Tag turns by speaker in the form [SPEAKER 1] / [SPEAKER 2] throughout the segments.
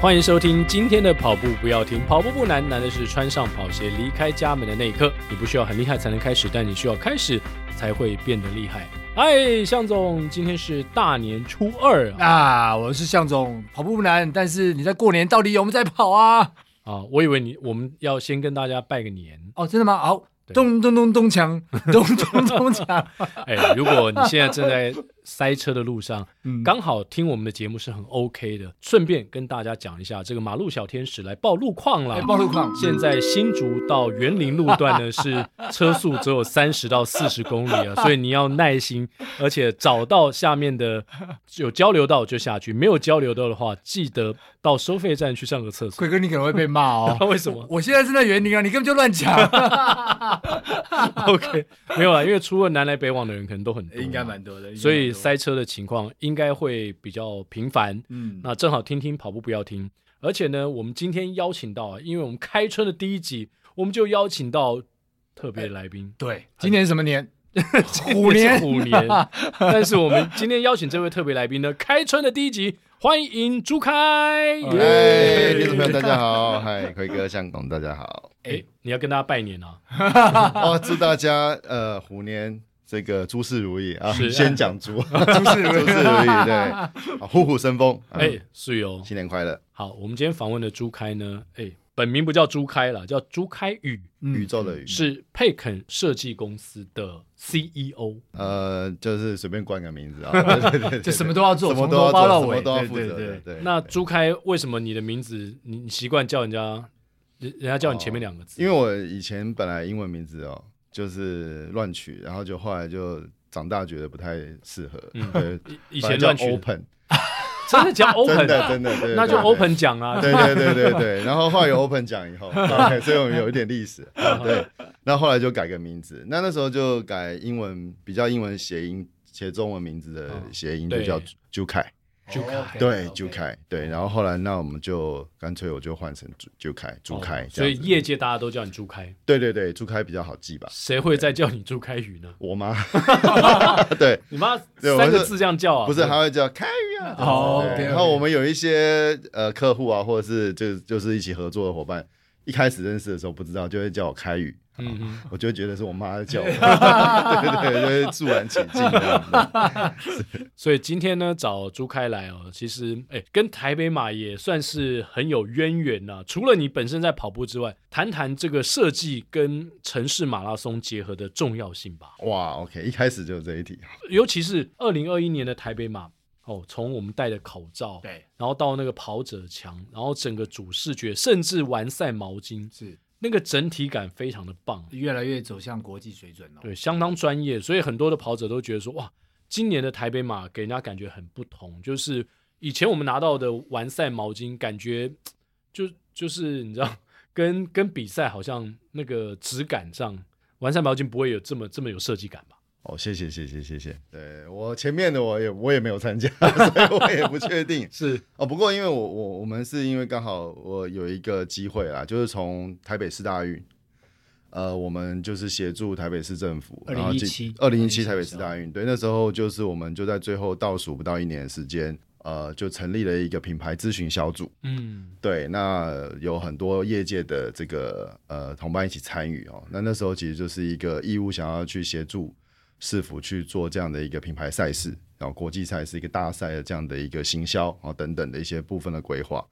[SPEAKER 1] 欢迎收听今天的跑步不要停，跑步不难，难的是穿上跑鞋离开家门的那一刻。你不需要很厉害才能开始，但你需要开始才会变得厉害。嗨，向总，今天是大年初二啊！
[SPEAKER 2] 啊，我是向总，跑步不难，但是你在过年到底有没有在跑啊？
[SPEAKER 1] 啊我以为你我们要先跟大家拜个 年。
[SPEAKER 2] 哦，真的吗？好，
[SPEAKER 1] 对
[SPEAKER 2] 咚咚咚咚锵，咚咚咚锵。
[SPEAKER 1] 哎，如果你现在正在塞车的路上，
[SPEAKER 2] 嗯
[SPEAKER 1] 刚好听我们的节目是很 OK 的，顺便跟大家讲一下，这个马路小天使来报路况啦。
[SPEAKER 2] 哎暴露狂，
[SPEAKER 1] 现在新竹到园林路段呢是车速只有三十到四十公里 啊，所以你要耐心，而且找到下面的有交流道就下去，没有交流道的话，记得到收费站去上个厕 所。
[SPEAKER 2] 鬼哥你可能会被骂哦。
[SPEAKER 1] 为什么
[SPEAKER 2] 我现在是在园林啊，你根本就乱讲。
[SPEAKER 1] ？OK，没有啦，因为除了南来北往的人可能都很多，
[SPEAKER 2] 应该蛮多的，
[SPEAKER 1] 所以塞车的情况应该会比较频繁。
[SPEAKER 2] 嗯，
[SPEAKER 1] 那正好听听跑步不要听。而且呢，我们今天邀请到啊，因为我们开春的第一集，我们就邀请到特别来宾，
[SPEAKER 2] 对，今年是什么年？ 虎
[SPEAKER 1] 也
[SPEAKER 2] 年
[SPEAKER 1] 是。虎年。但是我们今天邀请这位特别来宾呢，开春的第一集，欢迎朱开。
[SPEAKER 3] 嗨，
[SPEAKER 2] 耶
[SPEAKER 3] 听众哎朋友大 家好，嗨，奎哥、向董大家好。
[SPEAKER 1] 哎，你要跟大家拜年啊！
[SPEAKER 3] 哦，祝大家呃虎年这个诸事如意啊！
[SPEAKER 1] 是哎
[SPEAKER 3] 先讲猪，
[SPEAKER 2] 诸事如意
[SPEAKER 3] 诸事如意，对，啊虎虎生风。啊
[SPEAKER 1] 哎，是哟。
[SPEAKER 3] 新年快乐！
[SPEAKER 1] 好，我们今天访问的朱开呢，哎，本名不叫朱开了，叫朱开宇，
[SPEAKER 2] 嗯
[SPEAKER 3] 宇宙的宇
[SPEAKER 1] 是佩肯设计公司的 E CEO。
[SPEAKER 3] 呃，就是随便冠个 名字啊，对对对对
[SPEAKER 2] 就什么都要做，
[SPEAKER 3] 什么
[SPEAKER 2] 从
[SPEAKER 3] 都
[SPEAKER 2] 头
[SPEAKER 3] 要
[SPEAKER 2] 包到
[SPEAKER 3] 做，什
[SPEAKER 2] 尾，
[SPEAKER 3] 么都要
[SPEAKER 2] 对
[SPEAKER 3] 负
[SPEAKER 2] 对
[SPEAKER 3] 责。
[SPEAKER 2] 对
[SPEAKER 3] 对对，
[SPEAKER 1] 那
[SPEAKER 3] 对
[SPEAKER 1] 朱开，为什么你的名字你你习惯叫人家，人人家叫你前面两个字？
[SPEAKER 3] 因为我以前本来英文名字哦就是乱取，然后就后来就长大觉得不太适合，对，
[SPEAKER 1] 嗯以以
[SPEAKER 3] 反
[SPEAKER 1] 前
[SPEAKER 3] 而叫
[SPEAKER 1] 乱取，
[SPEAKER 3] open，
[SPEAKER 1] 真的叫 open，
[SPEAKER 3] 真的
[SPEAKER 1] 啊
[SPEAKER 3] 真的，对对
[SPEAKER 1] 那就
[SPEAKER 3] 对
[SPEAKER 1] open 讲啊。
[SPEAKER 3] 对对对对对，然后后来有 open 讲以后，对所以我们有一点历史。
[SPEAKER 1] 嗯
[SPEAKER 3] 对，那后来就改个名字，那那时候就改英文，比较英文谐音，写中文名字的谐音
[SPEAKER 1] 嗯对
[SPEAKER 3] 就叫朱凯，
[SPEAKER 2] 朱凯
[SPEAKER 3] 对，朱凯，对。然后后来那我们就干脆我就换成朱朱凯，朱凯
[SPEAKER 1] 哦，
[SPEAKER 3] 这
[SPEAKER 1] 所以
[SPEAKER 3] 样子
[SPEAKER 1] 业界大家都叫你朱开，
[SPEAKER 3] 对对对，朱凯比较好记吧。
[SPEAKER 1] 谁会再叫你朱开宇呢？
[SPEAKER 3] 我 妈， 对，
[SPEAKER 1] 你妈
[SPEAKER 3] 对我
[SPEAKER 1] 三
[SPEAKER 3] 是
[SPEAKER 1] 个字这样叫啊？
[SPEAKER 3] 不是，还会叫凯宇啊。
[SPEAKER 2] 哦
[SPEAKER 3] 对
[SPEAKER 2] OK，OK
[SPEAKER 3] 然后我们有一些呃客户啊，或者是就就是一起合作的伙伴，一开始认识的时候不知道，就会叫我开宇。
[SPEAKER 1] 嗯嗯，
[SPEAKER 3] 我就会觉得是我妈在 叫我，对对对，就是肃然起敬这样子。
[SPEAKER 1] 所以今天呢，找朱开来哦，其实哎，跟台北马也算是很有渊源呐、除了你本身在跑步之外，谈谈这个设计跟城市马拉松结合的重要性吧。
[SPEAKER 3] 哇，OK，一开始就这一题，
[SPEAKER 1] 尤其是二零二一年的台北马哦，从我们戴的口罩，
[SPEAKER 2] 对，
[SPEAKER 1] 然后到那个跑者墙，然后整个主视觉，甚至完赛毛巾，
[SPEAKER 2] 是
[SPEAKER 1] 那个整体感非常的棒，啊
[SPEAKER 2] 越来越走向国际水准哦。
[SPEAKER 1] 对，相当专业，所以很多的跑者都觉得说，哇，今年的台北马给人家感觉很不同，就是以前我们拿到的完赛毛巾，感觉嘖就就是你知道，跟跟比赛好像那个质感上，完赛毛巾不会有这么这么有设计感吧？
[SPEAKER 3] 哦，谢谢谢谢谢谢。对我前面的我也我也没有参加， 所以我也不确定。
[SPEAKER 1] 是，
[SPEAKER 3] 哦，不过因为我我我们是因为刚好我有一个机会啦，就是从台北市大运，呃，我们就是协助台北市政府，
[SPEAKER 2] 2017
[SPEAKER 3] 二零一七台北市大运，对，那时候就是我们就在最后倒数不到一年的时间，呃，就成立了一个品牌咨询小组。
[SPEAKER 1] 嗯，
[SPEAKER 3] 对，那有很多业界的这个呃同伴一起参与哦。那那时候其实就是一个义务，想要去协助市府去做这样的一个品牌赛事，然后国际赛事一个大赛的这样的一个行销啊、哦、等等的一些部分的规划。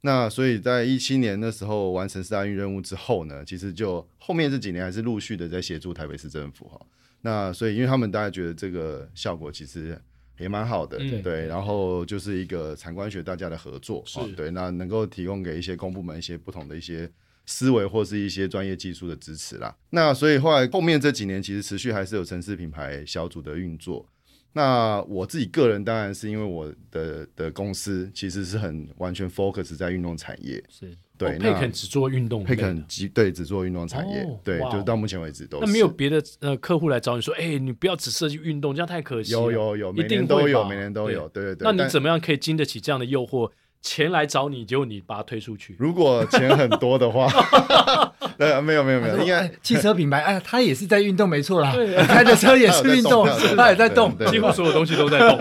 [SPEAKER 3] 那所以在一七年那时候完成四大运任务之后呢，其实就后面这几年还是陆续的在协助台北市政府哈、哦。那所以因为他们大家觉得这个效果其实也蛮好的，
[SPEAKER 1] 嗯
[SPEAKER 3] 对，然后就是一个产官学大家的合作，
[SPEAKER 1] 是
[SPEAKER 3] 哦对，那能够提供给一些公部门一些不同的一些思维或是一些专业技术的支持啦。那所以后来后面这几年其实持续还是有城市品牌小组的运作。那我自己个人当然是因为我的的公司其实是很完全 focus 在运动产业，
[SPEAKER 1] 是，
[SPEAKER 3] 对
[SPEAKER 1] 哦
[SPEAKER 3] 那
[SPEAKER 1] 佩肯只做运动类
[SPEAKER 3] 佩
[SPEAKER 1] 的，
[SPEAKER 3] 肯只对只做运动产业，
[SPEAKER 1] 哦
[SPEAKER 3] 对，
[SPEAKER 1] 哇哦
[SPEAKER 3] 就到目前为止都是
[SPEAKER 1] 那没有别的呃客户来找你说，哎、你不要只设计运动，这样太可惜了。
[SPEAKER 3] 有有有，
[SPEAKER 1] 一
[SPEAKER 3] 每
[SPEAKER 1] 定
[SPEAKER 3] 年
[SPEAKER 1] 会
[SPEAKER 3] 都
[SPEAKER 1] 吧
[SPEAKER 3] 有，每年都有，。对对对。
[SPEAKER 1] 那你
[SPEAKER 3] 但
[SPEAKER 1] 怎么样可以经得起这样的诱惑，钱来找你，结果你把它推出去，
[SPEAKER 3] 如果钱很多的话，对，没有没有没有，应该
[SPEAKER 2] 哎汽车品牌，哎，它也是在运动，没错啦。
[SPEAKER 1] 对
[SPEAKER 2] 你开的车也是运动
[SPEAKER 3] 它有在动，
[SPEAKER 2] 它也在动。
[SPEAKER 3] 对对
[SPEAKER 1] 几乎所有东西都在动。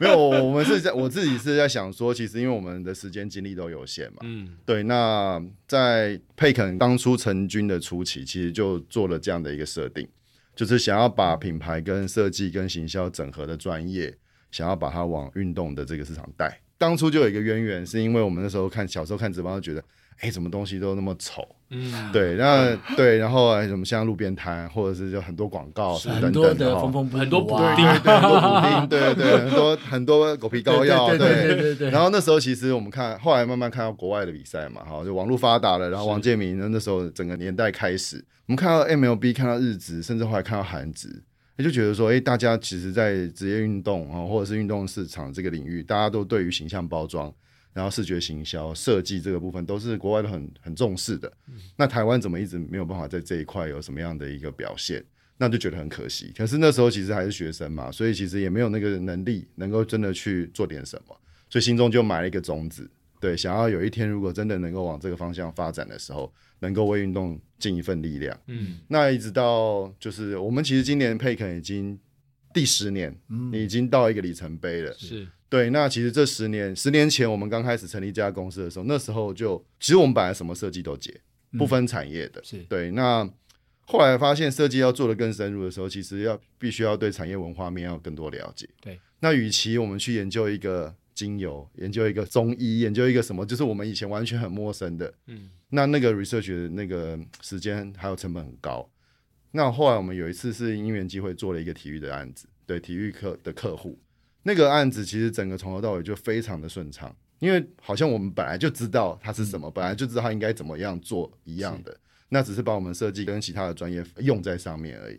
[SPEAKER 3] 没有，我我们是在我自己是在想说，其实因为我们的时间精力都有限嘛，
[SPEAKER 1] 嗯
[SPEAKER 3] 对，那在佩肯当初成军的初期，其实就做了这样的一个设定，就是想要把品牌跟设计跟行销整合的专业，想要把它往运动的这个市场带。当初就有一个渊源，是因为我们那时候看小时候看纸包，就觉得，哎，什么东西都那么丑，
[SPEAKER 1] 嗯，
[SPEAKER 3] 对，那对，然后还哎有什么像路边摊，或者是就很多广告什么
[SPEAKER 2] 很
[SPEAKER 3] 等
[SPEAKER 2] 多
[SPEAKER 3] 等
[SPEAKER 2] 的
[SPEAKER 3] 哈
[SPEAKER 2] 缝缝补补啊
[SPEAKER 1] 很多补
[SPEAKER 3] 对对对，很多补丁，对对，很多很多狗皮膏药，
[SPEAKER 2] 对对对对对对
[SPEAKER 3] 然后那时候其实我们看，后来慢慢看到国外的比赛嘛，哈，就网络发达了，然后王建民那时候整个年代开始，我们看到 MLB，看到日职，甚至后来看到韩职。也就觉得说，哎、大家其实，在职业运动啊，或者是运动市场这个领域，大家都对于形象包装、然后视觉行销、设计这个部分，都是国外都很很重视的。那台湾怎么一直没有办法在这一块有什么样的一个表现？那就觉得很可惜。可是那时候其实还是学生嘛，所以其实也没有那个能力能够真的去做点什么，所以心中就埋了一个种子，对，想要有一天如果真的能够往这个方向发展的时候，能够为运动尽一份力量。
[SPEAKER 1] 嗯，
[SPEAKER 3] 那一直到就是我们其实今年佩肯已经第十年，已经到一个里程碑了。
[SPEAKER 1] 是
[SPEAKER 3] 对，那其实这十年，十年前我们刚开始成立这家公司的时候，那时候就其实我们本来什么设计都接，不分产业的。
[SPEAKER 2] 是
[SPEAKER 3] 对，那后来发现设计要做的更深入的时候，其实要必须要对产业文化面要更多了解。
[SPEAKER 1] 对，
[SPEAKER 3] 那与其我们去研究一个精油，研究一个中医，研究一个什么，就是我们以前完全很陌生的，
[SPEAKER 1] 嗯，
[SPEAKER 3] 那那个 research 的那个时间还有成本很高。那后来我们有一次是因缘机会做了一个体育的案子，对体育课的客户，那个案子其实整个从头到尾就非常的顺畅，因为好像我们本来就知道它是什么，本来就知道它应该怎么样做一样的，那只是把我们设计跟其他的专业用在上面而已。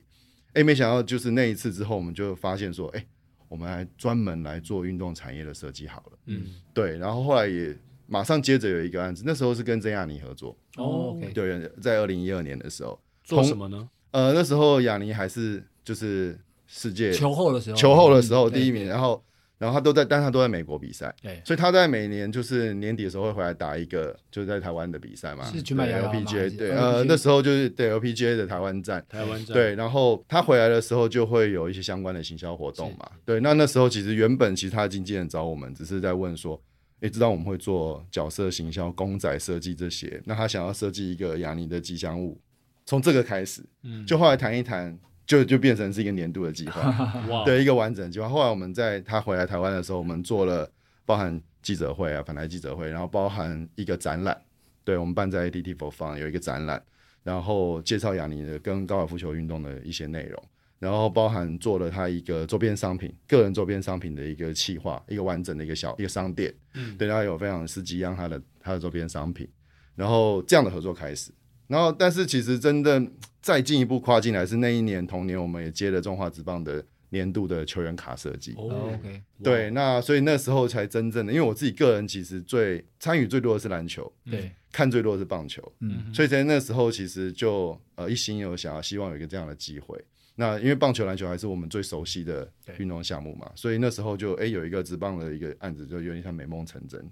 [SPEAKER 3] 哎，没想到就是那一次之后，我们就发现说，哎，我们还专门来做运动产业的设计好了。
[SPEAKER 1] 嗯，
[SPEAKER 3] 对，然后后来也马上接着有一个案子，那时候是跟曾亚妮合作，
[SPEAKER 1] 哦
[SPEAKER 2] 哦，OK
[SPEAKER 3] 对，在二零一二年的时候，
[SPEAKER 1] 做什么呢？
[SPEAKER 3] 呃，那时候雅尼还是就是世界
[SPEAKER 2] 球后的时候，
[SPEAKER 3] 球后的时候
[SPEAKER 2] 嗯对
[SPEAKER 3] 第一名，然后然后他都在，但他都在美国比赛，
[SPEAKER 2] 对
[SPEAKER 3] 所以他在每年就是年底的时候会回来打一个就是在台湾的比赛嘛，
[SPEAKER 2] 是全马
[SPEAKER 3] 对
[SPEAKER 2] 摇摇吗还
[SPEAKER 3] LPGA
[SPEAKER 2] 是
[SPEAKER 3] 对，
[SPEAKER 2] LPGA
[SPEAKER 3] 呃，那时候就是对 LPGA 的台湾站。
[SPEAKER 1] 台
[SPEAKER 2] 啊
[SPEAKER 1] 湾站，
[SPEAKER 3] 对，然后他回来的时候就会有一些相关的行销活动嘛。对，那那时候其实原本其实他的经纪人找我们，只是在问说，也知道我们会做角色行销、公仔设计这些，那他想要设计一个雅尼的吉祥物，从这个开始，
[SPEAKER 1] 嗯，
[SPEAKER 3] 就后来谈一谈，就就变成是一个年度的计划，
[SPEAKER 1] 哇，
[SPEAKER 3] 对，一个完整的计划。后来我们在他回来台湾的时候，我们做了包含记者会啊，反台记者会，然后包含一个展览，对我们办在 ATT for Fun 有一个展览，然后介绍雅尼的跟高尔夫球运动的一些内容。然后包含做了他一个周边商品、个人周边商品的一个企划，一个完整的一个小一个商店，
[SPEAKER 1] 嗯
[SPEAKER 3] 对，他有非常十几样他的他的周边商品，然后这样的合作开始，然后但是其实真正再进一步跨进来是那一年同年我们也接了中华职棒的年度的球员卡设计，
[SPEAKER 2] 哦
[SPEAKER 1] 哦，
[SPEAKER 2] ，OK，
[SPEAKER 3] 对，那所以那时候才真正的，因为我自己个人其实最参与最多的是篮球，
[SPEAKER 2] 对，
[SPEAKER 3] 看最多的是棒球，
[SPEAKER 1] 嗯，
[SPEAKER 3] 所以在那时候其实就呃一心有想要希望有一个这样的机会。那因为棒球、篮球还是我们最熟悉的运动项目嘛，所以那时候就哎、有一个职棒的一个案子，就有点像美梦成真，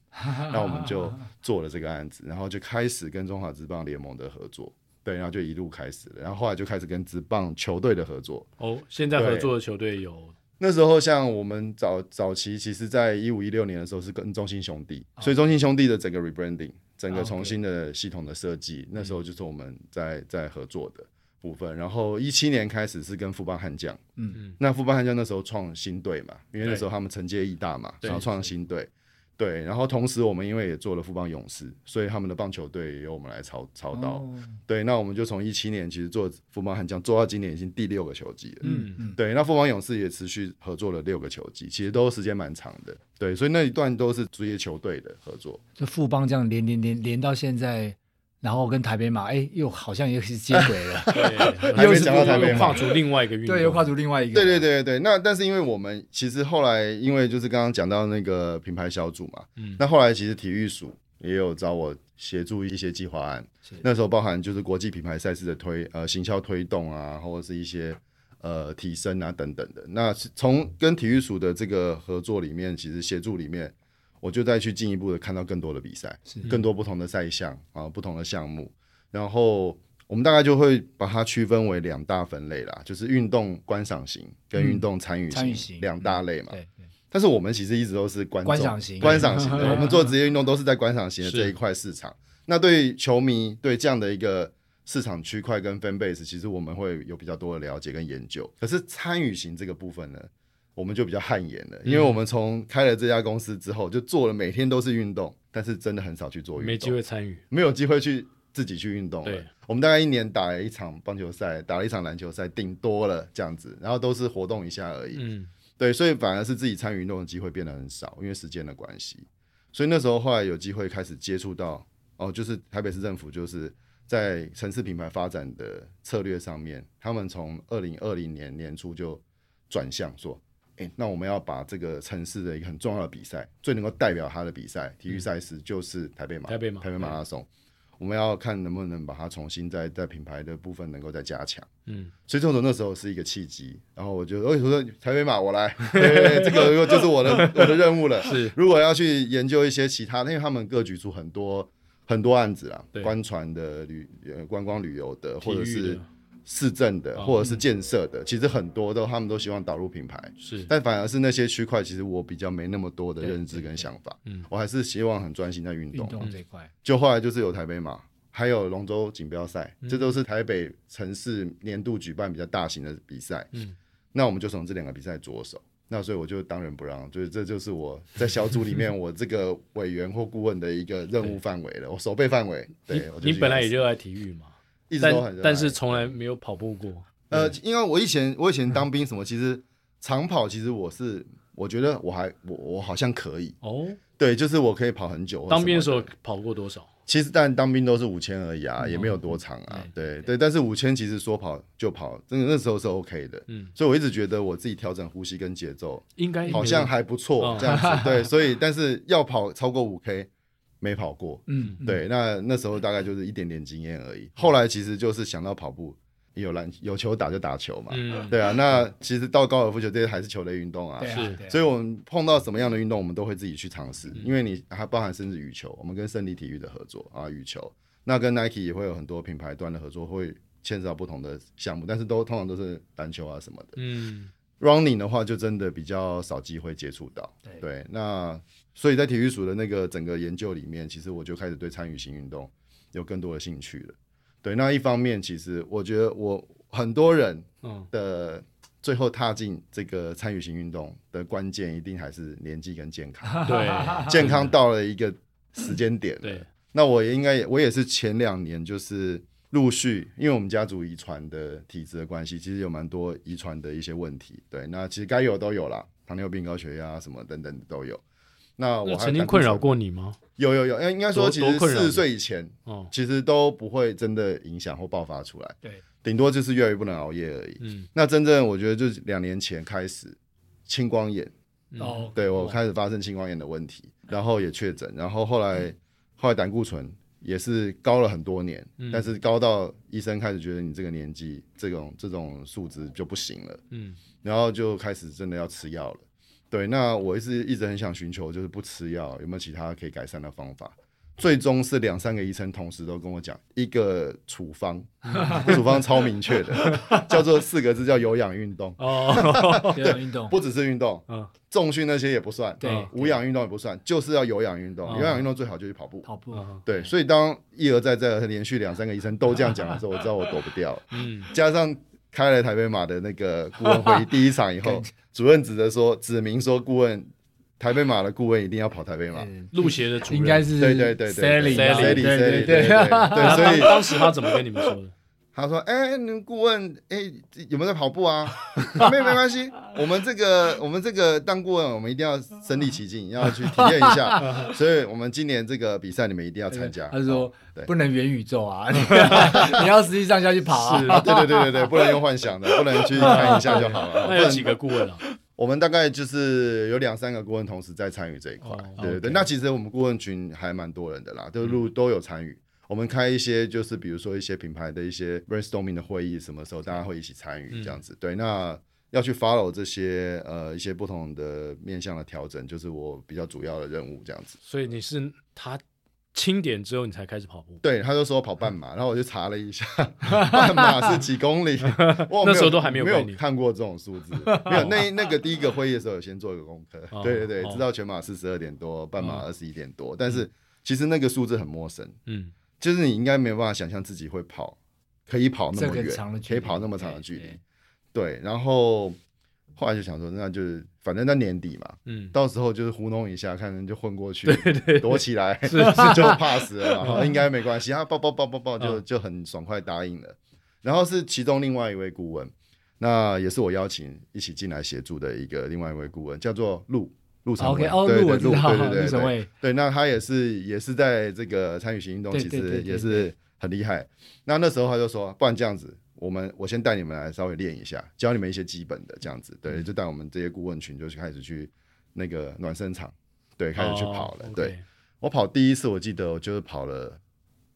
[SPEAKER 3] 那我们就做了这个案子，然后就开始跟中华职棒联盟的合作，对，然后就一路开始了，然后后来就开始跟职棒球队的合作，
[SPEAKER 1] 哦，现在
[SPEAKER 3] 对
[SPEAKER 1] 合作的球队有
[SPEAKER 3] 那时候像我们早早期，其实在一五一六年的时候是跟中信兄弟，
[SPEAKER 2] 哦
[SPEAKER 3] 所以中信兄弟的整个 rebranding，整个重新的系统的设计，那
[SPEAKER 2] 嗯
[SPEAKER 3] 时候就是我们在在合作的部分。然后一七年开始是跟富邦悍将，
[SPEAKER 2] 嗯
[SPEAKER 1] 嗯
[SPEAKER 3] 那富邦悍将那时候创新队嘛，因为那时候他们承接义大嘛，
[SPEAKER 1] 对
[SPEAKER 3] 然后创新队。对，然后同时我们因为也做了富邦勇士，所以他们的棒球队也由我们来操操刀。
[SPEAKER 2] 哦
[SPEAKER 3] 对，那我们就从一七年其实做富邦悍将做到今年已经第六个球季了。
[SPEAKER 1] 嗯，
[SPEAKER 2] 嗯，
[SPEAKER 3] 对，那凤凰勇士也持续合作了六个球季，其实都时间蛮长的。对，所以那一段都是职业球队的合作。
[SPEAKER 2] 就富邦这样连连连连到现在，然后跟台北马，哎，又好像又是接轨 了
[SPEAKER 1] 对，
[SPEAKER 3] 还没讲到台北
[SPEAKER 1] 又
[SPEAKER 3] 嘛
[SPEAKER 1] 跨出另外一个运动，
[SPEAKER 2] 对，又跨出另外一个，
[SPEAKER 3] 对对对对，那但是因为我们其实后来因为就是刚刚讲到那个品牌小组嘛，
[SPEAKER 1] 嗯
[SPEAKER 3] 那后来其实体育署也有找我协助一些计划案
[SPEAKER 2] 是，
[SPEAKER 3] 那时候包含就是国际品牌赛事的推呃行销推动啊，或者是一些呃提升啊等等的。那是从跟体育署的这个合作里面，其实协助里面，我就再去进一步的看到更多的比赛，更多不同的赛项啊，不同的项目。然后我们大概就会把它区分为两大分类啦，就是运动观赏型跟运动参与
[SPEAKER 2] 参与
[SPEAKER 3] 型
[SPEAKER 2] 型
[SPEAKER 3] 两大类嘛。
[SPEAKER 2] 对对
[SPEAKER 3] 但是我们其实一直都是观众
[SPEAKER 2] 观赏型
[SPEAKER 3] 观赏型的，
[SPEAKER 2] 嗯
[SPEAKER 3] 我们做职业运动都是在观赏型的
[SPEAKER 1] 是
[SPEAKER 3] 这一块市场。那对球迷对这样的一个市场区块跟 fan base，其实我们会有比较多的了解跟研究。可是参与型这个部分呢，我们就比较汗颜了，
[SPEAKER 1] 嗯
[SPEAKER 3] 因为我们从开了这家公司之后，就做了每天都是运动，但是真的很少去做运动，
[SPEAKER 1] 没机会参与，
[SPEAKER 3] 没有机会去自己去运动了
[SPEAKER 1] 对。
[SPEAKER 3] 我们大概一年打了一场棒球赛，打了一场篮球赛，顶多了这样子，然后都是活动一下而已。
[SPEAKER 1] 嗯，
[SPEAKER 3] 对，所以反而是自己参与运动的机会变得很少，因为时间的关系。所以那时候后来有机会开始接触到，哦，就是台北市政府就是在城市品牌发展的策略上面，他们从二零二零年年初就转向说，哎、那我们要把这个城市的一个很重要的比赛，最能够代表它的比赛体育赛事就是台北
[SPEAKER 1] 嗯
[SPEAKER 3] 马
[SPEAKER 1] 台北马
[SPEAKER 3] 台北马拉松，我们要看能不能把它重新在在品牌的部分能够再加强。
[SPEAKER 1] 嗯，
[SPEAKER 3] 所以这种那时候是一个契机，然后我就哎我说台北马我 来，对对对这个就是我的我的任务了。
[SPEAKER 1] 是，
[SPEAKER 3] 如果要去研究一些其他，因为他们各举出很多很多案子啦
[SPEAKER 1] 对，
[SPEAKER 3] 观船的旅呃观光旅游的，或者
[SPEAKER 1] 体育
[SPEAKER 3] 是
[SPEAKER 1] 的
[SPEAKER 3] 市政的，
[SPEAKER 1] 哦
[SPEAKER 3] 或者是建设的，其实很多都他们都希望导入品牌，
[SPEAKER 1] 是
[SPEAKER 3] 但反而是那些区块，其实我比较没那么多的认知跟想法，
[SPEAKER 1] 对对嗯
[SPEAKER 3] 我还是希望很专心在运
[SPEAKER 2] 运
[SPEAKER 3] 动。
[SPEAKER 2] 动这一块，
[SPEAKER 3] 就后来就是有台北马，还有龙舟锦标赛，
[SPEAKER 1] 嗯
[SPEAKER 3] 这都是台北城市年度举办比较大型的比赛。
[SPEAKER 1] 嗯，
[SPEAKER 3] 那我们就从这两个比赛着手。那所以我就当仁不让，就是这就是我在小组里面我这个委员或顾问的一个任务范围了，我守备范围。对，我就
[SPEAKER 1] 你
[SPEAKER 3] 去
[SPEAKER 1] 本来也
[SPEAKER 3] 尝试
[SPEAKER 1] 热爱体育嘛，
[SPEAKER 3] 一直都很
[SPEAKER 1] 但
[SPEAKER 3] 热爱
[SPEAKER 1] 但是从来没有跑步过，
[SPEAKER 3] 呃，因为我以前我以前当兵什么，其实长跑其实我是我觉得我还我我好像可以，
[SPEAKER 1] 哦，
[SPEAKER 3] 对，就是我可以跑很久或什么。
[SPEAKER 1] 当兵的时候跑过多少？
[SPEAKER 3] 其实但当兵都是五千而已啊，也没有多长啊。对对，但是五千其实说跑就跑，真的那时候是 OK 的。
[SPEAKER 1] 嗯，哎
[SPEAKER 3] 所以我一直觉得我自己调整呼吸跟节奏
[SPEAKER 1] 应该
[SPEAKER 3] 好像还不错
[SPEAKER 1] 嗯
[SPEAKER 3] 这样子。对，所以但是要跑超过五 K 没跑过。
[SPEAKER 2] 嗯，嗯，
[SPEAKER 3] 对，那那时候大概就是一点点经验而已。后来其实就是想到跑步，有篮有球打就打球嘛。
[SPEAKER 1] 嗯
[SPEAKER 3] 对啊，那其实到高尔夫球这些还是球类运动啊。
[SPEAKER 2] 对啊，
[SPEAKER 1] 是
[SPEAKER 2] 对啊嗯
[SPEAKER 3] 所以我们碰到什么样的运动，我们都会自己去尝试，因为你还包含甚至羽球，我们跟胜利体育的合作啊，羽球，那跟 Nike 也会有很多品牌端的合作，会牵涉到不同的项目，但是都通常都是篮球啊什么的。
[SPEAKER 1] 嗯
[SPEAKER 3] Running 的话，就真的比较少机会接触到。
[SPEAKER 2] 对
[SPEAKER 3] 那所以在体育署的那个整个研究里面，其实我就开始对参与型运动有更多的兴趣了。对，那一方面，其实我觉得我很多人
[SPEAKER 1] 嗯，
[SPEAKER 3] 的最后踏进这个参与型运动的关键，一定还是年纪跟 健康。
[SPEAKER 1] 对
[SPEAKER 3] 健康到了一个时间点了，
[SPEAKER 1] 对，
[SPEAKER 3] 那我也应该也我也是前两年就是陆续，因为我们家族遗传的体质的关系，其实有蛮多遗传的一些问题。对，那其实该有都有啦，糖尿病、高血压什么等等都有。那啊我
[SPEAKER 1] 那
[SPEAKER 3] 还
[SPEAKER 1] 曾经
[SPEAKER 3] 敢
[SPEAKER 1] 困扰
[SPEAKER 3] 说，
[SPEAKER 1] 过你吗？
[SPEAKER 3] 有有有，哎应该说
[SPEAKER 1] 多
[SPEAKER 3] 其
[SPEAKER 1] 多
[SPEAKER 3] 实
[SPEAKER 1] 困扰
[SPEAKER 3] 四
[SPEAKER 1] 你
[SPEAKER 3] 十岁以前，
[SPEAKER 1] 哦，
[SPEAKER 3] 其实都不会真的影响或爆发出来，
[SPEAKER 2] 对，
[SPEAKER 3] 顶多就是越来越不能熬夜而已。
[SPEAKER 1] 嗯，
[SPEAKER 3] 那真正我觉得就是两年前开始青光眼，
[SPEAKER 1] 嗯
[SPEAKER 2] 哦，
[SPEAKER 3] 对我
[SPEAKER 2] 哇
[SPEAKER 3] 开始发生青光眼的问题，然后也确诊，然后后来、后来胆固醇也是高了很多年，
[SPEAKER 1] 嗯
[SPEAKER 3] 但是高到医生开始觉得你这个年纪这种这种数值就不行了，
[SPEAKER 1] 嗯
[SPEAKER 3] 然后就开始真的要吃药了。对，那我一直一直很想寻求就是不吃药有没有其他可以改善的方法。最终是两三个医生同时都跟我讲一个处 方，处方超明确的，叫做四个字叫有氧运动。
[SPEAKER 1] 哦，
[SPEAKER 2] 有啊氧运动，
[SPEAKER 3] 不只是运动，
[SPEAKER 1] 嗯
[SPEAKER 3] 重训那些也不算，
[SPEAKER 2] 对哦
[SPEAKER 3] 嗯无氧运动也不算，就是要有氧运动。
[SPEAKER 1] 嗯
[SPEAKER 3] 有氧运动最好就是跑步。
[SPEAKER 2] 跑步，
[SPEAKER 1] 嗯
[SPEAKER 3] 对，所以当一而再、再而三连续两三个医生都这样讲的时候，我知道我躲不 掉。
[SPEAKER 1] 嗯，
[SPEAKER 3] 加上开了台北马的那个顾问会议第一场以 后，主任指着说，指明说顾问台北马的顾问一定要跑台北马。
[SPEAKER 2] 嗯，
[SPEAKER 1] 路协的主任
[SPEAKER 2] 应该是
[SPEAKER 3] 对对对对
[SPEAKER 2] Sally
[SPEAKER 1] 对
[SPEAKER 2] 吧
[SPEAKER 1] Sally，
[SPEAKER 2] 对
[SPEAKER 3] Sally，
[SPEAKER 2] 对
[SPEAKER 3] Sally，对
[SPEAKER 2] 对，
[SPEAKER 1] 那
[SPEAKER 3] 对，啊所
[SPEAKER 1] 当
[SPEAKER 3] 以
[SPEAKER 1] 当时他怎么跟你们说 的？
[SPEAKER 3] 他说：“哎、你们顾问，哎、有没有在跑步啊？ 没有，没关系。我们这个，我们这个当顾问，我们一定要身临其境，要去体验一下。所以，我们今年这个比赛，你们一定要参加。”
[SPEAKER 2] 哎
[SPEAKER 3] 哦
[SPEAKER 2] 他说
[SPEAKER 3] 对
[SPEAKER 2] 不能元宇宙啊， 你你要实际上下去跑啊
[SPEAKER 1] 是，
[SPEAKER 3] 啊：“对对对对对，不能用幻想的，不能去看一下就好了。不
[SPEAKER 1] 那有
[SPEAKER 3] 能
[SPEAKER 1] 几个顾 问啊？
[SPEAKER 3] 我们大概就是有两三个顾问同时在参与这一块，
[SPEAKER 1] 哦
[SPEAKER 3] 对对对。
[SPEAKER 2] OK
[SPEAKER 3] 那其实我们顾问群还蛮多人的啦，都陆都有参与。我们开一些就是比如说一些品牌的一些 brainstorming 的会议，什么时候大家会一起参与这样子？对，那要去 follow 这些呃一些不同的面向的调整，就是我比较主要的任务这样子。
[SPEAKER 1] 所以你是他清点之后你才开始跑步，
[SPEAKER 3] 对，他就说跑半马，然后我就查了一下，半马是几公里，我
[SPEAKER 1] 那时候都还没有
[SPEAKER 3] 有
[SPEAKER 1] 概
[SPEAKER 3] 没
[SPEAKER 1] 念
[SPEAKER 3] 看过这种数字，没有那那个第一个会议的时候有先做一个功课，
[SPEAKER 1] 哦
[SPEAKER 3] 对对对，
[SPEAKER 1] 哦
[SPEAKER 3] 知道全马四十二点多，半马二十一点多，但是其实那个数字很陌生，
[SPEAKER 1] 嗯，
[SPEAKER 3] 就是你应该没有办法想象自己会跑，可以跑那
[SPEAKER 2] 这
[SPEAKER 3] 么
[SPEAKER 2] 个
[SPEAKER 3] 远
[SPEAKER 2] 长的，距
[SPEAKER 3] 可
[SPEAKER 2] 离
[SPEAKER 3] 以跑那么长的距
[SPEAKER 2] 对
[SPEAKER 3] 离
[SPEAKER 2] 对，
[SPEAKER 3] 对，然后后来就想说，那就是反正到年底嘛，
[SPEAKER 1] 嗯，
[SPEAKER 3] 到时候就是糊弄一下，看能就混过去，躲起来，是 就怕死 了嘛，应该没关系。他抱抱抱抱抱
[SPEAKER 2] 嗯
[SPEAKER 3] 就就很爽快答应了。然后是其中另外一位顾问，那也是我邀请一起进来协助的一个另外一位顾问，叫做陆陆成伟。
[SPEAKER 2] OK，哦，
[SPEAKER 3] 对
[SPEAKER 2] 路我
[SPEAKER 3] 对
[SPEAKER 2] 知道，
[SPEAKER 3] 对对对
[SPEAKER 2] 陆
[SPEAKER 3] 对
[SPEAKER 2] 成伟，
[SPEAKER 3] 对，那他也是也是在这个参与型运动，
[SPEAKER 2] 对
[SPEAKER 3] 其
[SPEAKER 2] 对对
[SPEAKER 3] 实
[SPEAKER 2] 对
[SPEAKER 3] 也是很厉害。那那时候他就说，不然这样子，我们我先带你们来稍微练一下，教你们一些基本的这样子。
[SPEAKER 2] 嗯
[SPEAKER 3] 对，就带我们这些顾问群就开始去那个暖身场，对，开始去跑了。
[SPEAKER 1] 哦，OK
[SPEAKER 3] 对，我跑第一次，我记得我就是跑了，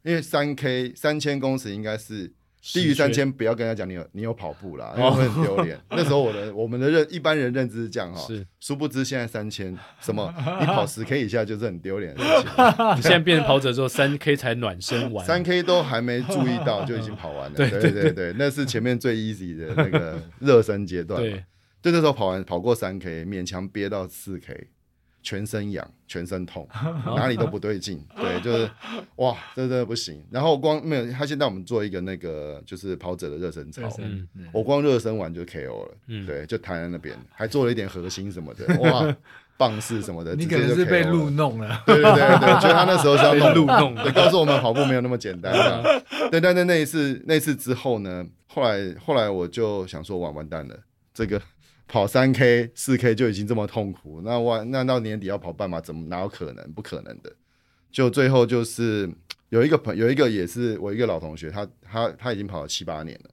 [SPEAKER 3] 因为三 K 三千公尺应该是。低于
[SPEAKER 1] 十圈
[SPEAKER 3] 三千，不要跟他讲你有你有跑步啦，因为会很丢脸。那时候我的我们的认一般人认知是这样哈，
[SPEAKER 1] 是
[SPEAKER 3] 殊不知现在三千什么，你跑十 K 以下就是很丢脸的事情。
[SPEAKER 1] 你现在变成跑者之后，三 K 才暖身完，
[SPEAKER 3] 三 K 都还没注意到就已经跑完了，对对对对，那是前面最 easy 的那个热身阶段嘛。
[SPEAKER 1] 对，
[SPEAKER 3] 就那时候跑完跑过三 K，勉强憋到四 K，全身痒，全身痛，哪里都不对劲。对，就是哇，这真的不行。然后光没有，他现在我们做一个那个就是跑者的热身操
[SPEAKER 2] 热，身
[SPEAKER 1] 嗯
[SPEAKER 2] 嗯
[SPEAKER 3] 我光热身完就 KO 了，
[SPEAKER 1] 嗯
[SPEAKER 3] 对，就躺在那边，还做了一点核心什么 的，哇，棒式什么的，
[SPEAKER 2] 你
[SPEAKER 3] 直
[SPEAKER 2] 可
[SPEAKER 3] 接
[SPEAKER 2] 能
[SPEAKER 3] 就是
[SPEAKER 2] 被
[SPEAKER 3] KO 了
[SPEAKER 2] 路弄了，
[SPEAKER 3] 对对对对，觉得他那时候是要弄
[SPEAKER 1] 被路弄
[SPEAKER 3] 对，告诉我们跑步没有那么简单、啊。对，但是那一次那一次之后呢，后来后来我就想说，完完蛋了，这个跑三 K、四 K 就已经这么痛苦，那完那到年底要跑半马，怎么哪有可能？不可能的。就最后就是有一个朋有一个也是我一个老同学，他他他已经跑了七八年了，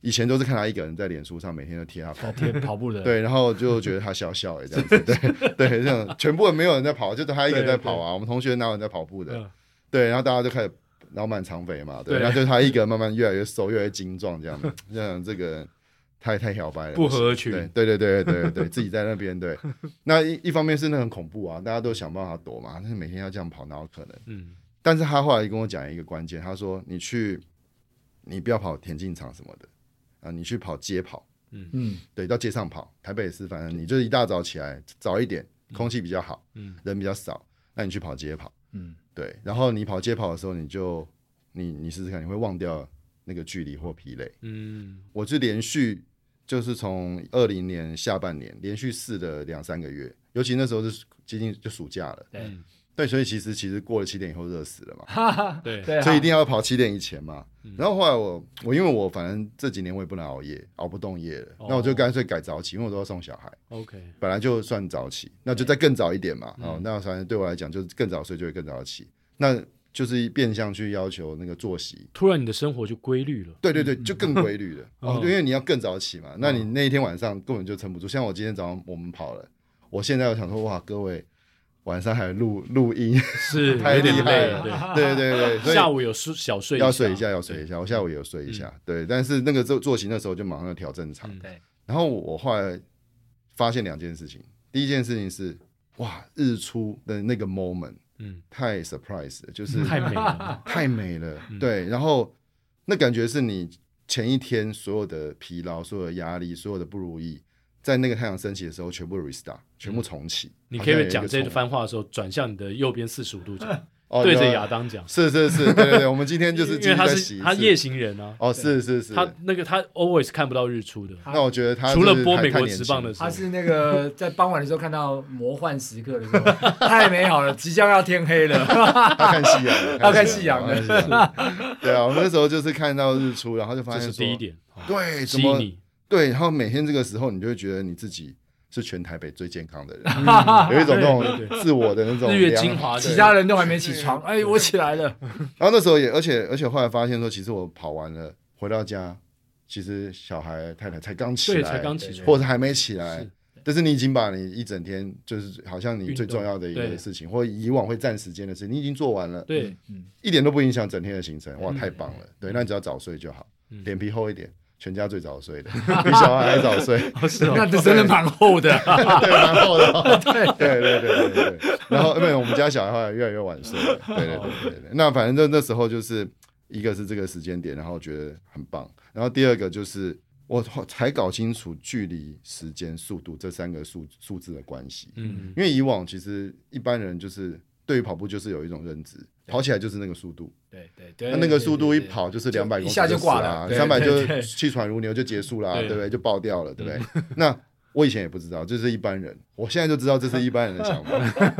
[SPEAKER 3] 以前都是看他一个人在脸书上每天都贴他跑步。
[SPEAKER 2] 贴跑步的，
[SPEAKER 3] 对，然后就觉得他笑笑哎，这样子，对对，这样全部人没有人在跑，就他一个人在跑啊。我们同学哪有人在跑步的
[SPEAKER 1] 嗯？
[SPEAKER 3] 对，然后大家就开始脑满肠肥嘛，对，
[SPEAKER 1] 对
[SPEAKER 3] 然后就他一个人慢慢越来越瘦，越来越精壮，这样子，这样这个太太摇摆了，
[SPEAKER 1] 不合
[SPEAKER 3] 对
[SPEAKER 1] 群，
[SPEAKER 3] 对对对对对对，自己在那边对。那一一方面是那很恐怖啊，大家都想办法躲嘛，但是每天要这样跑，哪有可能？
[SPEAKER 1] 嗯，
[SPEAKER 3] 但是他后来跟我讲一个关键，他说你去，你不要跑田径场什么的啊，你去跑街跑。
[SPEAKER 2] 嗯，
[SPEAKER 3] 对，到街上跑。台北也是，反正你就是一大早起来早一点，空气比较好，
[SPEAKER 1] 嗯，
[SPEAKER 3] 人比较少，那你去跑街跑，
[SPEAKER 2] 嗯，
[SPEAKER 3] 对。然后你跑街跑的时候，你就你你试试看，你会忘掉那个距离或疲累。
[SPEAKER 1] 嗯，
[SPEAKER 3] 我是连续就是从二零年下半年连续试了两三个月，尤其那时候是接近就暑假了，
[SPEAKER 2] 对
[SPEAKER 3] 对，所以其实其实过了七点以后热死了嘛。
[SPEAKER 2] 哈哈，
[SPEAKER 1] 对，嗯
[SPEAKER 2] 对啊，
[SPEAKER 3] 所以一定要跑七点以前嘛。然后后来我我因为我反正这几年我也不能熬夜，熬不动夜了，
[SPEAKER 1] 哦
[SPEAKER 3] 那我就干脆改早起，因为我都要送小孩。
[SPEAKER 1] OK，
[SPEAKER 3] 本来就算早起，那就再更早一点嘛。
[SPEAKER 1] 嗯
[SPEAKER 3] 哦，那反正对我来讲就是更早睡就会更早起，那就是变相去要求那个作息。
[SPEAKER 1] 突然你的生活就规律了，
[SPEAKER 3] 对对对，就更规律了。
[SPEAKER 1] 哦
[SPEAKER 3] 哦，因为你要更早起嘛，那你那一天晚上根本就撑不住。像我今天早上我们跑了，我现在我想说，哇，各位晚上还录录音，
[SPEAKER 1] 是
[SPEAKER 3] 太
[SPEAKER 1] 有点
[SPEAKER 3] 厉害
[SPEAKER 1] 累
[SPEAKER 3] 了
[SPEAKER 1] 对。
[SPEAKER 3] 对对对，所以
[SPEAKER 1] 下午有睡小睡
[SPEAKER 3] 要睡一下，要睡一下。我下午也有睡一下，对。但是那个作作息那时候就马上要调正常
[SPEAKER 1] 嗯。
[SPEAKER 2] 对，
[SPEAKER 3] 然后我我后来发现两件事情，第一件事情是，哇，日出的那个 moment
[SPEAKER 1] 嗯，
[SPEAKER 3] 太 surprise 了，就是
[SPEAKER 1] 太美了， 嗯
[SPEAKER 3] 太美了，对。然后那感觉是你前一天所有的疲劳、所有的压力、所有的不如意，在那个太阳升起的时候全部 restart，全部重启。
[SPEAKER 1] 嗯你
[SPEAKER 3] 好
[SPEAKER 1] 可
[SPEAKER 3] 像
[SPEAKER 1] 以
[SPEAKER 3] 有一个
[SPEAKER 1] 讲这
[SPEAKER 3] 重
[SPEAKER 1] 番话的时候，转向你的右边四十五度讲，
[SPEAKER 3] 哦
[SPEAKER 1] 对着
[SPEAKER 3] 有
[SPEAKER 1] 亚当讲，
[SPEAKER 3] 是是是，对对对，我们今天就是
[SPEAKER 1] 因为他
[SPEAKER 3] 继续再洗
[SPEAKER 1] 是
[SPEAKER 3] 一
[SPEAKER 1] 他
[SPEAKER 3] 次
[SPEAKER 1] 夜行人啊，
[SPEAKER 3] 哦，是是是，
[SPEAKER 1] 他那个他 always 看不到日出的，
[SPEAKER 3] 那我觉得他
[SPEAKER 1] 除了
[SPEAKER 3] 就是
[SPEAKER 1] 播
[SPEAKER 3] 太
[SPEAKER 1] 美
[SPEAKER 3] 太
[SPEAKER 1] 国
[SPEAKER 3] 年
[SPEAKER 1] 职棒
[SPEAKER 3] 轻
[SPEAKER 1] 的时
[SPEAKER 2] 他
[SPEAKER 1] 候，
[SPEAKER 2] 是那个 在傍晚的时候看到魔幻时刻的时候， 太美好了，即将要天黑 了，
[SPEAKER 3] 他 看夕阳的，
[SPEAKER 2] 他看夕
[SPEAKER 1] 啊
[SPEAKER 2] 阳的
[SPEAKER 3] 看夕阳的。对啊，我那时候就是看到日出，然后就发
[SPEAKER 1] 这
[SPEAKER 3] 现
[SPEAKER 1] 是
[SPEAKER 3] 说
[SPEAKER 1] 第一，点，
[SPEAKER 3] 对，怎
[SPEAKER 1] 吸引
[SPEAKER 3] 么
[SPEAKER 1] 你，
[SPEAKER 3] 对，然后每天这个时候，你就会觉得你自己是全台北最健康的人，有一种那
[SPEAKER 1] 嗯对对
[SPEAKER 3] 种自我的那种
[SPEAKER 1] 日月
[SPEAKER 3] 良
[SPEAKER 1] 精华的
[SPEAKER 2] 其他人都还没起床，哎，我起来了，
[SPEAKER 3] 然后那时候也，而且而且后来发现说，其实我跑完了回到家，其实小孩太太才刚起
[SPEAKER 1] 对，
[SPEAKER 3] 来，
[SPEAKER 1] 才刚起床，
[SPEAKER 3] 或者还没起来
[SPEAKER 1] 是。
[SPEAKER 3] 但是你已经把你一整天，就是好像你
[SPEAKER 1] 运
[SPEAKER 3] 最
[SPEAKER 1] 动
[SPEAKER 3] 重要的一个
[SPEAKER 1] 对
[SPEAKER 3] 事情，或以往会占时间的事，你已经做完了。
[SPEAKER 1] 对，
[SPEAKER 3] 嗯一点都不影响整天的行程，哇，太棒了！对，那你只要早睡就好，
[SPEAKER 1] 嗯
[SPEAKER 3] 脸皮厚一点，全家最早 睡的，比小孩还早睡，
[SPEAKER 1] 是哦
[SPEAKER 2] 那这真的蛮厚的。
[SPEAKER 3] 对，蛮厚的、哦。对对对对对对。然后因哎为我们家小孩后来越来越晚睡了，对对对对对。那反正那那时候就是一个是这个时间点，然后觉得很棒，然后第二个就是我才搞清楚距离、时间、速度这三个数数字的关系。
[SPEAKER 1] 嗯，
[SPEAKER 3] 因为以往其实一般人就是对于跑步就是有一种认知，跑起来就是那个速度，
[SPEAKER 2] 对 对对
[SPEAKER 1] 哎
[SPEAKER 3] 那那个速度一跑就是两百公
[SPEAKER 2] 一
[SPEAKER 3] 里，
[SPEAKER 2] 下就挂
[SPEAKER 3] 啦
[SPEAKER 2] 了，，
[SPEAKER 3] 三百
[SPEAKER 2] 对对
[SPEAKER 3] 就
[SPEAKER 2] 对
[SPEAKER 3] 气喘如牛就结束啦，
[SPEAKER 1] 对嗯
[SPEAKER 3] 对不对？就爆掉了，对不对？ 那我以前也不知道，这是一般人，我现在就知道这是一般人的 想法。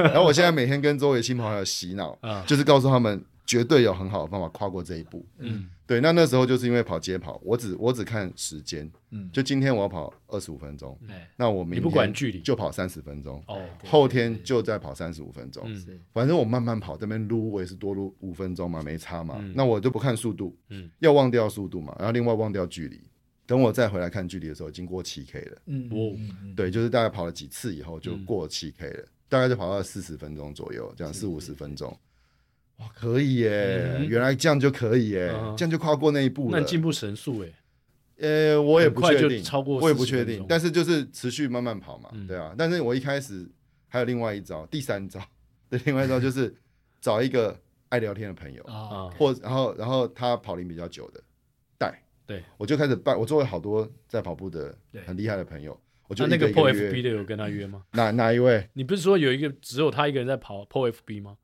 [SPEAKER 3] 然后我现在每天跟周围亲朋好友洗脑
[SPEAKER 1] 啊，
[SPEAKER 3] 就是告诉他们绝对有很好的方法跨过这一步。
[SPEAKER 1] 嗯，
[SPEAKER 3] 对，那那时候就是因为跑街跑，我只我只看时间，
[SPEAKER 2] 嗯
[SPEAKER 3] 就今天我要跑二十五分钟，
[SPEAKER 2] 哎
[SPEAKER 3] 那我明
[SPEAKER 1] 你
[SPEAKER 3] 天
[SPEAKER 1] 不管距离
[SPEAKER 3] 就跑三十分钟，
[SPEAKER 1] 哦，
[SPEAKER 3] 后天就再跑三十五分钟。
[SPEAKER 1] 嗯
[SPEAKER 2] 是
[SPEAKER 3] 反正我慢慢跑，这边撸我也是多撸五分钟嘛，没差嘛。
[SPEAKER 1] 嗯
[SPEAKER 3] 那我就不看速度，
[SPEAKER 1] 嗯
[SPEAKER 3] 要忘掉速度嘛，然后另外忘掉距离。等我再回来看距离的时候，已经过七 K 了。
[SPEAKER 2] 嗯
[SPEAKER 1] 哦
[SPEAKER 2] 嗯嗯
[SPEAKER 3] 对，就是大概跑了几次以后就
[SPEAKER 1] 嗯
[SPEAKER 3] 过七 K 了，大概就跑到四十分钟左右，这样四五十分钟。哇，可以耶！
[SPEAKER 1] 嗯
[SPEAKER 3] 原来这样就可以耶，
[SPEAKER 1] 嗯
[SPEAKER 3] 这样就跨过那一步
[SPEAKER 1] 那
[SPEAKER 3] 了
[SPEAKER 1] 你。进步神速哎，
[SPEAKER 3] 呃，我也
[SPEAKER 1] 很
[SPEAKER 3] 不
[SPEAKER 1] 快
[SPEAKER 3] 确
[SPEAKER 1] 就
[SPEAKER 3] 定，
[SPEAKER 1] 超过
[SPEAKER 3] 我也不
[SPEAKER 1] 40
[SPEAKER 3] 确
[SPEAKER 1] 分
[SPEAKER 3] 定
[SPEAKER 1] 钟，
[SPEAKER 3] 但是就是持续慢慢跑嘛，
[SPEAKER 1] 嗯
[SPEAKER 3] 对啊。但是我一开始还有另外一招，第三招，对，另外一招就是找一个爱聊天的朋友，
[SPEAKER 2] 啊
[SPEAKER 1] 啊
[SPEAKER 3] 或然后然后他跑龄比较久的带，
[SPEAKER 1] 对
[SPEAKER 3] 我就开始拜，我周围好多在跑步的
[SPEAKER 2] 对
[SPEAKER 3] 很厉害的朋友，我就
[SPEAKER 1] 那
[SPEAKER 3] 一
[SPEAKER 1] 那个
[SPEAKER 3] 一
[SPEAKER 1] PO
[SPEAKER 3] 约
[SPEAKER 1] FB 的有跟他约吗？
[SPEAKER 3] 哪哪一位？
[SPEAKER 1] 你不是说有一个只有他一个人在跑 PO FB 吗？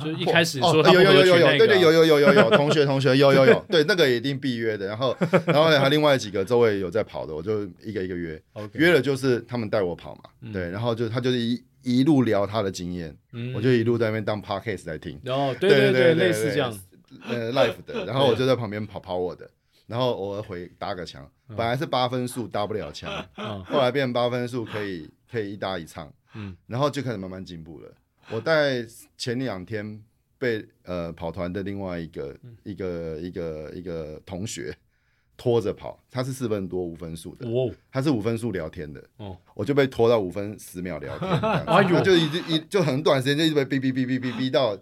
[SPEAKER 1] 就是一开始
[SPEAKER 3] 哦
[SPEAKER 1] 说他
[SPEAKER 3] 有有有有有，对对有
[SPEAKER 1] 有
[SPEAKER 3] 有有有有同学同学有有有，对那个也一定必约的。然后然后呢，还另外几个周围有在跑的，我就一个一个约。约了就是他们带我跑嘛，
[SPEAKER 1] 嗯
[SPEAKER 3] 对，然后就他就是一一路聊他的经验，我就一路在那边当 podcast 在听，
[SPEAKER 1] 然后嗯
[SPEAKER 3] 对
[SPEAKER 1] 哦对
[SPEAKER 3] 对对
[SPEAKER 1] 类似这样，
[SPEAKER 3] 呃 live 的，然后我就在旁边跑跑我的，然后偶尔回搭个墙，本来是八分数搭不了墙，
[SPEAKER 1] 嗯
[SPEAKER 3] 后来变八分数可以可以一搭一唱，
[SPEAKER 1] 嗯
[SPEAKER 3] 然后就开始慢慢进步了。我在前两天被呃跑团的另外一个、
[SPEAKER 1] 嗯
[SPEAKER 3] 一个一个一个同学拖着跑，他是四分多五分数的，
[SPEAKER 1] 哇
[SPEAKER 3] 他是五分数聊天的，
[SPEAKER 1] 哦
[SPEAKER 3] 我就被拖到五分十秒 聊天，
[SPEAKER 1] 哎呦
[SPEAKER 3] 哎呦，就一直一就很短时间就一直被逼逼逼逼逼逼到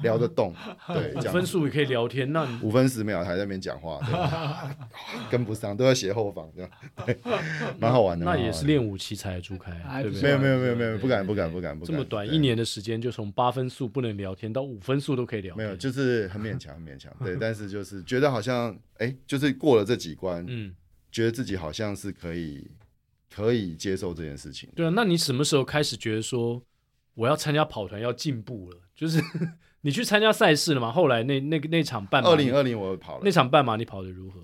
[SPEAKER 3] 聊得动，对，这
[SPEAKER 1] 哦，
[SPEAKER 3] 样
[SPEAKER 1] 分数也可以聊天，那你
[SPEAKER 3] 五分十秒还在那边讲话， 对跟不上，都要斜后方这样，对，蛮好玩的。
[SPEAKER 1] 那
[SPEAKER 3] 蛮好玩
[SPEAKER 1] 也
[SPEAKER 3] 的
[SPEAKER 1] 是练武奇才朱开啊
[SPEAKER 2] 还，
[SPEAKER 1] 对
[SPEAKER 2] 哎不啊
[SPEAKER 1] 不
[SPEAKER 2] 错
[SPEAKER 3] 没
[SPEAKER 1] 对
[SPEAKER 3] 有？没有没有没有
[SPEAKER 2] 对
[SPEAKER 3] 不敢不敢不敢不敢，
[SPEAKER 1] 这么短
[SPEAKER 3] 对
[SPEAKER 1] 一年的时间，就从八分数不能聊天到五分数都可以聊
[SPEAKER 3] 没
[SPEAKER 1] 天，
[SPEAKER 3] 有，就是很勉强很勉强， 对，但是就是觉得好像哎，就是过了这几关，
[SPEAKER 1] 嗯，
[SPEAKER 3] 觉得自己好像是可以可以接受这件事情。
[SPEAKER 1] 对啊。那你什么时候开始觉得说我要参加跑团要进步了？就是 你去参加赛事了吗？后来那那个那场半马，
[SPEAKER 3] 二零二哦零我跑了
[SPEAKER 1] 那，场半马你跑的如何？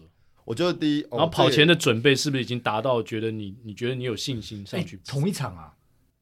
[SPEAKER 3] 我就第一，
[SPEAKER 1] 然后跑前
[SPEAKER 3] 的
[SPEAKER 1] 的准备是不是已经达到觉得你你觉得你有信心上
[SPEAKER 2] 哎
[SPEAKER 1] 去？
[SPEAKER 2] 同一场啊，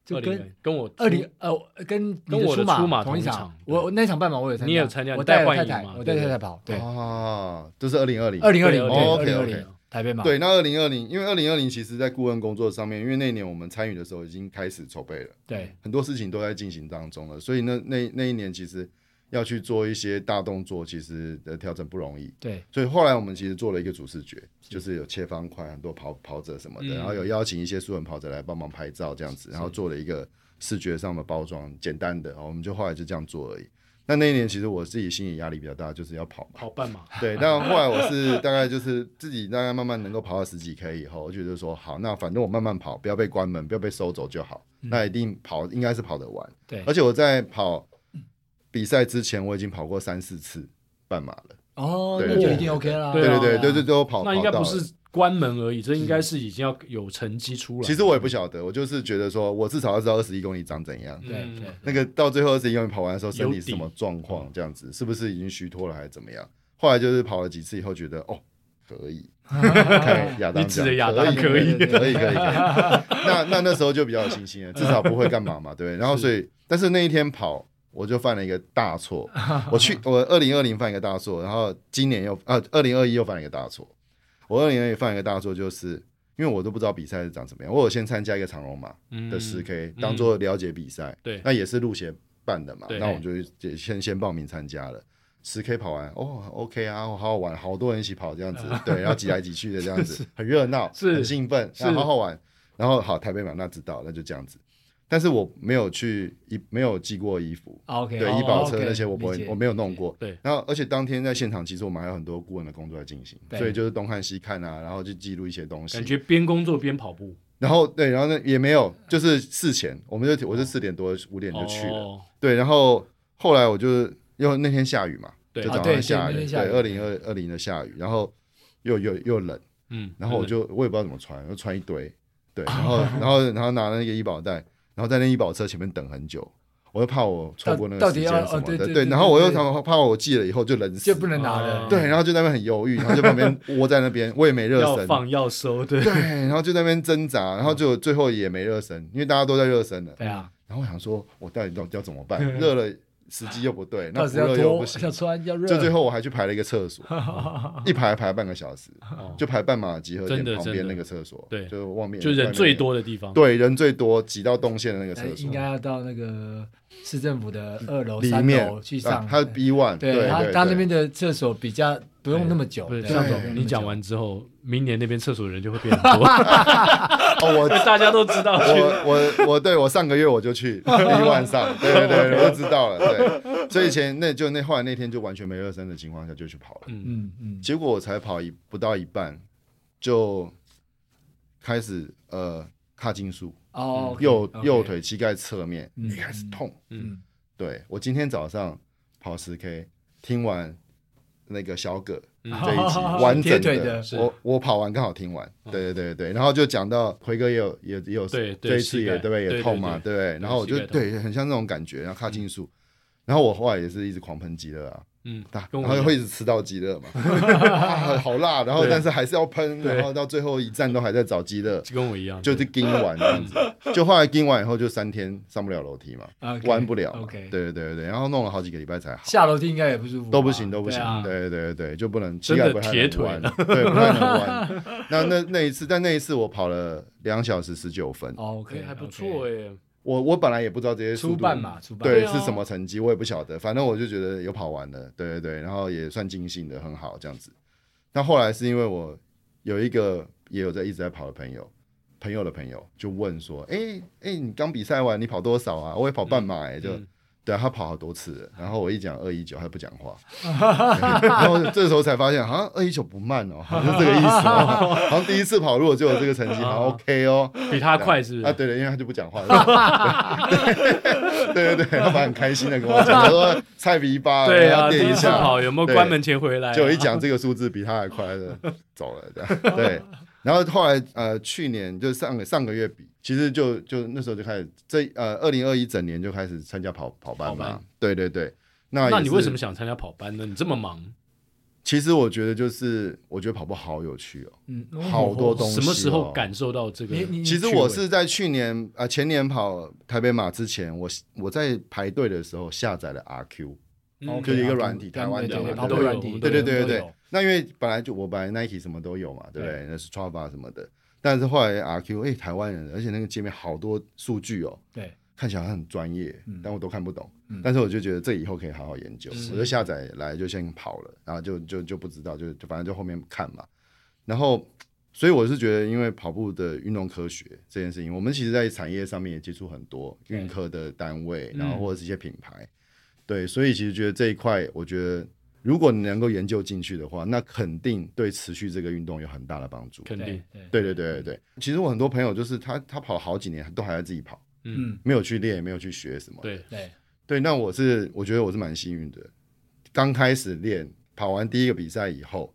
[SPEAKER 2] 就跟
[SPEAKER 1] 2020跟我
[SPEAKER 2] 二零呃跟你
[SPEAKER 1] 跟我的
[SPEAKER 2] 出
[SPEAKER 1] 出马
[SPEAKER 2] 同
[SPEAKER 1] 同一
[SPEAKER 2] 场
[SPEAKER 1] 场，
[SPEAKER 2] 我我那场半马我有参加，
[SPEAKER 1] 你也有参加
[SPEAKER 2] 我
[SPEAKER 1] 你带
[SPEAKER 2] 带了
[SPEAKER 1] 幻
[SPEAKER 2] 太
[SPEAKER 1] 影
[SPEAKER 2] 太
[SPEAKER 1] 嘛，
[SPEAKER 2] 我
[SPEAKER 1] 对
[SPEAKER 2] 带
[SPEAKER 1] 不
[SPEAKER 2] 太
[SPEAKER 1] 对
[SPEAKER 2] 太跑，对，
[SPEAKER 3] 啊，这是二零二零
[SPEAKER 2] 二零二零
[SPEAKER 1] 对
[SPEAKER 2] 对二
[SPEAKER 3] OK，OK
[SPEAKER 2] 零二零台北马，
[SPEAKER 3] 对，那二零二零，因为二零二零其实在顾问工作上面，因为那一年我们参与的时候已经开始筹备了，
[SPEAKER 2] 对
[SPEAKER 3] 很多事情都在进行当中了，所以那那那一年其实要去做一些大动作，其实的调整不容易。
[SPEAKER 2] 对
[SPEAKER 3] 所以后来我们其实做了一个主视觉，就是有切方块，很多跑跑者什么
[SPEAKER 1] 嗯
[SPEAKER 3] 的，然后有邀请一些素人跑者来帮忙拍照这样子，然后做了一个视觉上的包装，简单的，哦我们就后来就这样做而已。那那一年其实我自己心理压力比较大，就是要跑嘛，
[SPEAKER 1] 跑半马，
[SPEAKER 3] 对，但后来我是大概就是自己大概慢慢能够跑到十几 K 以后，我就觉得说好，那反正我慢慢跑，不要被关门，不要被收走就好。
[SPEAKER 1] 嗯
[SPEAKER 3] 那一定跑应该是跑得完，
[SPEAKER 2] 对
[SPEAKER 3] 而且我在跑比赛之前，我已经跑过三四次半马了。
[SPEAKER 2] 哦，
[SPEAKER 3] 对
[SPEAKER 2] 那
[SPEAKER 3] 对
[SPEAKER 2] 就
[SPEAKER 1] 对
[SPEAKER 2] 一定 OK 啦，
[SPEAKER 1] 对
[SPEAKER 3] 对
[SPEAKER 1] 啊
[SPEAKER 3] 对对对，
[SPEAKER 2] 啊
[SPEAKER 3] 都跑。
[SPEAKER 1] 那应该
[SPEAKER 3] 跑到
[SPEAKER 1] 不
[SPEAKER 3] 了嗯
[SPEAKER 1] 是关门而已，这应该是已经要有成绩出来。
[SPEAKER 3] 其实我也不晓得，我就是觉得说我至少要知道二十一公里长怎样。
[SPEAKER 1] 嗯
[SPEAKER 2] 对对，
[SPEAKER 3] 那个到最后二十一公里跑完的时候，身体
[SPEAKER 1] 有
[SPEAKER 3] 是
[SPEAKER 1] 底
[SPEAKER 3] 什么状况？这样子是不是已经虚脱了，还是怎么样？后来就是跑了几次以后，觉得哦，可以，看哎亚当
[SPEAKER 1] 哎
[SPEAKER 3] 讲，
[SPEAKER 1] 你指的亚当
[SPEAKER 3] 可以，
[SPEAKER 2] 可以
[SPEAKER 3] 可 以，可以。可以那那那时候就比较有信心了，至少不会干嘛嘛，对不对？然后所以，但是那一天跑，我就犯了一个大 错。我去，我二零二零犯一个大错，然后今年又啊，二零二一又犯了一个大错。我二零二一犯了一个大错，就是因为我都不知道比赛是长什么样。我有先参加一个长龙马的十 K，、当做了解比赛。
[SPEAKER 1] 嗯对
[SPEAKER 3] 那也是路协办的嘛，
[SPEAKER 1] 对
[SPEAKER 3] 那我们就也先先报名参加了。十 K 跑完哦，OK 啊，好好玩，好多人一起跑 这样子，对，然后挤来挤去的这样子，很热闹，
[SPEAKER 1] 是
[SPEAKER 3] 很兴奋，
[SPEAKER 1] 是
[SPEAKER 3] 然后好好玩。然后好，台北马那知道，那就这样子。但是我没有去衣，没有寄过衣服，
[SPEAKER 2] OK，
[SPEAKER 3] 对
[SPEAKER 2] 哦
[SPEAKER 3] 医保车
[SPEAKER 2] OK，
[SPEAKER 3] 那些我不
[SPEAKER 2] 理
[SPEAKER 3] 会，
[SPEAKER 2] 解
[SPEAKER 3] 我没有弄过。
[SPEAKER 1] 对，
[SPEAKER 3] 然后而且当天在现场，其实我们还有很多顾问的工作在进行，
[SPEAKER 2] 对
[SPEAKER 3] 所以就是东看西看啊，然后就记录一些东西
[SPEAKER 1] 感。觉边工作边跑步，
[SPEAKER 3] 然后对，然后呢也
[SPEAKER 1] 嗯
[SPEAKER 3] 没有，就是事前我们就我是四点多五点就去了，
[SPEAKER 1] 哦
[SPEAKER 3] 对，然后后来我就是因为那天下雨嘛，
[SPEAKER 1] 对
[SPEAKER 3] 就
[SPEAKER 2] 啊
[SPEAKER 3] 早
[SPEAKER 2] 对
[SPEAKER 3] 上下
[SPEAKER 2] 对那
[SPEAKER 3] 雨，
[SPEAKER 2] 天下雨
[SPEAKER 3] 对，二零二二零的下雨，然后又又又冷。
[SPEAKER 1] 嗯，
[SPEAKER 3] 然后我就我也不知道怎么穿，我就穿一堆， 对，然后然后然后拿那个医保袋，然后在那医保车前面等很久，我又怕我错过那
[SPEAKER 2] 到到
[SPEAKER 3] 个时
[SPEAKER 2] 底
[SPEAKER 3] 间
[SPEAKER 2] 要
[SPEAKER 3] 什
[SPEAKER 2] 哦对
[SPEAKER 3] 么的，
[SPEAKER 2] 对对
[SPEAKER 3] 然后我又
[SPEAKER 2] 对
[SPEAKER 3] 怕怕我记了以后就冷死
[SPEAKER 2] 就，不能拿
[SPEAKER 1] 啊
[SPEAKER 2] 了。
[SPEAKER 3] 对，然后就在那边很犹豫，然后就旁边窝在那边，我也没热
[SPEAKER 1] 要
[SPEAKER 3] 身，
[SPEAKER 1] 放要收，对，
[SPEAKER 3] 对，然后就在那边挣扎，然后就最后也没热身，因为大家都在热身了，
[SPEAKER 2] 对啊，
[SPEAKER 3] 然后我想说我到底要要怎么办？热了时机又不对，那
[SPEAKER 2] 到
[SPEAKER 3] 不
[SPEAKER 2] 时要
[SPEAKER 3] 热又
[SPEAKER 2] 脱
[SPEAKER 3] 不，行
[SPEAKER 2] 要，穿，要热。
[SPEAKER 3] 就最后我还去排了一个 厕所，一排排半个小时，
[SPEAKER 1] 哦
[SPEAKER 3] 就排半马集合点
[SPEAKER 1] 真的
[SPEAKER 3] 旁
[SPEAKER 1] 真
[SPEAKER 3] 边
[SPEAKER 1] 的
[SPEAKER 3] 那个厕所，
[SPEAKER 1] 对
[SPEAKER 3] 就是外面
[SPEAKER 1] 就人最，多的地方，
[SPEAKER 3] 外面对，人最多挤到动线的那个
[SPEAKER 2] 呃
[SPEAKER 3] 厕所
[SPEAKER 2] 应该要到那个市政府的二楼、
[SPEAKER 3] 里
[SPEAKER 2] 三
[SPEAKER 3] 面
[SPEAKER 2] 楼去
[SPEAKER 3] 啊
[SPEAKER 2] 上。
[SPEAKER 3] 它是 B one，
[SPEAKER 2] 对他
[SPEAKER 3] 对，
[SPEAKER 2] 他那边的厕所比较不用那么久。
[SPEAKER 1] 对，
[SPEAKER 2] 对
[SPEAKER 1] 向
[SPEAKER 2] 不用那
[SPEAKER 1] 总，
[SPEAKER 2] 么
[SPEAKER 1] 你讲
[SPEAKER 2] 久
[SPEAKER 1] 完之后，明年那边厕所人就会 变很多，
[SPEAKER 3] 哦，
[SPEAKER 1] 因为
[SPEAKER 3] 我
[SPEAKER 1] 大家都知道去
[SPEAKER 3] 我我我对我上个月我就 去 B one 上，对对对，我就知道了，对，所以以前那就那后来那天就完全没热身的情况下就去跑了，
[SPEAKER 2] 嗯嗯，
[SPEAKER 3] 结果我才跑一不到一半就开始呃髂筋束，
[SPEAKER 2] 哦，OK，
[SPEAKER 3] 右
[SPEAKER 2] OK
[SPEAKER 3] 右，腿膝盖侧面
[SPEAKER 2] 嗯
[SPEAKER 3] 一开始痛。
[SPEAKER 2] 嗯，
[SPEAKER 3] 对我今天早上跑十 K，听完那个小葛这
[SPEAKER 1] 嗯
[SPEAKER 3] 一集 完
[SPEAKER 2] 完
[SPEAKER 3] 整
[SPEAKER 2] 整的，
[SPEAKER 1] 是
[SPEAKER 3] 我我跑完刚好听完，对对对对，然后就讲到奎哥也有也也有
[SPEAKER 1] 对对
[SPEAKER 3] 这一次
[SPEAKER 1] 膝
[SPEAKER 3] 也
[SPEAKER 1] 盖
[SPEAKER 3] 对不对
[SPEAKER 1] 对
[SPEAKER 3] 也
[SPEAKER 1] 对
[SPEAKER 3] 痛嘛，对不对？然后我就
[SPEAKER 1] 膝盖痛
[SPEAKER 3] 对很像那种感觉，然后卡进速，然后我后来也是一直狂喷极乐啊，
[SPEAKER 1] 嗯，
[SPEAKER 3] 大
[SPEAKER 1] 跟我
[SPEAKER 3] 然后
[SPEAKER 1] 一样
[SPEAKER 3] 会一直吃到 极乐嘛，啊好辣，然后
[SPEAKER 1] 对
[SPEAKER 3] 但是还是要喷，
[SPEAKER 1] 对
[SPEAKER 3] 然后到最后一站都还在找极乐，
[SPEAKER 1] 就跟我一样，
[SPEAKER 3] 就是盯完这样子，就后来盯完以后就三天上不了楼梯嘛，
[SPEAKER 2] OK，
[SPEAKER 3] 弯不了嘛。
[SPEAKER 2] OK，
[SPEAKER 3] 对对对对，然后弄了好几个礼拜才好，
[SPEAKER 2] 下楼梯应该也不舒服吧，
[SPEAKER 3] 都不行都不行
[SPEAKER 2] 对啊。
[SPEAKER 3] 对对对，就不能膝
[SPEAKER 1] 真的
[SPEAKER 3] 盖不太
[SPEAKER 1] 铁
[SPEAKER 3] 能
[SPEAKER 1] 腿
[SPEAKER 3] 弯
[SPEAKER 1] 了，
[SPEAKER 3] 对，不太能 弯。那那那一次，但那一次我跑了两小时十九分，
[SPEAKER 1] OK，
[SPEAKER 2] OK，
[SPEAKER 1] 还不错
[SPEAKER 2] 哎。
[SPEAKER 1] 哎，
[SPEAKER 3] 我我本来也不知道这些速
[SPEAKER 2] 初
[SPEAKER 3] 度
[SPEAKER 2] 半嘛，初半
[SPEAKER 3] 对
[SPEAKER 1] 对啊
[SPEAKER 3] 是什么成绩，我也不晓得，反正我就觉得有跑完了，对对对，然后也算尽兴的很好这样子。但后来是因为我有一个也有在一直在跑的朋友，朋友的朋友就问说，哎、哎、你刚比赛完你跑多少啊？我也跑半马哎、就。
[SPEAKER 1] 嗯
[SPEAKER 3] 对啊，他跑好多次了，然后我一讲二一九，他不讲话，对然后这时候才发现，好像二一九不慢哦，好像是这个意思哦，好像第一次跑如果就有这个成绩，好像 OK 哦，
[SPEAKER 1] 比他快是不
[SPEAKER 3] 啊，
[SPEAKER 1] 是？
[SPEAKER 3] 对的，因为他就不讲话。 对对对，他蛮很开心的跟我讲，他说菜比一巴，
[SPEAKER 1] 对啊，第
[SPEAKER 3] 垫
[SPEAKER 1] 一
[SPEAKER 3] 一
[SPEAKER 1] 次
[SPEAKER 3] 下，
[SPEAKER 1] 跑有没有
[SPEAKER 3] 对
[SPEAKER 1] 关门前回来啊？
[SPEAKER 3] 就一讲这个数字比他还快的走了这样。 对，然后后来呃，去年就是上个上个月比，其实就就那时候就开始这呃，二零二一整年就开始参加跑跑班
[SPEAKER 1] 跑
[SPEAKER 3] 嘛
[SPEAKER 1] 班。
[SPEAKER 3] 对对对，那
[SPEAKER 1] 那
[SPEAKER 3] 也
[SPEAKER 1] 你
[SPEAKER 3] 是
[SPEAKER 1] 为什么？想参加跑班呢？你这么忙，
[SPEAKER 3] 其实我觉得就是，我觉得跑步好有趣哦。
[SPEAKER 2] 嗯，
[SPEAKER 3] 好多东
[SPEAKER 1] 什
[SPEAKER 3] 西哦
[SPEAKER 1] 么时候感受到这个
[SPEAKER 2] 你？你
[SPEAKER 3] 其实我是在去年啊、呃前年跑台北马之前，我我在排队的时候下载了 RQ，
[SPEAKER 1] 嗯
[SPEAKER 3] 就是一个软体
[SPEAKER 2] 对
[SPEAKER 3] 台湾的
[SPEAKER 2] 对对
[SPEAKER 3] 嘛
[SPEAKER 2] 跑
[SPEAKER 3] 对
[SPEAKER 2] 步
[SPEAKER 3] 不对
[SPEAKER 2] 软体，
[SPEAKER 3] 对对对
[SPEAKER 2] 都
[SPEAKER 3] 对
[SPEAKER 2] 有
[SPEAKER 3] 对。那因为本来就我本来 Nike 什么都有嘛，对不对？
[SPEAKER 2] 对
[SPEAKER 3] 那是 Strava 什么的，但是后来 RQ 哎、台湾人，而且那个界面好多数据哦，
[SPEAKER 2] 对，
[SPEAKER 3] 看起来很专业，但我都看不懂。
[SPEAKER 2] 嗯
[SPEAKER 3] 但是我就觉得这以后可以好好研究，
[SPEAKER 1] 是
[SPEAKER 3] 我就下载来就先跑了，然后就就就不知道，就就反正就后面看嘛。然后，所以我是觉得，因为跑步的运动科学这件事情，我们其实在产业上面也接触很多
[SPEAKER 2] 对
[SPEAKER 3] 运科的单位，
[SPEAKER 2] 嗯
[SPEAKER 3] 然后或者是一些品牌，对，所以其实觉得这一块，我觉得如果你能够研究进去的话，那肯定对持续这个运动有很大的帮助。
[SPEAKER 1] 肯定
[SPEAKER 2] 对，对，
[SPEAKER 3] 对对对对对，其实我很多朋友就是他，他跑了好几年都还在自己跑。
[SPEAKER 1] 嗯，
[SPEAKER 2] 嗯
[SPEAKER 3] 没有去练，没有去学什么。
[SPEAKER 1] 对，
[SPEAKER 2] 对，
[SPEAKER 3] 对，那我是我觉得我是蛮幸运的，刚开始练，跑完第一个比赛以后，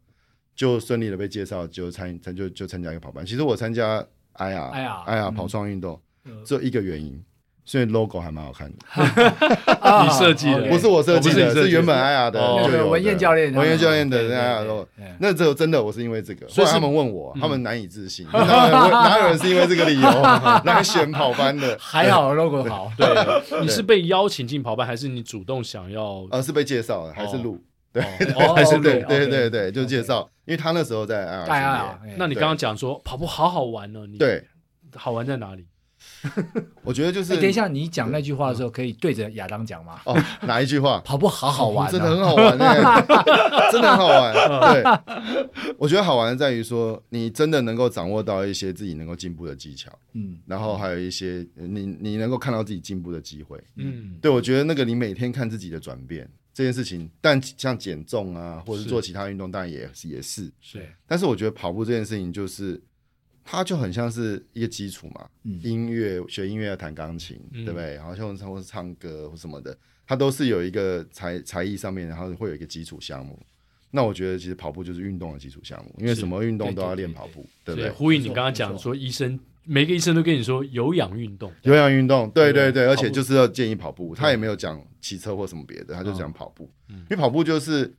[SPEAKER 3] 就顺利的被介绍，就参参就就参加一个跑班。其实我参加 IR
[SPEAKER 2] IR 嗯
[SPEAKER 3] 跑双运动，
[SPEAKER 2] 嗯
[SPEAKER 3] 只有一个原因，所以 logo 还蛮好看的，
[SPEAKER 2] 啊
[SPEAKER 1] 你设计的
[SPEAKER 2] OK
[SPEAKER 3] 不是我设
[SPEAKER 1] 哦不
[SPEAKER 3] 计的，
[SPEAKER 1] 是你设计的
[SPEAKER 3] 是原本 IR 的
[SPEAKER 1] 哦
[SPEAKER 2] 那
[SPEAKER 3] 就有
[SPEAKER 2] 个
[SPEAKER 3] 的
[SPEAKER 2] 文彦教练他们，
[SPEAKER 3] 文彦教练的哎
[SPEAKER 2] 对对
[SPEAKER 3] IR
[SPEAKER 2] 对
[SPEAKER 3] logo。
[SPEAKER 2] 对
[SPEAKER 3] 那只有真的，我是因为这个。
[SPEAKER 1] 所
[SPEAKER 3] 所
[SPEAKER 1] 以
[SPEAKER 3] 以
[SPEAKER 1] 是
[SPEAKER 3] 他们问我，
[SPEAKER 1] 嗯
[SPEAKER 3] 他们难以置信，哪有人问哪有人是因为这个理由来选跑班的？
[SPEAKER 2] 还好 logo 好，
[SPEAKER 1] 对，你是被邀请进跑班，还是你主动想要？
[SPEAKER 3] 呃，是被介绍的，还是
[SPEAKER 1] 哦
[SPEAKER 3] 录？
[SPEAKER 2] 哦
[SPEAKER 1] 还是
[SPEAKER 2] ，OK，
[SPEAKER 3] 对
[SPEAKER 2] OK，
[SPEAKER 3] 对对对，就介绍，因为他那时候在 IR
[SPEAKER 2] 大
[SPEAKER 3] 训
[SPEAKER 2] 家
[SPEAKER 3] 练
[SPEAKER 2] 好，哎
[SPEAKER 1] 那你刚刚讲说跑步好好玩哦，你
[SPEAKER 3] 对，嗯
[SPEAKER 1] 好玩在哪里？
[SPEAKER 3] 我觉得就是、
[SPEAKER 2] 哎等一下，你讲那句话的时候，可以对着亚当讲吗？
[SPEAKER 3] 哦，哪一句话？
[SPEAKER 2] 跑步 好好玩、啊，
[SPEAKER 3] 哦真的很好玩哎、真的很 好玩。对，我觉得好玩在于说，你真的能够掌握到一些自己能够进步的技巧，
[SPEAKER 2] 嗯
[SPEAKER 3] 然后还有一些呃你你能够看到自己进步的机会。
[SPEAKER 1] 嗯，
[SPEAKER 3] 对，我觉得那个你每天看自己的转变这件事情，但像减重啊，或者是
[SPEAKER 1] 是
[SPEAKER 3] 做其他运动，当然也也是。
[SPEAKER 1] 是，
[SPEAKER 3] 但是我觉得跑步这件事情，就是它就很像是一个基础嘛。
[SPEAKER 2] 嗯
[SPEAKER 3] 音乐学音乐要弹钢琴，
[SPEAKER 1] 嗯
[SPEAKER 3] 对不对？然后像或是唱歌或什么的，它都是有一个才才艺上面，然后会有一个基础项目。那我觉得其实跑步就是运动的基础项目，因为
[SPEAKER 1] 是
[SPEAKER 3] 什么运动都要
[SPEAKER 1] 对对
[SPEAKER 3] 练
[SPEAKER 1] 对
[SPEAKER 3] 跑步，对
[SPEAKER 1] 所
[SPEAKER 3] 不
[SPEAKER 1] 以
[SPEAKER 3] 对？
[SPEAKER 1] 呼应
[SPEAKER 2] 没
[SPEAKER 1] 你
[SPEAKER 2] 错
[SPEAKER 1] 刚刚
[SPEAKER 2] 没
[SPEAKER 1] 讲
[SPEAKER 2] 错
[SPEAKER 1] 说，医生每个医生都跟你说有氧运动，
[SPEAKER 3] 有氧运动，对对对，
[SPEAKER 1] 跑步
[SPEAKER 3] 而且就是要建议跑步，他也没有讲骑车或什么别的，他就讲跑步，因为跑步就是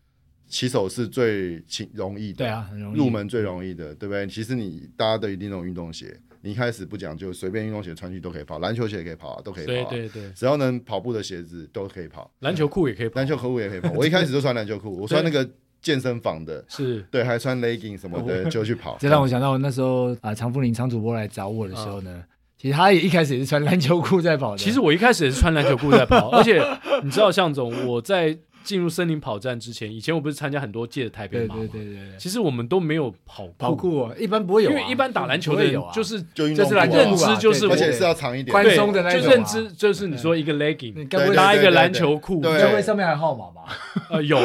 [SPEAKER 3] 骑手是最轻容易的，
[SPEAKER 2] 对啊，很容易
[SPEAKER 3] 入门最容易的，对不对？其实你大家都一定那种运动鞋，你一开始不讲究，随便运动鞋穿去都可以跑，篮球鞋也可以跑啊，都可以跑、
[SPEAKER 1] 对
[SPEAKER 3] 啊，
[SPEAKER 1] 对对，
[SPEAKER 3] 只要能跑步的鞋子都可以跑，
[SPEAKER 1] 篮球裤也可以跑，
[SPEAKER 3] 篮球裤也可以跑。我一开始就穿篮球裤，我穿那个健身房的，
[SPEAKER 1] 是
[SPEAKER 3] 对，还穿 legging 什么的就去跑。
[SPEAKER 2] 这让我想到那时候啊，常富林常主播来找我的时候
[SPEAKER 3] 啊
[SPEAKER 2] 呢，其实他也一开始也是穿篮球裤在跑的。
[SPEAKER 1] 其实我一开始也是穿篮球裤在跑，而且你知道，向总，我在进入森林跑站之前，以前我不是参加很多届的台北
[SPEAKER 2] 对
[SPEAKER 1] 马吗？
[SPEAKER 2] 对对对对，
[SPEAKER 1] 其实我们都没有跑步
[SPEAKER 2] 跑酷哦，一般不会有啊，
[SPEAKER 1] 因为一般打篮球的
[SPEAKER 2] 不会
[SPEAKER 1] 人
[SPEAKER 2] 有啊，
[SPEAKER 1] 就是
[SPEAKER 3] 就运动
[SPEAKER 2] 就
[SPEAKER 3] 裤
[SPEAKER 2] 是
[SPEAKER 3] 啊
[SPEAKER 2] 篮球裤
[SPEAKER 1] 认
[SPEAKER 2] 啊
[SPEAKER 1] 知就是
[SPEAKER 3] 而
[SPEAKER 2] 对对
[SPEAKER 3] 且
[SPEAKER 2] 对
[SPEAKER 3] 是要长一点
[SPEAKER 2] 宽
[SPEAKER 3] 的，
[SPEAKER 1] 对
[SPEAKER 2] 松的那一
[SPEAKER 1] 就
[SPEAKER 2] 种啊
[SPEAKER 1] 认知就是你说一个 legging，
[SPEAKER 2] 你该不会
[SPEAKER 1] 搭一
[SPEAKER 3] 对对
[SPEAKER 1] 个
[SPEAKER 3] 对
[SPEAKER 1] 篮球裤，
[SPEAKER 3] 对
[SPEAKER 2] 该不会上面还有号码吧？
[SPEAKER 1] 呃有，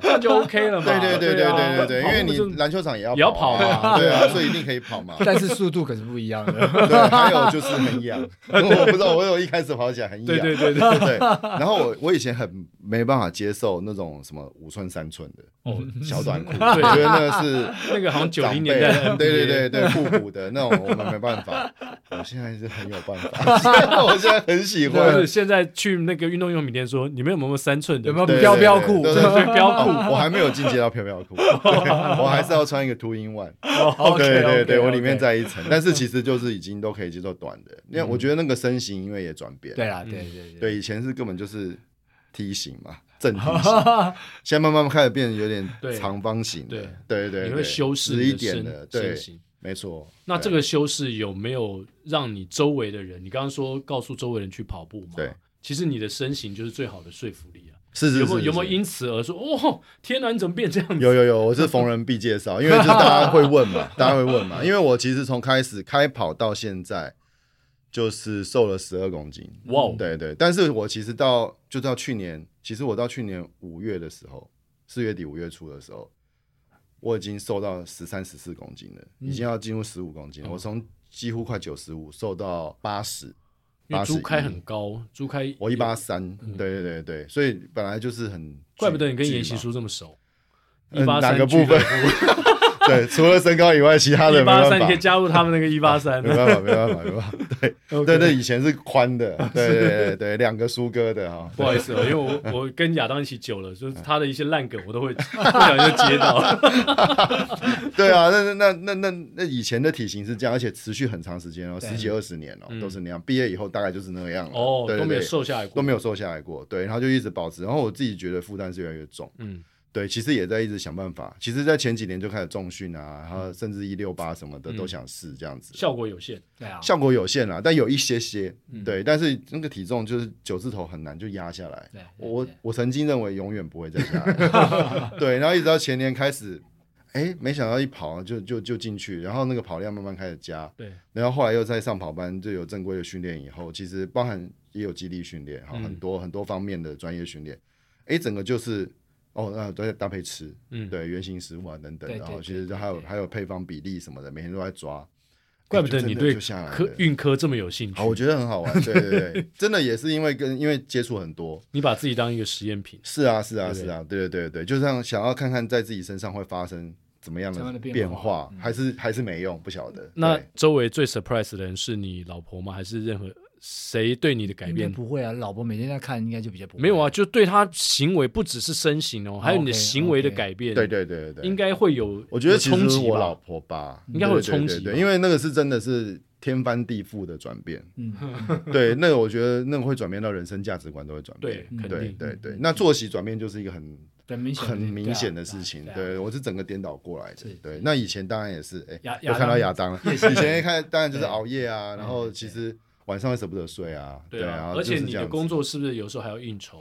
[SPEAKER 1] 这样就 OK 了嘛？
[SPEAKER 3] 对对
[SPEAKER 1] 对
[SPEAKER 3] 对对
[SPEAKER 1] 啊
[SPEAKER 3] 对对对，因为
[SPEAKER 1] 跑步
[SPEAKER 3] 你
[SPEAKER 1] 就
[SPEAKER 3] 篮球场也要
[SPEAKER 1] 也要
[SPEAKER 3] 跑
[SPEAKER 1] 跑嘛
[SPEAKER 3] 对啊，所以一定可以跑嘛。
[SPEAKER 2] 但是速度可是不一样的。
[SPEAKER 3] 对，还有就是 很痒，我不知道，我有一开始跑起来很痒。
[SPEAKER 1] 对对对对，
[SPEAKER 3] 对对然后我我以前很没办法接受那种什么五寸三寸的
[SPEAKER 1] 哦
[SPEAKER 3] 小短裤，我
[SPEAKER 1] 对
[SPEAKER 3] 觉得那是
[SPEAKER 1] 那个好像九
[SPEAKER 3] 长
[SPEAKER 1] 零
[SPEAKER 3] 辈
[SPEAKER 1] 年代
[SPEAKER 3] 啊
[SPEAKER 1] 的 NBA，
[SPEAKER 3] 对对对对，复古的那种，我们没办法。 我现在是很有办法， 我现在很喜
[SPEAKER 1] 或者
[SPEAKER 3] 欢
[SPEAKER 1] 是。现在去那个运动用品店说，你们有没有三寸的？
[SPEAKER 2] 有没有
[SPEAKER 3] 对
[SPEAKER 2] 飘飘裤
[SPEAKER 3] 对
[SPEAKER 1] 对
[SPEAKER 3] 对对
[SPEAKER 1] 对飘裤
[SPEAKER 3] 哦我还没有进阶到飘飘 裤，对我还是要穿一个 two in one。对对对，我里面再一层，但是其实就是已经都可以接受短的，因为我觉得那个身形因为也转变。
[SPEAKER 2] 对啦，对对
[SPEAKER 3] 对，以前是根本就是梯形嘛，正梯形， 现在慢慢开始变得有点
[SPEAKER 1] 对
[SPEAKER 3] 长方形的
[SPEAKER 1] 对，
[SPEAKER 3] 对对对，
[SPEAKER 1] 你会修饰
[SPEAKER 3] 直
[SPEAKER 1] 你
[SPEAKER 3] 一
[SPEAKER 1] 的
[SPEAKER 3] 点
[SPEAKER 1] 身
[SPEAKER 3] 的，对
[SPEAKER 1] 身，形。
[SPEAKER 3] 没错。
[SPEAKER 1] 那这
[SPEAKER 3] 对
[SPEAKER 1] 个修饰有没有让你周围的人？你刚刚说告诉周围人去跑步嘛？
[SPEAKER 3] 对，
[SPEAKER 1] 其实你的身形就是最好的说服力啊。
[SPEAKER 3] 是是
[SPEAKER 1] 有没有
[SPEAKER 3] 是
[SPEAKER 1] 有没有
[SPEAKER 3] 是
[SPEAKER 1] 因此而说，哦，天哪，你怎么变这 样子？
[SPEAKER 3] 有有有，我是逢人必介绍，因为就是大家会问 嘛，大家会问嘛。因为我其实从开始开跑到现在，就是瘦了十二公斤。
[SPEAKER 1] 哇哦，
[SPEAKER 3] 对对，但是我其实到就到去年，其实我到去年五月的时候，四月底五月初的时候，我已经瘦到十三十四公斤了，
[SPEAKER 1] 嗯
[SPEAKER 3] 已经要进入十五公斤了。
[SPEAKER 1] 哦
[SPEAKER 3] 我从几乎快九十五瘦到八十，
[SPEAKER 1] 因为
[SPEAKER 3] 八十
[SPEAKER 1] 朱开
[SPEAKER 3] 一
[SPEAKER 1] 很高，朱开
[SPEAKER 3] 我一八，三，对对对对，所以本来就是很
[SPEAKER 1] 嗯怪不得你跟
[SPEAKER 3] 巨
[SPEAKER 1] 严
[SPEAKER 3] 嘛
[SPEAKER 1] 习书这么熟。一
[SPEAKER 3] 嗯
[SPEAKER 1] 八
[SPEAKER 3] 哪
[SPEAKER 1] 三
[SPEAKER 3] 个部分？对，除了身高以外，其他的
[SPEAKER 1] 一
[SPEAKER 3] 没
[SPEAKER 1] 八
[SPEAKER 3] 办
[SPEAKER 1] 三，你可以
[SPEAKER 3] 法，
[SPEAKER 1] 加入他们那个一八三
[SPEAKER 3] 没。办法，没办法，没办法。
[SPEAKER 1] OK
[SPEAKER 3] 对对，以前是宽 的，对对对对，两个苏哥的哈。
[SPEAKER 1] 不好意思、哦，因为我我跟亚当一起久了，就是
[SPEAKER 3] 嗯
[SPEAKER 1] 他的一些烂梗我都会 不小心就接到。
[SPEAKER 3] 对啊，那那那那那那以前的体型是这样，而且持续很长时间哦，十几二十年哦，都是那样。毕业以后大概就是那样了，
[SPEAKER 1] 嗯哦，
[SPEAKER 3] 对
[SPEAKER 1] 都
[SPEAKER 3] 对
[SPEAKER 1] 没有
[SPEAKER 3] 对，
[SPEAKER 1] 瘦下来过，
[SPEAKER 3] 都没
[SPEAKER 1] 有。
[SPEAKER 3] 有瘦下来过。对，然后就一直保持。然后我自己觉得负担是越来越重。
[SPEAKER 1] 嗯，
[SPEAKER 3] 对，其实也在一直想办法。其实，在前几年就开始重训啊，然后甚至一六八什么的都想试这样子。
[SPEAKER 1] 嗯效果有嗯限。
[SPEAKER 2] 对啊！
[SPEAKER 3] 效果有限啦，但有一些些，对，但是那个体重就是九字头很难就压下来
[SPEAKER 2] 对。
[SPEAKER 3] 我我曾经认为永远不会再下来， 对，然后一直到前年开始，哎，没想到一跑就就就进去，然后那个跑量慢慢开始加，
[SPEAKER 1] 对，
[SPEAKER 3] 然后后来又在上跑班就有正规的训练以后，其实包含也有肌力训练，哈，
[SPEAKER 2] 嗯
[SPEAKER 3] 很多很多方面的专业训练，哎，整个就是哦，那都在搭配吃，
[SPEAKER 1] 嗯
[SPEAKER 3] 对，原型食物啊等等，
[SPEAKER 2] 对
[SPEAKER 3] 然
[SPEAKER 2] 对
[SPEAKER 3] 后
[SPEAKER 2] 对
[SPEAKER 3] 其实还有还有配方比例什么的，每天都 在抓。
[SPEAKER 1] 怪不得你对
[SPEAKER 3] 就下来了
[SPEAKER 1] 科运科这么有兴趣
[SPEAKER 3] 好，，我觉得很好玩，对对对，真的也是因为跟因为接触很多，
[SPEAKER 1] 你把自己当一个实验品。
[SPEAKER 3] 是啊是啊
[SPEAKER 1] 对
[SPEAKER 3] 是啊，对对对对，就像想要看看在自己身上会发生怎么样
[SPEAKER 2] 怎么样
[SPEAKER 3] 的
[SPEAKER 2] 的变
[SPEAKER 3] 变
[SPEAKER 2] 化
[SPEAKER 3] 化，还是还是没用，不晓得。
[SPEAKER 1] 那
[SPEAKER 3] 对
[SPEAKER 1] 周围最 surprise 的人是你老婆吗？还是任何谁对你的改
[SPEAKER 2] 应该
[SPEAKER 1] 变？
[SPEAKER 2] 不会啊，老婆每天在看，应该就比较不会
[SPEAKER 1] 没有啊，，就对他行为不只是身形哦，还有你的
[SPEAKER 2] OK，
[SPEAKER 1] 行为的
[SPEAKER 2] OK
[SPEAKER 1] 改变。
[SPEAKER 3] 对对对对对，
[SPEAKER 1] 应该会有。
[SPEAKER 3] 我觉得
[SPEAKER 1] 有
[SPEAKER 3] 其
[SPEAKER 1] 冲
[SPEAKER 3] 实是
[SPEAKER 1] 击
[SPEAKER 3] 我
[SPEAKER 1] 吧
[SPEAKER 3] 老婆吧，
[SPEAKER 1] 应该会有
[SPEAKER 3] 对对
[SPEAKER 1] 冲
[SPEAKER 3] 对
[SPEAKER 1] 击
[SPEAKER 3] 对
[SPEAKER 1] 吧
[SPEAKER 3] 因为那个是真的是天翻地覆的转变。
[SPEAKER 2] 嗯，
[SPEAKER 3] 对，那个我觉得那个会转变到人生价值观都会转变。
[SPEAKER 1] 对，肯
[SPEAKER 3] 嗯对
[SPEAKER 1] 定
[SPEAKER 3] 对对，那作息转变就是一个很
[SPEAKER 2] 很嗯明显，
[SPEAKER 3] 很明显的
[SPEAKER 2] 对啊
[SPEAKER 3] 事情。
[SPEAKER 2] 对啊
[SPEAKER 3] 对，我是整个颠倒过来的
[SPEAKER 2] 是。
[SPEAKER 3] 对，那以前当然也是，
[SPEAKER 2] 亚
[SPEAKER 3] 哎，又
[SPEAKER 2] 亚
[SPEAKER 3] 看到
[SPEAKER 2] 当
[SPEAKER 3] 亚当了。以
[SPEAKER 2] 是
[SPEAKER 3] 前一看当然就是
[SPEAKER 2] 对
[SPEAKER 3] 熬夜啊，然后
[SPEAKER 2] 对
[SPEAKER 3] 其实晚上会舍不得睡啊。
[SPEAKER 1] 嗯对
[SPEAKER 3] 啊
[SPEAKER 1] 啊，，而且
[SPEAKER 3] 就是
[SPEAKER 1] 你
[SPEAKER 3] 这样
[SPEAKER 1] 的
[SPEAKER 3] 子
[SPEAKER 1] 工作是不是有时候还要应酬？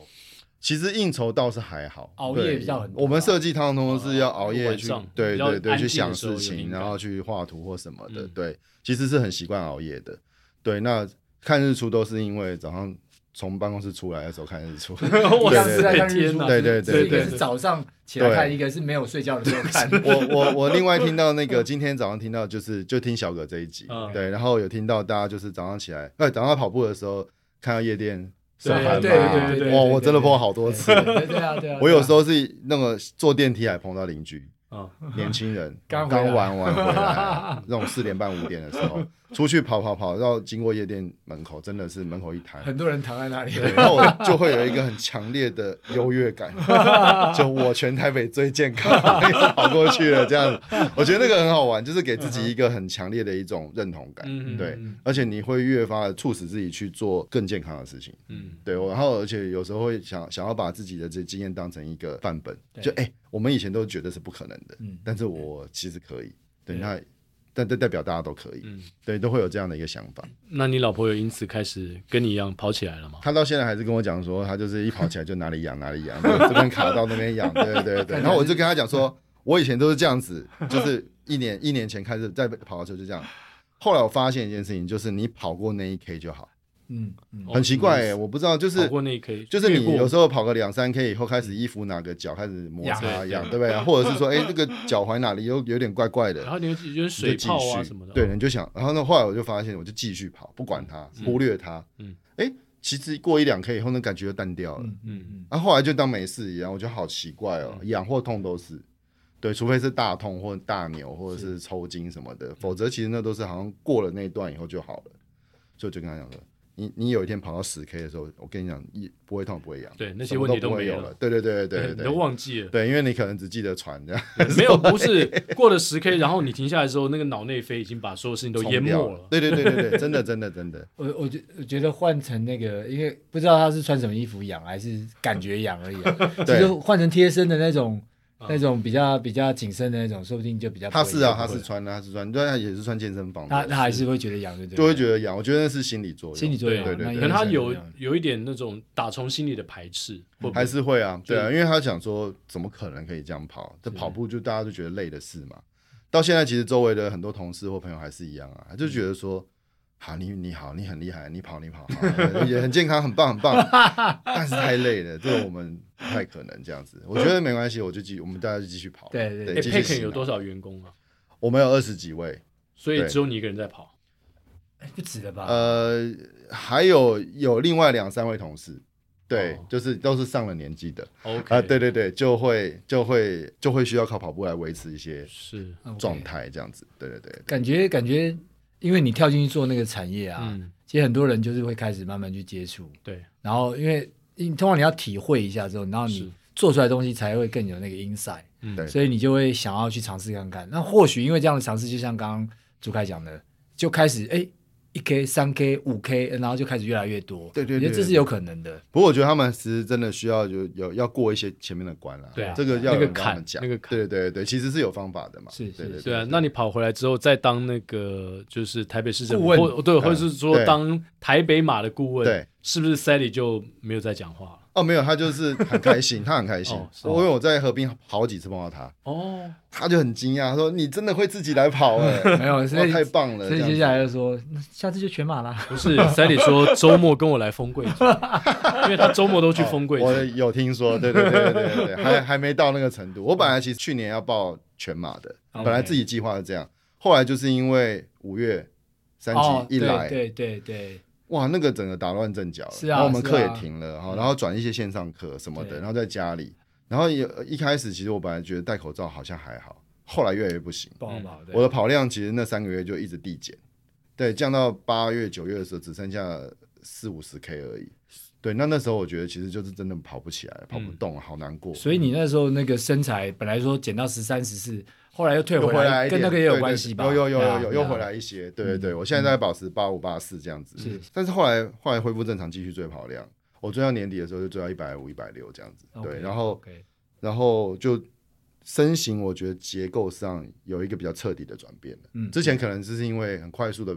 [SPEAKER 3] 其实应酬倒是还好，
[SPEAKER 2] 熬夜
[SPEAKER 3] 对
[SPEAKER 2] 比较很多吧
[SPEAKER 3] 我们设计通常都是要熬夜
[SPEAKER 1] 啊哦晚
[SPEAKER 3] 去
[SPEAKER 1] 上，
[SPEAKER 3] 对
[SPEAKER 1] 比较
[SPEAKER 3] 对对，
[SPEAKER 1] 安
[SPEAKER 3] 去
[SPEAKER 1] 静
[SPEAKER 3] 想
[SPEAKER 1] 的时候
[SPEAKER 3] 事
[SPEAKER 1] 有
[SPEAKER 3] 情，
[SPEAKER 1] 灵
[SPEAKER 3] 然后
[SPEAKER 1] 感
[SPEAKER 3] 去画图或什么的。
[SPEAKER 1] 嗯
[SPEAKER 3] 对，其实是很习惯熬夜的。对，那看日出都是因为早上从办公室出来的时候看 日出。
[SPEAKER 1] 我
[SPEAKER 2] 一样是在
[SPEAKER 3] 对
[SPEAKER 2] 看日
[SPEAKER 1] 天
[SPEAKER 2] 出
[SPEAKER 1] 哪！
[SPEAKER 3] 对对对
[SPEAKER 2] 一个
[SPEAKER 3] 对
[SPEAKER 2] 是早上起来
[SPEAKER 3] 对
[SPEAKER 2] 看，一个是没有睡觉的时候看。
[SPEAKER 3] 我我我另外听到那个今天早上听到就是就听小葛这一集，
[SPEAKER 1] 嗯
[SPEAKER 3] 对，然后有听到大家就是早上起来，呃，早上跑步的时候看到夜店上
[SPEAKER 1] 对
[SPEAKER 3] 班嘛，
[SPEAKER 1] 对对对对
[SPEAKER 3] 哇，
[SPEAKER 2] 对
[SPEAKER 3] 我真的碰好多次
[SPEAKER 2] 对。对对啊对啊！
[SPEAKER 3] 我有时
[SPEAKER 2] 候
[SPEAKER 3] 候是那个坐电梯还碰到 邻居，
[SPEAKER 1] 啊，
[SPEAKER 3] 年轻人
[SPEAKER 2] 刚回来
[SPEAKER 3] 刚玩完回 来，那种四点半五点的时候出去跑跑跑，到经过夜店门口，真的是门口一摊，
[SPEAKER 2] 很多人躺在那里，
[SPEAKER 3] 对，然后我就会有一个很强烈的优越 感，就我全台北最健康，跑过去了这样子，我觉得那个很好玩，就是给自己一个很强烈的一种认同感，
[SPEAKER 1] 嗯嗯
[SPEAKER 3] 对
[SPEAKER 1] 嗯，
[SPEAKER 3] 而且你会越发的促使自己去做更健康的事情。
[SPEAKER 1] 嗯，
[SPEAKER 3] 对，我然后而且有时候会想想要把自己的这经验当成一个范本，
[SPEAKER 2] 对
[SPEAKER 3] 就哎、我们以前都觉得是不可能的，
[SPEAKER 2] 嗯
[SPEAKER 3] 但是我其实可以，对，
[SPEAKER 1] 对
[SPEAKER 3] 那但这代表大家都可以，
[SPEAKER 1] 嗯
[SPEAKER 3] 对，都会有这样的一个想法。
[SPEAKER 1] 那你老婆有因此开始跟你一样跑起来了吗？
[SPEAKER 3] 他到现在还是跟我讲说，他就是一跑起来就哪里痒哪里痒， 对这边卡到那边痒，对对对。然后我就跟他讲说，我以前都是这样子，就是一年一年前开始在跑的时候就这样。后来我发现一件事情，就是你跑过那一 K 就好，
[SPEAKER 2] 嗯嗯，
[SPEAKER 1] 哦
[SPEAKER 3] 很奇怪、
[SPEAKER 1] 什么意
[SPEAKER 3] 欸，
[SPEAKER 1] 思
[SPEAKER 3] 我不知道，就是
[SPEAKER 1] 跑过那一 K，
[SPEAKER 3] 就是
[SPEAKER 1] 越
[SPEAKER 3] 你
[SPEAKER 1] 过
[SPEAKER 3] 有时候跑个两三 K 以后，开始衣服哪个脚开始摩擦
[SPEAKER 1] 痒
[SPEAKER 3] 一样，对不对？或者是说，哎，这个脚踝哪里有有点怪怪的
[SPEAKER 1] 然，后你有有点
[SPEAKER 3] 你就
[SPEAKER 1] 水
[SPEAKER 3] 继
[SPEAKER 1] 泡啊
[SPEAKER 3] 续
[SPEAKER 1] 什么的，
[SPEAKER 3] 对，你就想，然后呢，后来我就发现，我就继续跑，不管它，忽略它，嗯
[SPEAKER 1] 嗯，
[SPEAKER 3] 哎，其实过一两 K 以后，那感觉就淡掉了，啊
[SPEAKER 2] 嗯嗯嗯，
[SPEAKER 3] 然后后来就当没事一样，我觉得好奇怪哦，
[SPEAKER 1] 嗯
[SPEAKER 3] 痒或痛都是。对，除非是大痛或大扭或者是抽筋什么
[SPEAKER 1] 嗯
[SPEAKER 3] 的，否则其实那都是好像过了那一段以后就好了。所以我就跟他讲说，你你有一天跑到十 K 的时候，我跟你讲，一不会痛不会痒，
[SPEAKER 1] 对那
[SPEAKER 3] 那
[SPEAKER 1] 些问题
[SPEAKER 3] 都不会
[SPEAKER 1] 没
[SPEAKER 3] 有了。。对对对对对
[SPEAKER 1] 你都
[SPEAKER 3] 对，
[SPEAKER 1] 忘记了。
[SPEAKER 3] 对，因为你可能只记得船这样，
[SPEAKER 1] 没有，不是过了十 K，然后你停下来之后，那个脑内啡已经把所有事情都淹
[SPEAKER 3] 冲
[SPEAKER 1] 没
[SPEAKER 3] 掉
[SPEAKER 1] 了。
[SPEAKER 3] 对对对对对，真的真的真的，
[SPEAKER 2] 我我觉我觉得换成那个，因为不知道他是穿什么衣服痒，还是感觉痒而已 啊、其
[SPEAKER 3] 对
[SPEAKER 2] 实换成贴身的那种，
[SPEAKER 1] 嗯
[SPEAKER 2] 那种比较比较紧身的那种，说不定就比较不会
[SPEAKER 3] 他是啊，
[SPEAKER 2] 痒
[SPEAKER 3] 他是穿啊，他是穿，对，他也是穿健身房
[SPEAKER 2] 他他
[SPEAKER 3] 的，
[SPEAKER 2] 还是会觉得痒，对不对？
[SPEAKER 3] 就会觉得痒。我觉得那是心理作用，
[SPEAKER 2] 心理作用啊，
[SPEAKER 3] 对对
[SPEAKER 2] 那
[SPEAKER 3] 对
[SPEAKER 2] 应
[SPEAKER 1] 可
[SPEAKER 2] 该
[SPEAKER 1] 能
[SPEAKER 2] 是
[SPEAKER 1] 他
[SPEAKER 2] 很
[SPEAKER 1] 有
[SPEAKER 2] 重要的
[SPEAKER 1] 有一点那种打从心里的排斥，会不会
[SPEAKER 3] 还是会啊，
[SPEAKER 1] 就
[SPEAKER 3] 对啊，因为他想说，怎么可能可以这样跑？这跑步就大家都觉得累的事嘛。到现在，其实周围的很多同事或朋友还是一样啊，他就觉得
[SPEAKER 2] 嗯
[SPEAKER 3] 说，好，你你好，你很厉害，你跑你跑，好 也很健康，很棒很棒， 但是太累了，这个我们不太可能这样子。我觉得没关系，我就继我们大家就继续跑。
[SPEAKER 2] 对对
[SPEAKER 3] 对
[SPEAKER 1] 哎
[SPEAKER 2] 对
[SPEAKER 3] 继
[SPEAKER 1] p
[SPEAKER 3] 续
[SPEAKER 1] e k
[SPEAKER 3] 洗
[SPEAKER 1] n 有
[SPEAKER 3] 脑
[SPEAKER 1] 多少员工啊？
[SPEAKER 3] 我们有二十几位，
[SPEAKER 1] 所以
[SPEAKER 3] 对
[SPEAKER 1] 只有你一个人在跑，
[SPEAKER 2] 不止了吧？
[SPEAKER 3] 呃，还有有另外两三位同事，对
[SPEAKER 1] 哦，
[SPEAKER 3] 就是都是上了年纪的
[SPEAKER 1] OK
[SPEAKER 3] 啊，对对对，就会就会就会需要靠跑步来维持一些
[SPEAKER 1] 是，
[SPEAKER 2] OK
[SPEAKER 3] 状态这样子。对对对，
[SPEAKER 2] 感觉感觉，因为你跳进去做那个产业啊，
[SPEAKER 1] 嗯，
[SPEAKER 2] 其实很多人就是会开始慢慢去接触，
[SPEAKER 1] 对，
[SPEAKER 2] 然后因为因通常你要体会一下之后，然后
[SPEAKER 1] 是
[SPEAKER 2] 你做出来的东西才会更有那个 insight，
[SPEAKER 1] 嗯
[SPEAKER 3] 对
[SPEAKER 2] 所以你就会想要去尝试看看。那或许因为这样的尝试，就像刚刚朱凯讲的，就开始哎一 k 三 k 五 k，然后就开始越来越多。
[SPEAKER 3] 对对对
[SPEAKER 2] 我觉得这是有可能的。
[SPEAKER 3] 不过我觉得他们其实真的需要有有要过一些前面的关啦，
[SPEAKER 1] 对啊
[SPEAKER 3] 这个要有
[SPEAKER 1] 那
[SPEAKER 3] 人
[SPEAKER 1] 个
[SPEAKER 3] 跟
[SPEAKER 1] 坎
[SPEAKER 3] 他们讲，
[SPEAKER 1] 那个坎
[SPEAKER 3] 对对对对，其实是有方法的嘛，
[SPEAKER 2] 是
[SPEAKER 3] 对
[SPEAKER 2] 是
[SPEAKER 3] 对
[SPEAKER 1] 对啊。那你跑回来之后，再当那个就是台北市政府，
[SPEAKER 2] 顾问
[SPEAKER 1] 或对，或者是说
[SPEAKER 3] 对
[SPEAKER 1] 当台北马的顾问，
[SPEAKER 3] 对，
[SPEAKER 1] 是不是 Sally 就没有再讲话了？
[SPEAKER 3] 哦没有，他就是很开心， 他很开心
[SPEAKER 1] 哦，是
[SPEAKER 3] 我
[SPEAKER 1] 哦
[SPEAKER 3] 因为我在河滨好几次碰到他，
[SPEAKER 1] 哦，
[SPEAKER 3] 他就很惊讶，他说你真的会自己来跑哎，
[SPEAKER 2] 没有，所
[SPEAKER 3] 哇
[SPEAKER 2] 以
[SPEAKER 3] 太棒
[SPEAKER 2] 所
[SPEAKER 3] 了，这
[SPEAKER 2] 以
[SPEAKER 3] 样
[SPEAKER 2] 接
[SPEAKER 3] 子
[SPEAKER 2] 下来就说，那下次就全马啦。
[SPEAKER 1] 不是，Sally 说周末跟我来风柜组，因为他周末都去风柜组
[SPEAKER 3] 哦我有听说，对对对对对 对，还还没到那个程度。我本来其实去年要报全马的，
[SPEAKER 2] OK
[SPEAKER 3] 本来自己计划是这样，后来就是因为五月三
[SPEAKER 2] 哦，
[SPEAKER 3] 级一来，
[SPEAKER 2] 对对对对，
[SPEAKER 3] 哇，那个整个打乱阵脚了，
[SPEAKER 2] 是啊
[SPEAKER 3] 然后我们
[SPEAKER 2] 是
[SPEAKER 3] 课也
[SPEAKER 2] 啊
[SPEAKER 3] 停了，哈，然后转一些线上课什么的，
[SPEAKER 2] 对
[SPEAKER 3] 然后在家里，然后也一开始其实我本来觉得戴口罩好像还好，后来越来越不行，
[SPEAKER 2] 不好不好。对
[SPEAKER 3] 我的跑量其实那三个月就一直递减，对，降到八月九月的时候只剩下四五十 K 而已。对，那那时候我觉得其实就是真的跑不起来，跑不动，好难过。
[SPEAKER 2] 所以你那时候那个身材本来说减到十三十四，后来又退
[SPEAKER 3] 又
[SPEAKER 2] 回
[SPEAKER 3] 回来一
[SPEAKER 2] 跟
[SPEAKER 3] 点
[SPEAKER 2] 那个也有
[SPEAKER 3] 对对
[SPEAKER 2] 关系吧？
[SPEAKER 3] 有有有
[SPEAKER 2] 对
[SPEAKER 3] 有
[SPEAKER 2] 啊嗯
[SPEAKER 3] 有又回。来一些，对对对，我现在在保持八五八四这样子
[SPEAKER 2] 是，
[SPEAKER 3] 但是后来后来恢复正常，继续追跑量，我追到年底的时候就追到一百五一百六这样子，对，然后
[SPEAKER 2] OK，
[SPEAKER 3] 然后就身形，我觉得结构上有一个比较彻底的转变了。
[SPEAKER 2] 嗯
[SPEAKER 3] 之前可能只是因为很快速的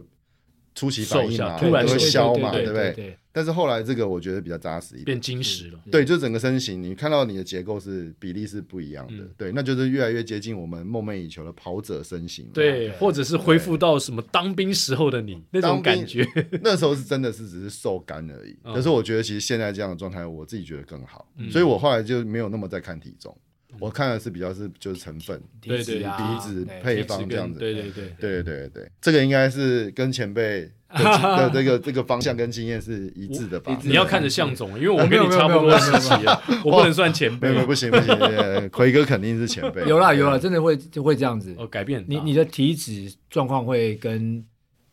[SPEAKER 3] 出其
[SPEAKER 1] 瘦
[SPEAKER 3] 反应
[SPEAKER 1] 下
[SPEAKER 3] 嘛，
[SPEAKER 1] 突然
[SPEAKER 3] 都会
[SPEAKER 1] 瘦
[SPEAKER 3] 消嘛，
[SPEAKER 1] 对
[SPEAKER 3] 不
[SPEAKER 2] 对
[SPEAKER 3] 对？但是后来这个我觉得比较扎实一点
[SPEAKER 1] 变，金石了。
[SPEAKER 3] 对，就整个身形，你看到你的结构是比例是不一样
[SPEAKER 1] 嗯
[SPEAKER 3] 的，对，那就是越来越接近我们梦寐以求的跑者身形。，
[SPEAKER 1] 对，或者是恢复到什么当兵时候的你那种感觉，
[SPEAKER 3] 那时候是真的是只是瘦干而已。
[SPEAKER 1] 嗯
[SPEAKER 3] 可是我觉得其实现在这样的状态，我自己觉得更好，所以我后来就没有那么在看体重，我看的是比较是就是成分，
[SPEAKER 1] 对对
[SPEAKER 3] 鼻子配方这样 子。
[SPEAKER 1] 对对对，
[SPEAKER 3] 对对对，这个应该是跟前辈的的这个这个方向跟经验是一致 的吧？
[SPEAKER 1] 你要看着向总，因为我
[SPEAKER 2] 啊没
[SPEAKER 1] 跟
[SPEAKER 2] 有
[SPEAKER 1] 你差不
[SPEAKER 2] 没
[SPEAKER 1] 多
[SPEAKER 2] 有没有
[SPEAKER 1] 时期了，我不能算前
[SPEAKER 3] 没有没
[SPEAKER 1] 辈
[SPEAKER 3] 有，不行不 行，呃奎哥肯定是前辈。
[SPEAKER 2] 有啦有啦，真的会就会这样子。
[SPEAKER 1] 哦，改变很
[SPEAKER 2] 你
[SPEAKER 1] 大
[SPEAKER 2] 你的体脂状况会跟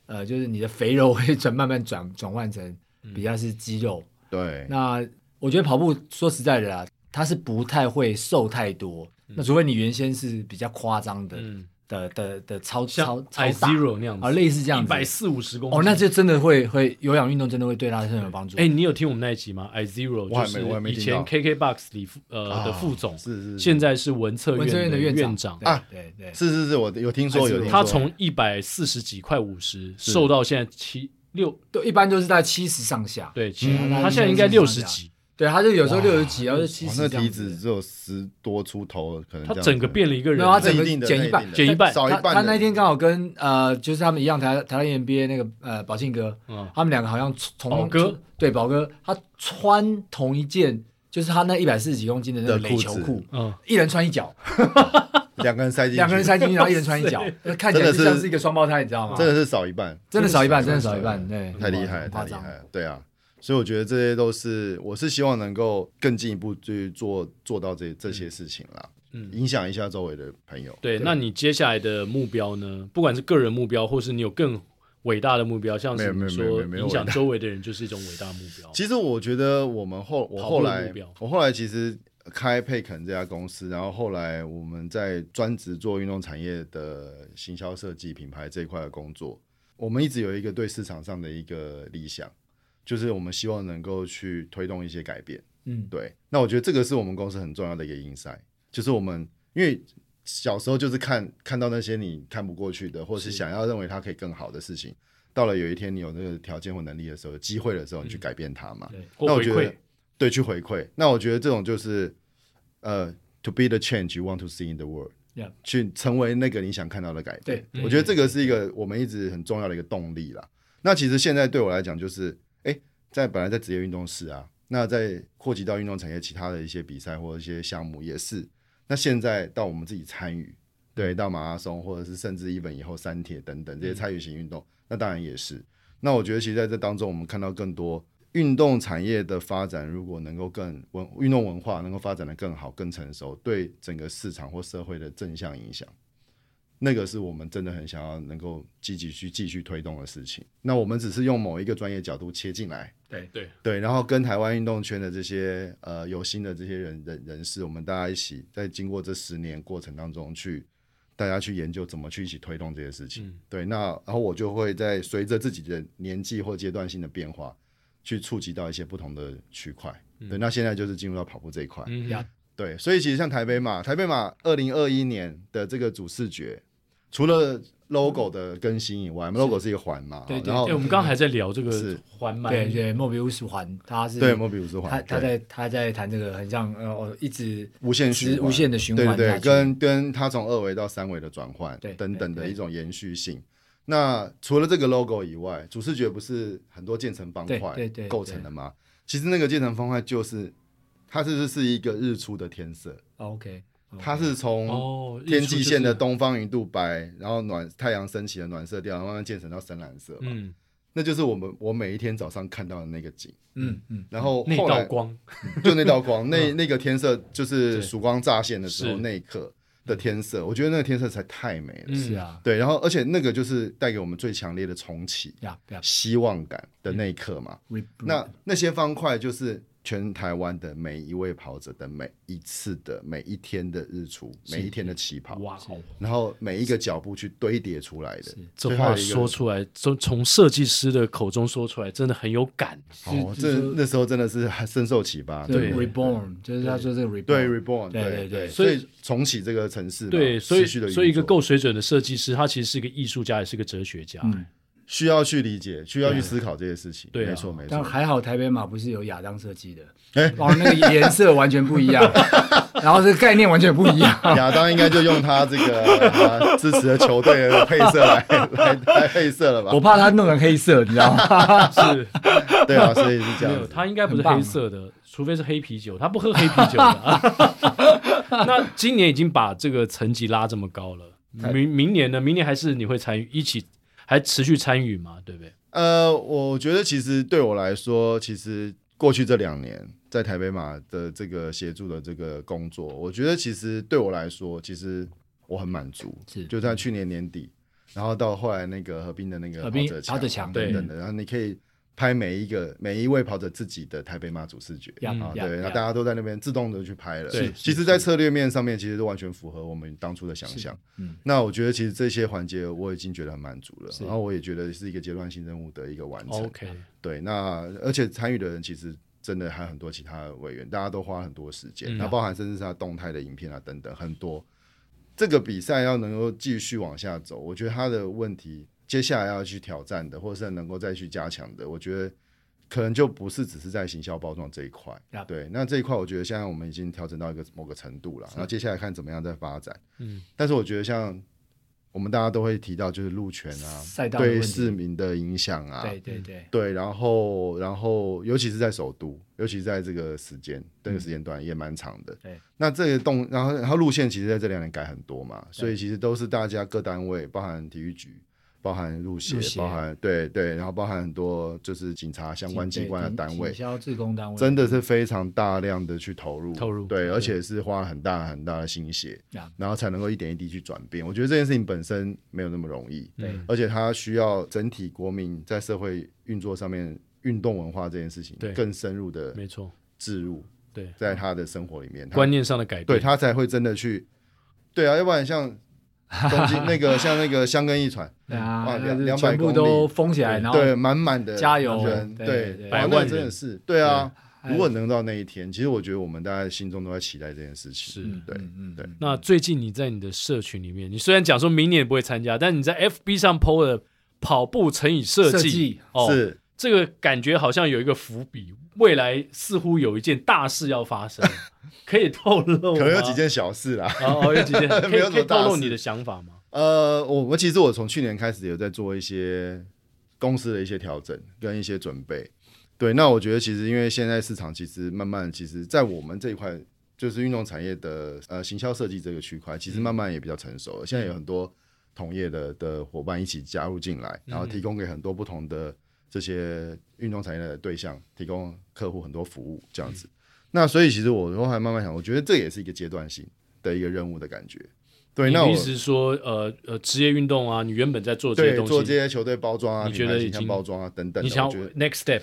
[SPEAKER 2] 呃，就是你的肥肉会转慢慢转转换成
[SPEAKER 1] 嗯
[SPEAKER 2] 比较是肌肉。
[SPEAKER 3] 对，
[SPEAKER 2] 那我觉得跑步说实在的啦，它是不太会瘦太多。那除非你原先是比较夸张的、
[SPEAKER 1] 嗯，
[SPEAKER 2] 的的的超超
[SPEAKER 1] 像
[SPEAKER 2] 超
[SPEAKER 1] I
[SPEAKER 2] 大
[SPEAKER 1] Zero 那样子
[SPEAKER 2] 啊，类似这样
[SPEAKER 1] 一
[SPEAKER 2] 子。
[SPEAKER 1] 百四五十公斤
[SPEAKER 2] 哦，那就真的会会有氧运动真的会对他很有帮助。
[SPEAKER 1] 哎，你有听我们那一集吗？I Zero
[SPEAKER 3] 我还
[SPEAKER 1] 就
[SPEAKER 3] 没我还
[SPEAKER 1] 是
[SPEAKER 3] 没
[SPEAKER 1] 以
[SPEAKER 3] 听
[SPEAKER 1] 前
[SPEAKER 3] 到
[SPEAKER 1] KKBox 里副呃
[SPEAKER 3] 啊
[SPEAKER 1] 的副总，
[SPEAKER 3] 是是
[SPEAKER 1] 现在是文策
[SPEAKER 2] 文策院
[SPEAKER 1] 的
[SPEAKER 2] 的
[SPEAKER 1] 院
[SPEAKER 2] 院
[SPEAKER 1] 长，
[SPEAKER 3] 啊
[SPEAKER 2] 对对对，
[SPEAKER 3] 是是是，我有听说有听说，
[SPEAKER 1] 他从一百四十几块五十瘦到现在七六
[SPEAKER 2] 都一般都是在七十上下。
[SPEAKER 1] 对，其
[SPEAKER 2] 嗯
[SPEAKER 1] 他现在应该六十几，
[SPEAKER 2] 对，他就有时候六十几，然后就七
[SPEAKER 3] 哇
[SPEAKER 2] 十
[SPEAKER 3] 那
[SPEAKER 2] 这样
[SPEAKER 3] 体
[SPEAKER 2] 子
[SPEAKER 3] 脂只有十多出头，可能
[SPEAKER 1] 他
[SPEAKER 3] 这样
[SPEAKER 1] 整个
[SPEAKER 3] 子
[SPEAKER 1] 变了一个
[SPEAKER 2] 没
[SPEAKER 1] 人
[SPEAKER 2] 有，他
[SPEAKER 3] 这
[SPEAKER 2] 整个
[SPEAKER 3] 一定的
[SPEAKER 2] 减一
[SPEAKER 3] 那
[SPEAKER 2] 半，
[SPEAKER 1] 减一半
[SPEAKER 3] 少一
[SPEAKER 2] 他
[SPEAKER 3] 半
[SPEAKER 2] 他
[SPEAKER 3] 的
[SPEAKER 2] 那天刚好跟呃，就是他们一样台台大 NBA 那个呃宝庆哥，
[SPEAKER 1] 嗯
[SPEAKER 2] 他们两个好像从
[SPEAKER 1] 宝哥
[SPEAKER 2] 对宝哥，他穿同一件，就是他那一百四十几公斤的那个
[SPEAKER 3] 的
[SPEAKER 2] 垒
[SPEAKER 3] 裤
[SPEAKER 2] 球
[SPEAKER 3] 子
[SPEAKER 2] 裤，
[SPEAKER 1] 嗯，
[SPEAKER 2] 一人穿一 脚，
[SPEAKER 3] 两个人塞进去，
[SPEAKER 2] 两个人塞进去，然后一人穿一脚，看起来
[SPEAKER 3] 真的
[SPEAKER 2] 就像
[SPEAKER 3] 是
[SPEAKER 2] 是一个双胞胎，你知道吗？
[SPEAKER 3] 真的是少一半，
[SPEAKER 2] 真的少一半，真的
[SPEAKER 3] 少
[SPEAKER 2] 少
[SPEAKER 3] 一
[SPEAKER 2] 一
[SPEAKER 3] 半
[SPEAKER 2] 半，对，
[SPEAKER 3] 太厉害了，
[SPEAKER 2] 很
[SPEAKER 3] 太
[SPEAKER 2] 夸
[SPEAKER 3] 厉
[SPEAKER 2] 张
[SPEAKER 3] 害了，对啊。所以我觉得这些都是，我是希望能够更进一步去做做到这这些事情啦，
[SPEAKER 1] 嗯
[SPEAKER 3] 影响一下周围的朋友。
[SPEAKER 1] 对，那你接下来的目标呢？不管是个人目标，或是你有更伟大的目标，像
[SPEAKER 3] 没
[SPEAKER 1] 是
[SPEAKER 3] 有
[SPEAKER 1] 你
[SPEAKER 3] 没有没有
[SPEAKER 1] 说
[SPEAKER 3] 没有没有
[SPEAKER 1] 影响周围的人，就是一种伟大的目标。
[SPEAKER 3] 其实我觉得我们后我
[SPEAKER 1] 跑步
[SPEAKER 3] 后
[SPEAKER 1] 的
[SPEAKER 3] 来
[SPEAKER 1] 目标
[SPEAKER 3] 我后来其实开佩肯这家公司，然后后来我们在专职做运动产业的行销设计品牌这一块的工作，我们一直有一个对市场上的一个理想，就是我们希望能够去推动一些改变。
[SPEAKER 2] 嗯，
[SPEAKER 3] 对，那我觉得这个是我们公司很重要的一个 insight，就是我们因为小时候就是看看到那些你看不过去的，或是想要认为它可以更好的事情，到了有一天你有那个条件或能力的时候，有机会的时候，你去改变它嘛。
[SPEAKER 2] 对
[SPEAKER 3] 那
[SPEAKER 1] 或
[SPEAKER 3] 我
[SPEAKER 1] 回
[SPEAKER 3] 觉得
[SPEAKER 1] 馈，
[SPEAKER 3] 对，去回馈。那我觉得这种就是呃，to be the change you want to see in the world。
[SPEAKER 2] Yeah
[SPEAKER 3] 去成为那个你想看到的改变。
[SPEAKER 2] 对，
[SPEAKER 3] 我觉得这个是一个我们一直很重要的一个动力啦。那其实现在对我来讲，就是哎，在本来在职业运动室啊，那在扩及到运动产业其他的一些比赛或者一些项目也是。那现在到我们自己参与，对，到马拉松或者是甚至一本以后三铁等等这些参与型运动，那当然也是。那我觉得其实在这当中，我们看到更多运动产业的发展，如果能够更文运动文化能够发展的更好、更成熟，对整个市场或社会的正向影响。那个是我们真的很想要能够积极去继续推动的事情。那我们只是用某一个专业角度切进来，
[SPEAKER 2] 对
[SPEAKER 1] 对
[SPEAKER 3] 对，啊然后跟台湾运动圈的这些呃有心的这些人人人士，我们大家一起在经过这十年过程当中去，大家去研究怎么去一起推动这些事情。
[SPEAKER 1] 嗯
[SPEAKER 3] 对，那然后我就会在随着自己的年纪或阶段性的变化，去触及到一些不同的区块。对，那现在就是进入到跑步这一块。
[SPEAKER 1] 嗯
[SPEAKER 2] 呀
[SPEAKER 3] 对，所以其实像台北马，台北马二零二一年的这个主视觉，除了 logo 的更新以外，logo 是一个环嘛，
[SPEAKER 2] 对对
[SPEAKER 3] 然后
[SPEAKER 1] 哎，我们刚刚还在聊这个
[SPEAKER 3] 是
[SPEAKER 1] 环满，
[SPEAKER 2] 对对，莫比乌斯环，他是
[SPEAKER 3] 对，莫比乌斯环，
[SPEAKER 2] 他他
[SPEAKER 3] 对
[SPEAKER 2] 在他在谈这个很像呃，我一直
[SPEAKER 3] 无限循
[SPEAKER 2] 是
[SPEAKER 3] 环
[SPEAKER 2] 无限的循
[SPEAKER 3] 对
[SPEAKER 2] 环
[SPEAKER 3] 对
[SPEAKER 2] 下
[SPEAKER 3] 对，
[SPEAKER 2] 去，
[SPEAKER 3] 跟跟它从二维到三维的转换
[SPEAKER 2] 对
[SPEAKER 3] 等等
[SPEAKER 2] 对
[SPEAKER 3] 的
[SPEAKER 2] 对
[SPEAKER 3] 一种延续性。那除了这个 logo 以外，主视觉不是很多建成方
[SPEAKER 2] 对
[SPEAKER 3] 块
[SPEAKER 2] 对对
[SPEAKER 3] 构成的吗？其实那个建成方块就是它，是是一个日出的天色，
[SPEAKER 2] 哦 OK，
[SPEAKER 3] 它是从
[SPEAKER 1] 哦，日出
[SPEAKER 3] 天际线的
[SPEAKER 1] 就是
[SPEAKER 3] 东方云度白，然后暖太阳升起的暖色调，然后慢慢建成到深蓝色嘛。
[SPEAKER 1] 嗯
[SPEAKER 3] 那就是我们我每一天早上看到的那个景。
[SPEAKER 2] 嗯嗯，
[SPEAKER 3] 然后
[SPEAKER 1] 那
[SPEAKER 3] 后
[SPEAKER 1] 道
[SPEAKER 3] 来
[SPEAKER 1] 光，
[SPEAKER 3] 就那道光，那那个天色就是
[SPEAKER 1] 嗯对
[SPEAKER 3] 曙光乍现的时候
[SPEAKER 1] 是
[SPEAKER 3] 那一刻的天色，我觉得那个天色才太美了。
[SPEAKER 1] 嗯
[SPEAKER 2] 是啊，
[SPEAKER 3] 对，然后而且那个就是带给我们最强烈的重启、
[SPEAKER 2] 呀呀
[SPEAKER 3] 希望感的那一刻嘛。
[SPEAKER 1] 嗯
[SPEAKER 2] ，re-
[SPEAKER 3] 那那些方块就是全台湾的每一位跑者的每一次的每一天的日出，每一天的起跑，
[SPEAKER 1] 哇哦，
[SPEAKER 3] 然后每一个脚步去堆叠出来的。
[SPEAKER 1] 这话说出来，从从设计师的口中说出来，真的很有感。
[SPEAKER 3] 哦，
[SPEAKER 2] 是
[SPEAKER 3] 这
[SPEAKER 2] 是说
[SPEAKER 3] 那时候真的是深受启发。
[SPEAKER 2] 这
[SPEAKER 1] 对
[SPEAKER 2] reborn 就是他说这个 reborn，
[SPEAKER 3] 对 reborn，
[SPEAKER 2] 对对
[SPEAKER 3] 对
[SPEAKER 2] 对
[SPEAKER 3] 所以重启这个城市嘛，
[SPEAKER 1] 对，所以
[SPEAKER 3] 持续地运
[SPEAKER 1] 所以一个
[SPEAKER 3] 作
[SPEAKER 1] 够水准的设计师，他其实是一个艺术家，也是个哲学家。
[SPEAKER 2] 嗯
[SPEAKER 3] 需要去理解，需要去思考这些事情。
[SPEAKER 1] 对啊
[SPEAKER 3] 没错没
[SPEAKER 2] 但
[SPEAKER 3] 错。
[SPEAKER 2] 还好台北马不是有亚当设计的，
[SPEAKER 3] 哎
[SPEAKER 2] 哦，那个颜色完全不一样，然后这个概念完全不一样。
[SPEAKER 3] 亚当应该就用他这个、 啊、支持的球队的配色来 来来配色了吧
[SPEAKER 2] 我？怕它弄成黑色，你知道吗？
[SPEAKER 1] 是
[SPEAKER 3] 对啊，所以是 这
[SPEAKER 1] 没
[SPEAKER 3] 样
[SPEAKER 1] 有，
[SPEAKER 3] 子。
[SPEAKER 1] 他应该不是
[SPEAKER 2] 很棒
[SPEAKER 1] 黑
[SPEAKER 2] 啊
[SPEAKER 1] 色的，除非是黑啤酒，他不喝黑啤酒的啊。 那今年已经把这个层级拉这么高了，明明年呢？明年还是你会参与，一起还持续参与嘛？对不对？
[SPEAKER 3] 呃，我觉得其实对我来说，其实过去这两年在台北马的这个协助的这个工作，我觉得其实对我来说，其实我很满足。
[SPEAKER 2] 是
[SPEAKER 3] 就在去年年底，然后到后来那个合并的那个
[SPEAKER 2] 合并
[SPEAKER 3] 跑
[SPEAKER 2] 跑者
[SPEAKER 3] 者
[SPEAKER 2] 墙
[SPEAKER 3] 等
[SPEAKER 1] 对
[SPEAKER 3] 等的，然后你可以拍每一个每一位跑者自己的台北马主视觉。
[SPEAKER 2] 呀
[SPEAKER 1] 嗯
[SPEAKER 3] 啊，
[SPEAKER 2] 呀
[SPEAKER 3] 对，那
[SPEAKER 2] 呀
[SPEAKER 3] 大家都在那边自动的去拍了。
[SPEAKER 1] 对是
[SPEAKER 3] 其实，在策略面上面，其实都完全符合我们当初的想象。
[SPEAKER 2] 嗯，
[SPEAKER 3] 那我觉得其实这些环节我已经觉得很满足了，
[SPEAKER 2] 是
[SPEAKER 3] 然后我也觉得是一个阶段性任务的一个完成。
[SPEAKER 1] OK，
[SPEAKER 3] 对，那而且参与的人其实真的还有很多其他的委员，大家都花了很多时间，
[SPEAKER 1] 嗯
[SPEAKER 3] 那、包含甚至是他动态的影片啊等等很多。这个比赛要能够继续往下走，我觉得他的问题接下来要去挑战的，或者是能够再去加强的，我觉得可能就不是只是在行销包装这一块。
[SPEAKER 2] Yep
[SPEAKER 3] 对，那这一块我觉得现在我们已经调整到一个某个程度了，然后接下来看怎么样再发展。
[SPEAKER 1] 嗯，
[SPEAKER 3] 但是我觉得像我们大家都会提到，就是路权啊，
[SPEAKER 2] 赛道的问
[SPEAKER 3] 对
[SPEAKER 2] 题
[SPEAKER 3] 市民的影响啊，
[SPEAKER 2] 对对对，
[SPEAKER 3] 对，然后然后尤其是在首都，尤其是在这个时间这个时间段也蛮长的。
[SPEAKER 2] 对，
[SPEAKER 3] 那这个动，然后然后路线其实在这两年改很多嘛，所以其实都是大家各单位，包含体育局。包含路协
[SPEAKER 2] 路，协
[SPEAKER 3] 包含对对，然后包含很多就是警察相关机关的单位
[SPEAKER 2] 取，消自工单位，
[SPEAKER 3] 真的是非常大量的去投入，
[SPEAKER 1] 投入
[SPEAKER 3] 对，而且是花了很大很大的心血
[SPEAKER 2] 呀，
[SPEAKER 3] 然后才能够一点一滴去转变。我觉得这件事情本身没有那么容易，
[SPEAKER 2] 对
[SPEAKER 1] 嗯
[SPEAKER 3] 而且它需要整体国民在社会运作上面，运动文化这件事情
[SPEAKER 1] 对
[SPEAKER 3] 更深入的
[SPEAKER 1] 没错，
[SPEAKER 3] 置入
[SPEAKER 1] 对，
[SPEAKER 3] 在他的生活里面，他
[SPEAKER 1] 观念上的改变，
[SPEAKER 3] 对他才会真的去，对啊，要不然像东京那个像那个香根一传，
[SPEAKER 2] 对啊
[SPEAKER 3] 哇，两
[SPEAKER 2] 就是
[SPEAKER 3] 两百
[SPEAKER 2] 全部
[SPEAKER 3] 公里
[SPEAKER 2] 都封起来，哎然后
[SPEAKER 3] 对，满满的
[SPEAKER 2] 加油
[SPEAKER 3] 人，
[SPEAKER 2] 对
[SPEAKER 3] 对，
[SPEAKER 2] 对
[SPEAKER 3] 哇
[SPEAKER 1] 百万
[SPEAKER 3] 那真的
[SPEAKER 1] 人
[SPEAKER 3] 是，对啊。
[SPEAKER 2] 对
[SPEAKER 3] 如果能到那一天，其实我觉得我们大家心中都在期待这件事情。
[SPEAKER 1] 是
[SPEAKER 3] 对
[SPEAKER 2] 嗯嗯
[SPEAKER 3] 对
[SPEAKER 2] 嗯
[SPEAKER 1] 那最近你在你的社群里面，你虽然讲说明年不会参加，但你在 FB 上 PO 了跑步乘以设
[SPEAKER 2] 设
[SPEAKER 1] 计
[SPEAKER 2] 计，
[SPEAKER 1] 哦，
[SPEAKER 3] 是，
[SPEAKER 1] 这个感觉好像有一个伏笔，未来似乎有一件大事要发 生，可以透露吗？
[SPEAKER 3] 可能有几件小事啦。
[SPEAKER 1] 哦，哦有 几件，可
[SPEAKER 3] 没
[SPEAKER 1] 以
[SPEAKER 3] 有什
[SPEAKER 1] 可以
[SPEAKER 3] 么大
[SPEAKER 1] 透露
[SPEAKER 3] 事
[SPEAKER 1] 你的想法吗？
[SPEAKER 3] 呃，我我其实我从去年开始有在做一些公司的一些调整跟一些准备。对，那我觉得其实因为现在市场其实慢慢，其实在我们这一块就是运动产业的呃行销设计这个区块，其实慢慢也比较成熟了。现在有很多同业的的伙伴一起加入进来，然后提供给很多不同的这些运动产业的对象，提供客户很多服务这样子。那所以其实我后来慢慢想，我觉得这也是一个阶段性的一个任务的感觉。对，
[SPEAKER 1] 你
[SPEAKER 3] 那
[SPEAKER 1] 的
[SPEAKER 3] 我
[SPEAKER 1] 意思是说，呃呃，职业运动啊，你原本在做这些
[SPEAKER 3] 对
[SPEAKER 1] 东西，
[SPEAKER 3] 做这些球队包装啊，
[SPEAKER 1] 你觉
[SPEAKER 3] 品
[SPEAKER 1] 得
[SPEAKER 3] 牌
[SPEAKER 1] 已
[SPEAKER 3] 形
[SPEAKER 1] 经
[SPEAKER 3] 象包装啊等等
[SPEAKER 1] 你
[SPEAKER 3] 的，
[SPEAKER 1] 想
[SPEAKER 3] 我
[SPEAKER 1] 要
[SPEAKER 3] 觉得
[SPEAKER 1] next step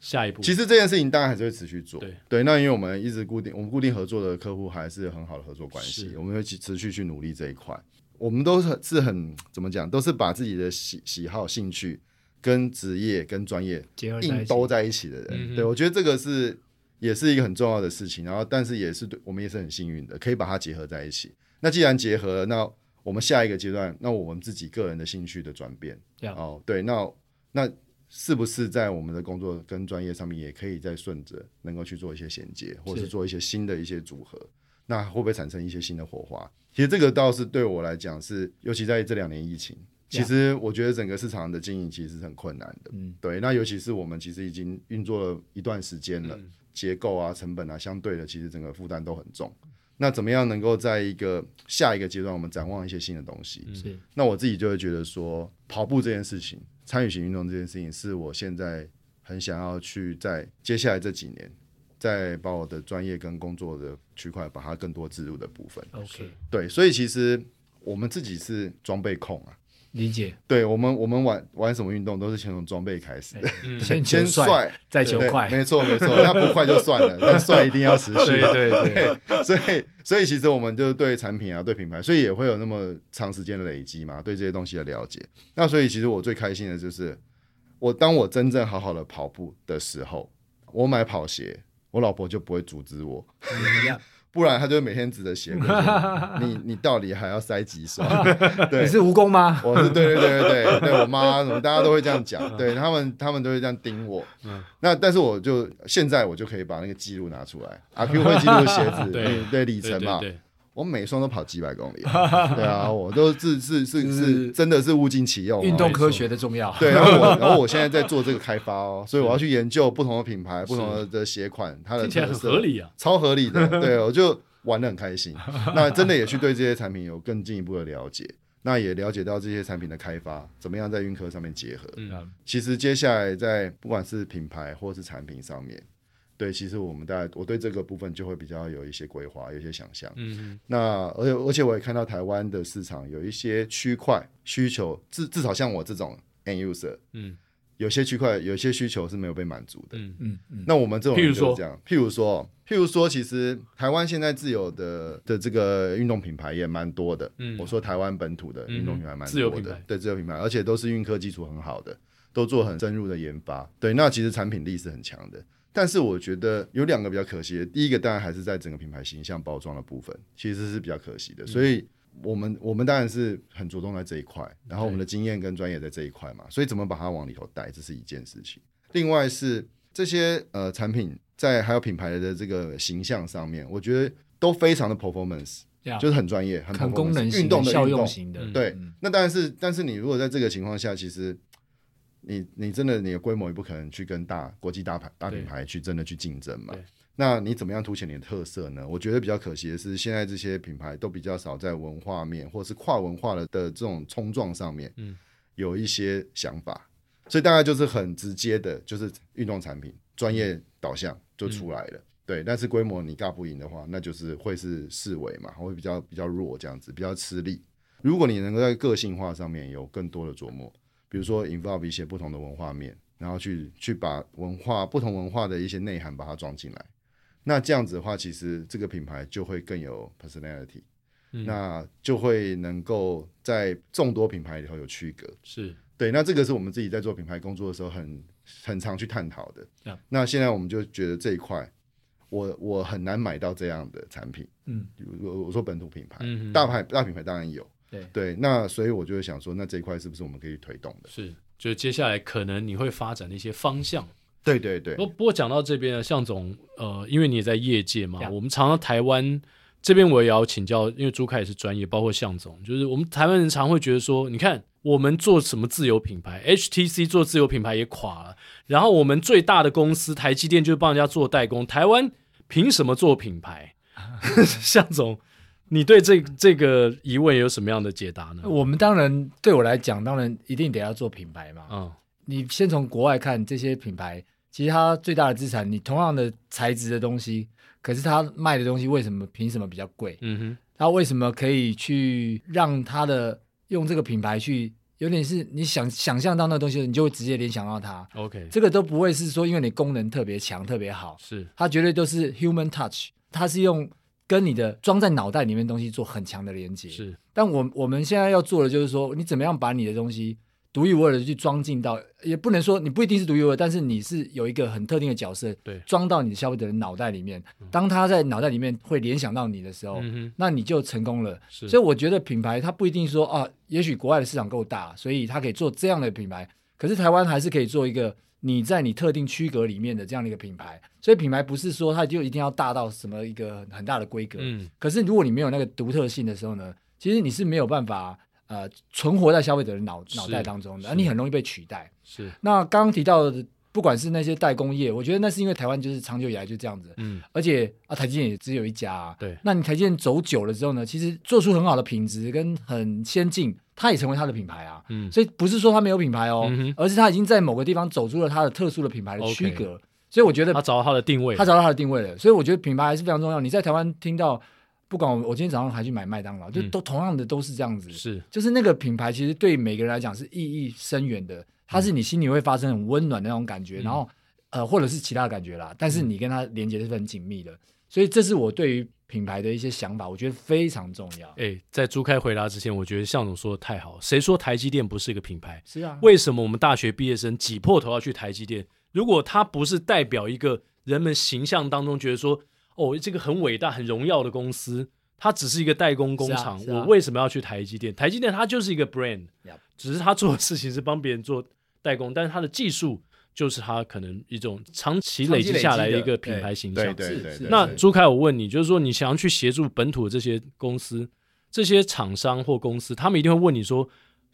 [SPEAKER 1] 下一步，
[SPEAKER 3] 其
[SPEAKER 1] 实
[SPEAKER 3] 实这件事情当然还是会持续做。
[SPEAKER 1] 对
[SPEAKER 3] 那因为我们一直固定，我们固定合作的客户还是有很好的合作关系，
[SPEAKER 1] 是
[SPEAKER 3] 我们会持持续去努力这一块。我们都是是很怎么讲，都是把自己的喜喜好、兴趣跟职业跟专业
[SPEAKER 2] 结合在
[SPEAKER 3] 硬
[SPEAKER 2] 一起
[SPEAKER 3] 兜在一起的人。
[SPEAKER 1] 嗯哼
[SPEAKER 3] 对我觉得这个是也是一个很重要的事情，然后但是也是对我们也是很幸运的，可以把它结合在一起。那既然结合了，那我们下一个阶段，那我们自己个人的兴趣的转变，
[SPEAKER 2] Yeah.
[SPEAKER 3] 哦，对，那那是不是在我们的工作跟专业上面也可以再顺着能够去做一些衔接，或者是
[SPEAKER 2] 是
[SPEAKER 3] 做一些新的一些组合？那会不会产生一些新的火花？其实这个倒是对我来讲是，尤其在这两年疫情，其
[SPEAKER 2] Yeah.
[SPEAKER 3] 实我觉得整个市场的经营其实是很困难的。
[SPEAKER 2] 嗯，
[SPEAKER 3] 对，那尤其是我们其实已经运作了一段时间了，
[SPEAKER 2] 嗯
[SPEAKER 3] 结构啊、成本啊，相对的其实整个负担都很重。那怎么样能够在一个下一个阶段，我们展望一些新的东西？
[SPEAKER 2] 是
[SPEAKER 3] 那我自己就会觉得说，跑步这件事情，参与型运动这件事情，是我现在很想要去在接下来这几年，再把我的专业跟工作的区块，把它更多置入的部分。
[SPEAKER 2] OK，
[SPEAKER 3] 对，所以其实我们自己是装备控啊，
[SPEAKER 2] 理解，
[SPEAKER 3] 对我们，我们玩玩什么运动都是先从装备开始，
[SPEAKER 1] 嗯
[SPEAKER 2] 先求
[SPEAKER 3] 先
[SPEAKER 2] 帅，再求
[SPEAKER 3] 对
[SPEAKER 2] 快，
[SPEAKER 3] 没错没错，那不快就算了，但帅一定要持续。
[SPEAKER 1] 对
[SPEAKER 2] 啊
[SPEAKER 1] 对对，
[SPEAKER 3] 所以，所以其实我们就是对产品啊，对品牌，所以也会有那么长时间的累积嘛，对这些东西的了解。那所以，其实我最开心的就是，我当我真正好好的跑步的时候，我买跑鞋，我老婆就不会阻止我，
[SPEAKER 2] 一样。
[SPEAKER 3] 不然她就会每天指着鞋跟我说你你到底还要塞几双？对
[SPEAKER 2] 你，是蜈蚣吗？
[SPEAKER 3] 我是对对对对 对，对我妈什么大家都会这样讲，对他们他们都会这样盯我。
[SPEAKER 1] 嗯
[SPEAKER 3] 那但是我就现在我就可以把那个记录拿出来，阿 Q 会记录鞋 子，
[SPEAKER 1] 对
[SPEAKER 3] 对对里程嘛
[SPEAKER 1] 对，对
[SPEAKER 3] 我每双都跑几 百公里，对啊，我都是是是
[SPEAKER 2] 就是
[SPEAKER 3] 是真的是物尽其用、哦，
[SPEAKER 2] 运动科学的重要。
[SPEAKER 3] 对，然后 我，然后我现在在做这个开发哦，所以我要去研究不同的品牌、不同的鞋款，它的
[SPEAKER 1] 听起来
[SPEAKER 3] 特
[SPEAKER 1] 很
[SPEAKER 3] 色
[SPEAKER 1] 合理啊，
[SPEAKER 3] 超合理的。对，我就玩的很开心。那真的也去对这些产品有更进一步的了解，那也了解到这些产品的开发怎么样在运科上面结合。
[SPEAKER 1] 嗯，
[SPEAKER 3] 其实接下来在不管是品牌或是产品上面，对，其实我们大概我对这个部分就会比较有一些规划，有一些想象。
[SPEAKER 1] 嗯
[SPEAKER 3] 那而且而且我也看到台湾的市场有一些区块需求，至至少像我这种 end user，
[SPEAKER 1] 嗯
[SPEAKER 3] 有些区块有些需求是没有被满足的。
[SPEAKER 1] 嗯
[SPEAKER 2] 嗯嗯，
[SPEAKER 3] 那我们这种人
[SPEAKER 1] 譬如
[SPEAKER 3] 就是
[SPEAKER 1] 说
[SPEAKER 3] 这样，譬如说，譬如说，其实台湾现在自有的的这个运动品牌也蛮多的。
[SPEAKER 1] 嗯
[SPEAKER 3] 我说台湾本土的运动品牌蛮
[SPEAKER 1] 自有
[SPEAKER 3] 多
[SPEAKER 1] 品
[SPEAKER 3] 的，
[SPEAKER 1] 牌
[SPEAKER 3] 对自有品牌，而且都是运科基础很好的，都做很深入的研发。对，那其实产品力是很强的。但是我觉得有两个比较可惜的，第一个当然还是在整个品牌形象包装的部分，其实是比较可惜的。所以我们我们当然是很着重在这一块，然后我们的经验跟专业在这一块嘛，所以怎么把它往里头带，这是一件事情。另外是这些呃产品在还有品牌的这个形象上面，我觉得都非常的 performance，、
[SPEAKER 2] 这样
[SPEAKER 3] 就是很专业，很
[SPEAKER 2] 啊很功
[SPEAKER 3] performance，
[SPEAKER 2] 能型的、
[SPEAKER 3] 运动的
[SPEAKER 2] 效
[SPEAKER 3] 运
[SPEAKER 2] 用
[SPEAKER 3] 动
[SPEAKER 2] 型的，
[SPEAKER 1] 嗯
[SPEAKER 3] 对，
[SPEAKER 2] 嗯
[SPEAKER 3] 那当然是，但是你如果在这个情况下，其实你你真的你的规模也不可能去跟大国际大牌大
[SPEAKER 1] 对
[SPEAKER 3] 品牌去真的去竞争嘛
[SPEAKER 1] 对。
[SPEAKER 3] 那你怎么样凸显你的特色呢？我觉得比较可惜的是，现在这些品牌都比较少在文化面或是跨文化的的这种冲撞上面，
[SPEAKER 1] 嗯，
[SPEAKER 3] 有一些想法，所以大概就是很直接的，就是运动产品专业导向就出来
[SPEAKER 1] 嗯
[SPEAKER 3] 了。对，但是规模你尬不赢的话，那就是会是四维嘛，会比较比较弱这样子，比较吃力。如果你能够在个性化上面有更多的琢磨，比如说 involve 一些不同的文化面，然后去去把文化不同文化的一些内涵把它装进来，那这样子的话，其实这个品牌就会更有 personality，、
[SPEAKER 1] 嗯
[SPEAKER 3] 那就会能够在众多品牌里头有区隔。
[SPEAKER 1] 是
[SPEAKER 3] 对，那这个是我们自己在做品牌工作的时候很很常去探讨的。
[SPEAKER 1] Yeah.
[SPEAKER 3] 那现在我们就觉得这一块，我我很难买到这样的产品。
[SPEAKER 2] 嗯，
[SPEAKER 3] 我我说本土品牌，
[SPEAKER 1] 嗯哼
[SPEAKER 3] 大牌大品牌当然有。
[SPEAKER 2] 对
[SPEAKER 3] 那所以我就会想说，那这一块是不是我们可以推动的？
[SPEAKER 1] 是，就是接下来可能你会发展的一些方向。
[SPEAKER 3] 对对对
[SPEAKER 1] 不不过讲到这边呢，向总，呃，因为你也在业界嘛
[SPEAKER 2] Yeah
[SPEAKER 1] 我们常常台湾这边我也要请教，因为朱凯也是专业，包括向总，就是我们台湾人常会觉得说，你看我们做什么自有品牌，HTC 做自有品牌也垮了，然后我们最大的公司台积电就帮人家做代工，台湾凭什么做品牌？ 向总，你对这这个疑问有什么样的解答呢？
[SPEAKER 2] 我们当然对我来讲，当然一定得要做品牌嘛。
[SPEAKER 1] 嗯
[SPEAKER 2] 你先从国外看这些品牌，其实它最大的资产，你同样的材质的东西，可是它卖的东西为什么凭什么比较贵？
[SPEAKER 1] 嗯哼，
[SPEAKER 2] 它为什么可以去让它的用这个品牌去，有点是你想想象到那个东西，你就会直接联想到它。
[SPEAKER 1] OK，
[SPEAKER 2] 这个都不会是说因为你功能特别强、特别好，
[SPEAKER 1] 是
[SPEAKER 2] 它绝对都是 human touch，它是用跟你的装在脑袋里面的东西做很强的连接。
[SPEAKER 1] 是，
[SPEAKER 2] 但我我们现在要做的就是说，你怎么样把你的东西独一无二的去装进到，也不能说你不一定是独一无二，但是你是有一个很特定的角色，
[SPEAKER 1] 对
[SPEAKER 2] 装到你的消费者的脑袋里面。当他在脑袋里面会联想到你的时候，
[SPEAKER 1] 嗯哼，
[SPEAKER 2] 那你就成功了。
[SPEAKER 1] 是，
[SPEAKER 2] 哦所以我觉得品牌它不一定说啊，也许国外的市场够大，所以它可以做这样的品牌，可是台湾还是可以做一个你在你特定区隔里面的这样的一个品牌。所以品牌不是说它就一定要大到什么一个很大的规格，
[SPEAKER 1] 嗯
[SPEAKER 2] 可是如果你没有那个独特性的时候呢，其实你是没有办法呃存活在消费者的脑
[SPEAKER 1] 是
[SPEAKER 2] 脑袋当中的，
[SPEAKER 1] 是
[SPEAKER 2] 而你很容易被取代。
[SPEAKER 1] 是，
[SPEAKER 2] 那刚刚提到的，不管是那些代工业，我觉得那是因为台湾就是长久以来就这样子，
[SPEAKER 1] 嗯
[SPEAKER 2] 而且啊，台积电也只有一家、啊。
[SPEAKER 1] 对
[SPEAKER 2] 那你台积电走久了之后呢，其实做出很好的品质跟很先进，它也成为它的品牌啊。
[SPEAKER 1] 嗯，
[SPEAKER 2] 所以不是说它没有品牌哦，
[SPEAKER 1] 嗯哼
[SPEAKER 2] 而是它已经在某个地方走出了它的特殊的品牌的区
[SPEAKER 1] OK
[SPEAKER 2] 隔。所以我觉得
[SPEAKER 1] 他找到他的定位，
[SPEAKER 2] 他找到他的定位了，所以我觉得品牌还是非常重要。你在台湾听到不管我我今天早上还去买麦当劳，就
[SPEAKER 1] 嗯
[SPEAKER 2] 都同样的都是这样子，
[SPEAKER 1] 是
[SPEAKER 2] 就是那个品牌其实对每个人来讲是意义深远的，它是你心里会发生很温暖的那种感觉，
[SPEAKER 1] 嗯
[SPEAKER 2] 然后呃或者是其他的感觉啦，但是你跟它连接是很紧密的，所以这是我对于品牌的一些想法，我觉得非常重要。
[SPEAKER 1] 哎、在朱开回答之前，我觉得向总说的太好。谁说台积电不是一个品牌？
[SPEAKER 2] 是啊，
[SPEAKER 1] 为什么我们大学毕业生挤破头要去台积电？如果它不是代表一个人们形象当中觉得说，哦，这个很伟大、很荣耀的公司，它只是一个代工工厂，
[SPEAKER 2] 是啊是啊
[SPEAKER 1] 我为什么要去台积电？台积电它就是一个 brand，、
[SPEAKER 2] Yep
[SPEAKER 1] 只是它做的事情是帮别人做代工，但是它的技术就是它可能一种长期累积下来的一个品牌形象。
[SPEAKER 3] 对对
[SPEAKER 2] 是
[SPEAKER 3] 对
[SPEAKER 2] 是
[SPEAKER 3] 对，
[SPEAKER 1] 那
[SPEAKER 3] 对
[SPEAKER 1] 朱凯，我问你，就是说你想要去协助本土的这些公司、这些厂商或公司，他们一定会问你说：“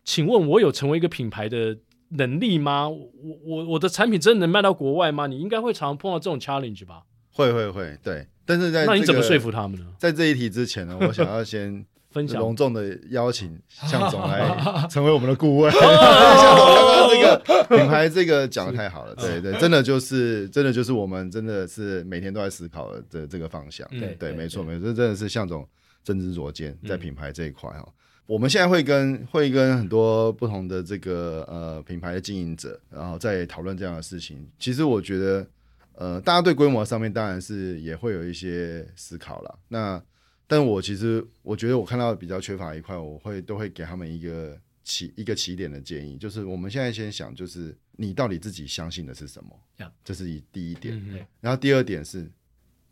[SPEAKER 1] 请问我有成为一个品牌的能力吗？我我我的产品真的能卖到国外吗？”你应该会常常碰到这种 challenge 吧？
[SPEAKER 3] 会会会对，但是在
[SPEAKER 1] 那你
[SPEAKER 3] 这
[SPEAKER 1] 怎么
[SPEAKER 3] 个
[SPEAKER 1] 说服他们呢？
[SPEAKER 3] 在这一题之前呢，我想要先
[SPEAKER 1] 分享
[SPEAKER 3] 隆重的邀请向总 来成为我们的顾问。向总
[SPEAKER 1] 哦
[SPEAKER 3] 刚刚这 个品牌这个讲的太好了，对对，真的就是真的就是我们真的是每天都在思考的这这个方向。
[SPEAKER 1] 嗯
[SPEAKER 2] 对
[SPEAKER 3] 对，没错，
[SPEAKER 2] 对
[SPEAKER 3] 没错，这真的是向总真知灼见在
[SPEAKER 1] 嗯
[SPEAKER 3] 品牌这一块哈、我们现在会跟会跟很多不同的这个呃品牌的经营者，然后在讨论这样的事情。其实我觉得，呃，大家对规模上面当然是也会有一些思考啦。那但我其实我觉得我看到比较缺乏一块，我会都会给他们一个起一个起点的建议，就是我们现在先想，就是你到底自己相信的是什么
[SPEAKER 2] Yeah
[SPEAKER 3] 这是一第一点。
[SPEAKER 1] 嗯嗯
[SPEAKER 3] 然后第二点是，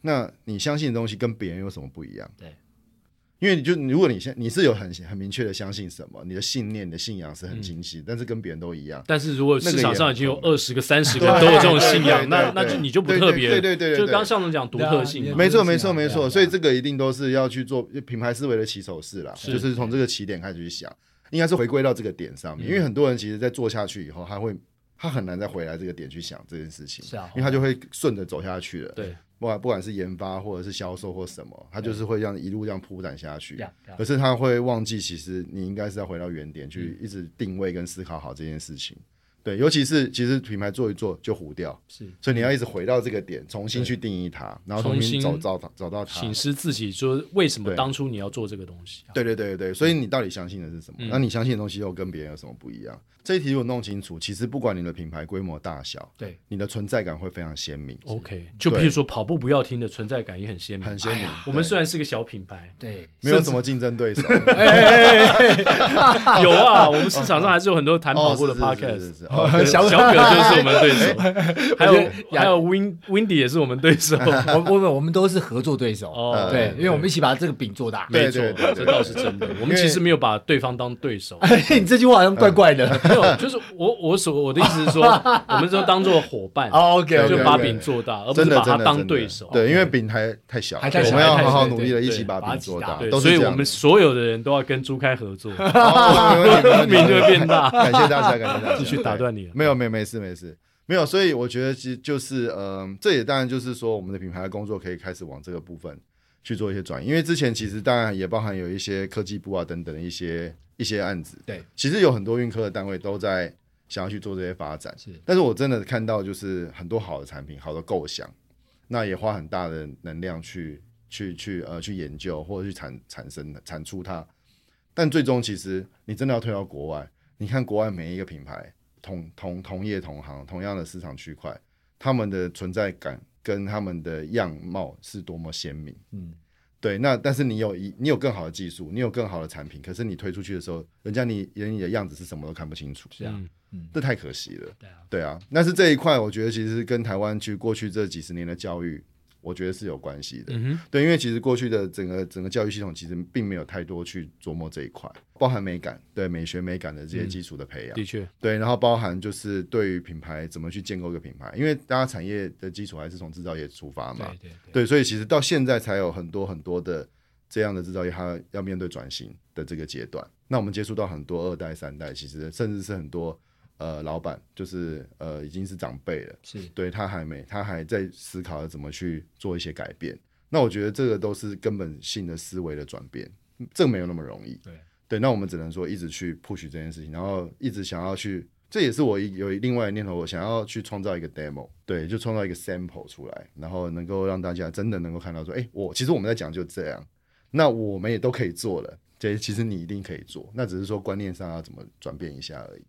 [SPEAKER 3] 那你相信的东西跟别人有什么不一样？
[SPEAKER 2] 对，
[SPEAKER 3] 因为你就如果你现你是有很很明确的相信什么，你的信念、你的信仰是很清
[SPEAKER 2] 嗯
[SPEAKER 3] 晰，但是跟别人都一样。
[SPEAKER 1] 但是如果市场上已经有
[SPEAKER 3] 那个
[SPEAKER 1] 二十个、三十个都有这种信仰，
[SPEAKER 3] 对对对
[SPEAKER 1] 那
[SPEAKER 3] 对
[SPEAKER 1] 那就
[SPEAKER 3] 对
[SPEAKER 1] 你就不
[SPEAKER 3] 对
[SPEAKER 1] 特别了。
[SPEAKER 3] 对对对对对
[SPEAKER 1] 就刚刚向总讲独特性
[SPEAKER 2] 对啊
[SPEAKER 1] 嘛。
[SPEAKER 3] 没错，
[SPEAKER 2] 没
[SPEAKER 3] 没
[SPEAKER 2] 错
[SPEAKER 3] 错，没
[SPEAKER 2] 对啊
[SPEAKER 3] 错。所以这个一定都是要去做品牌思维的起手式啦，
[SPEAKER 1] 是
[SPEAKER 3] 就是从这个起点开始去想，应该是回归到这个点上
[SPEAKER 2] 嗯
[SPEAKER 3] 面。因为很多人其实，在做下去以后，他会他很难再回来这个点去想这件事情，
[SPEAKER 2] 是啊
[SPEAKER 3] 因为他就会顺着走下去了。
[SPEAKER 1] 对，
[SPEAKER 3] 不管不管是研发或者是销售或什么，它就是会让一路这样铺展下去
[SPEAKER 2] Yeah, yeah.。
[SPEAKER 3] 可是他会忘记，其实你应该是要回到原点去，
[SPEAKER 1] 嗯
[SPEAKER 3] 一直定位跟思考好这件事情。对，尤其是其实品牌做一做就糊掉，
[SPEAKER 2] 是
[SPEAKER 3] 所以你要一直回到这个点，重新去定义它，然后重
[SPEAKER 1] 重新
[SPEAKER 3] 新找找它，找到它
[SPEAKER 1] 醒。思自己，说为什么
[SPEAKER 3] 对
[SPEAKER 1] 当初你要做这个东西？
[SPEAKER 3] 对对对对对，所以你到底相信的是
[SPEAKER 1] 嗯
[SPEAKER 3] 什么？那你相信的东西又跟别人有什么不一样？这一题如果弄清楚，其实不管你的品牌规模大小，
[SPEAKER 2] 对，，
[SPEAKER 3] 你的存在感会非常鲜明。
[SPEAKER 1] OK，就比如说跑步不要停的存在感也很鲜明，
[SPEAKER 3] 很鲜明
[SPEAKER 1] 哎呀我们虽然是个小品牌
[SPEAKER 2] 对，
[SPEAKER 3] 没有什么竞争 对手，
[SPEAKER 1] 哎有啊，我们市场上还是有很多谈跑步的
[SPEAKER 3] 哦是是是是
[SPEAKER 1] podcast。
[SPEAKER 3] 是 哦
[SPEAKER 1] 小
[SPEAKER 2] 小
[SPEAKER 1] 葛 就是我们的对手，还
[SPEAKER 2] 我觉
[SPEAKER 1] 有
[SPEAKER 2] 得
[SPEAKER 1] 还有 Win Windy 也是我们对 手。
[SPEAKER 2] 我我们我们都是合作对手，
[SPEAKER 1] 哦
[SPEAKER 2] 对，因为我们一起把这个饼做大。
[SPEAKER 1] 没
[SPEAKER 3] 对
[SPEAKER 1] 错
[SPEAKER 3] 对，对对
[SPEAKER 1] 这倒是真的。我们
[SPEAKER 3] 因为
[SPEAKER 1] 其实没有把对方当对手，
[SPEAKER 2] 哎， 你这句话好像怪怪的。
[SPEAKER 1] 没有，就是我我所我的意思是 说，我们就当做伙伴，
[SPEAKER 2] OK，
[SPEAKER 1] 就
[SPEAKER 3] 对
[SPEAKER 1] 把
[SPEAKER 3] 对
[SPEAKER 1] 饼做大，而不
[SPEAKER 3] 哦真
[SPEAKER 1] 是
[SPEAKER 3] 的
[SPEAKER 1] 把它
[SPEAKER 3] 真的
[SPEAKER 1] 当
[SPEAKER 3] 真的
[SPEAKER 1] 对手。哦
[SPEAKER 3] 对，因为饼还太小，
[SPEAKER 2] 还太小
[SPEAKER 3] 我们要
[SPEAKER 2] 还太小
[SPEAKER 3] 好好努力
[SPEAKER 2] 对
[SPEAKER 3] 的，
[SPEAKER 1] 对
[SPEAKER 3] 一起把饼做大
[SPEAKER 2] 把它
[SPEAKER 1] 对，
[SPEAKER 3] 都
[SPEAKER 1] 所
[SPEAKER 3] 是
[SPEAKER 1] 以
[SPEAKER 3] 这
[SPEAKER 1] 我
[SPEAKER 3] 样
[SPEAKER 1] 们
[SPEAKER 3] 的。
[SPEAKER 1] 所有的人都要跟朱开合 作，
[SPEAKER 3] 哦没问题没问 题
[SPEAKER 1] 饼就会变大。
[SPEAKER 3] 感谢大家，感谢大家。
[SPEAKER 1] 继续打断你
[SPEAKER 3] 对
[SPEAKER 1] 了
[SPEAKER 3] 没有，没有，没事，没事，没有。所以我觉得其实就是，嗯、这也当然就是说，我们的品牌的工作可以开始往这个部分去做一些转移，因为之前其实当然也包含有一些科技部啊等等的一些一些案子，
[SPEAKER 2] 对，
[SPEAKER 3] 其实有很多运科的单位都在想要去做这些发展，
[SPEAKER 2] 是
[SPEAKER 3] 但是我真的看到就是很多好的产品、好的构想，那也花很大的能量去去去呃去研究或者去产产生产出它，但最终其实你真的要推到国外，你看国外每一个品牌同同同业同行同样的市场区块，他们的存在感跟他们的样貌是多么鲜明。
[SPEAKER 2] 嗯，
[SPEAKER 3] 对，那但是你有一你有更好的技术，你有更好的产品，可是你推出去的时候，人家你连你的样子是什么都看不清楚，
[SPEAKER 2] 是啊
[SPEAKER 1] 嗯
[SPEAKER 3] 这太可惜了。
[SPEAKER 2] 对啊，
[SPEAKER 3] 对啊，但是这一块我觉得其实跟台湾去过去这几十年的教育，我觉得是有关系的。
[SPEAKER 1] 嗯哼，
[SPEAKER 3] 对，因为其实过去的整个整个教育系统其实并没有太多去琢磨这一块，包含美感，对美学美感的这些
[SPEAKER 1] 嗯
[SPEAKER 3] 基础的培养，
[SPEAKER 1] 的确，
[SPEAKER 3] 对，然后包含就是对于品牌怎么去建构一个品牌，因为大家产业的基础还是从制造业出发嘛，
[SPEAKER 2] 对对
[SPEAKER 3] 对，所以其实到现在才有很多很多的这样的制造业，它要面对转型的这个阶段。那我们接触到很多二代、三代，其实甚至是很多呃老板，就是呃已经是长辈了，
[SPEAKER 2] 是
[SPEAKER 3] 对他还没，他还在思考怎么去做一些改变。那我觉得这个都是根本性的思维的转变，这个没有那么容易。
[SPEAKER 2] 对
[SPEAKER 3] 对，那我们只能说一直去 push 这件事情，然后一直想要去，这也是我一有一另外的念头，我想要去创造一个 demo，对，就创造一个 sample 出来，然后能够让大家真的能够看到说，哎，我其实我们在讲就这样，那我们也都可以做了。这其实你一定可以做，那只是说观念上要怎么转变一下而已。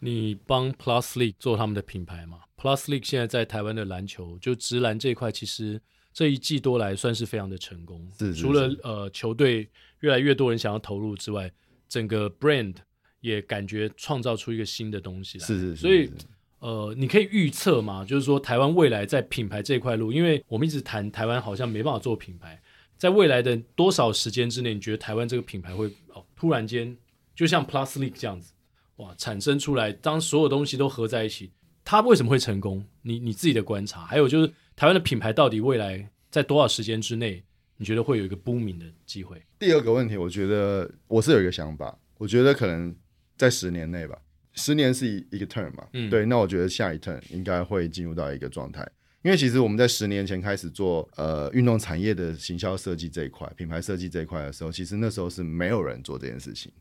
[SPEAKER 1] 你帮 Plus League 做他们的品牌嘛？Plus League 现在在台湾的篮球，就直篮这一块，其实这一季多来算是非常的成功。
[SPEAKER 3] 是是
[SPEAKER 1] 除了呃球队越来越多人想要投入之外，整个 brand 也感觉创造出一个新的东西来。
[SPEAKER 3] 是是是，
[SPEAKER 1] 所以
[SPEAKER 3] 是
[SPEAKER 1] 呃，你可以预测嘛？就是说，台湾未来在品牌这一块路，因为我们一直谈台湾好像没办法做品牌，在未来的多少时间之内，你觉得台湾这个品牌会哦突然间就像 Plus League 这样子哇产生出来？当所有东西都合在一起，它为什么会成功？你你自己的观察，还有就是台湾的品牌到底未来在多少时间之内，你觉得会有一个 booming 的机会？
[SPEAKER 3] 第二个问题，我觉得我是有一个想法，我觉得可能在十年内吧，十年是一一个 turn 嘛，
[SPEAKER 1] 嗯
[SPEAKER 3] 对，那我觉得下一 turn 应该会进入到一个状态，因为其实我们在十年前开始做呃运动产业的行销设计这一块、品牌设计这一块的时候，其实那时候是没有人做这件事情。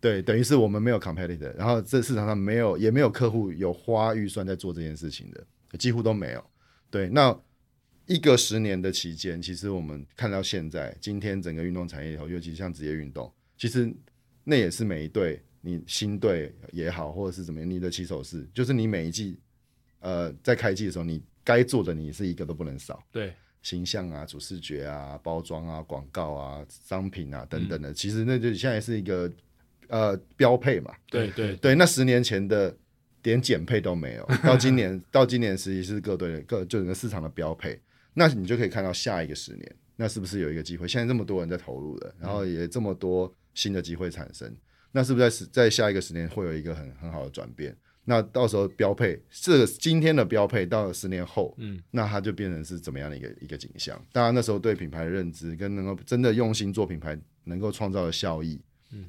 [SPEAKER 3] 对，等于是我们没有 competitor，然后这市场上没有也没有客户有花预算在做这件事情的，几乎都没有。对，那一个十年的期间，其实我们看到现在，今天整个运动产业里头，尤其像职业运动，其实那也是每一队，你新队也好，或者是怎么样，你的起手式，就是你每一季，呃，在开季的时候，你该做的你是一个都不能少。
[SPEAKER 1] 对，
[SPEAKER 3] 形象啊、主视觉啊、包装啊、广告啊、商品啊等等的，其实那就现在是一个呃标配嘛。
[SPEAKER 1] 对对
[SPEAKER 3] 对，那十年前的连减配都没有，到今年到今年实际是各队的各就整个市场的标配，那你就可以看到下一个十年，那是不是有一个机会？现在这么多人在投入了，然后也这么多新的机会产生，那是不是在十在下一个十年会有一个很很好的转变？那到时候标配，这个今天的标配到了十年后，
[SPEAKER 1] 嗯，
[SPEAKER 3] 那它就变成是怎么样的一个一个景象？大家那时候对品牌的认知跟能够真的用心做品牌，能够创造的效益，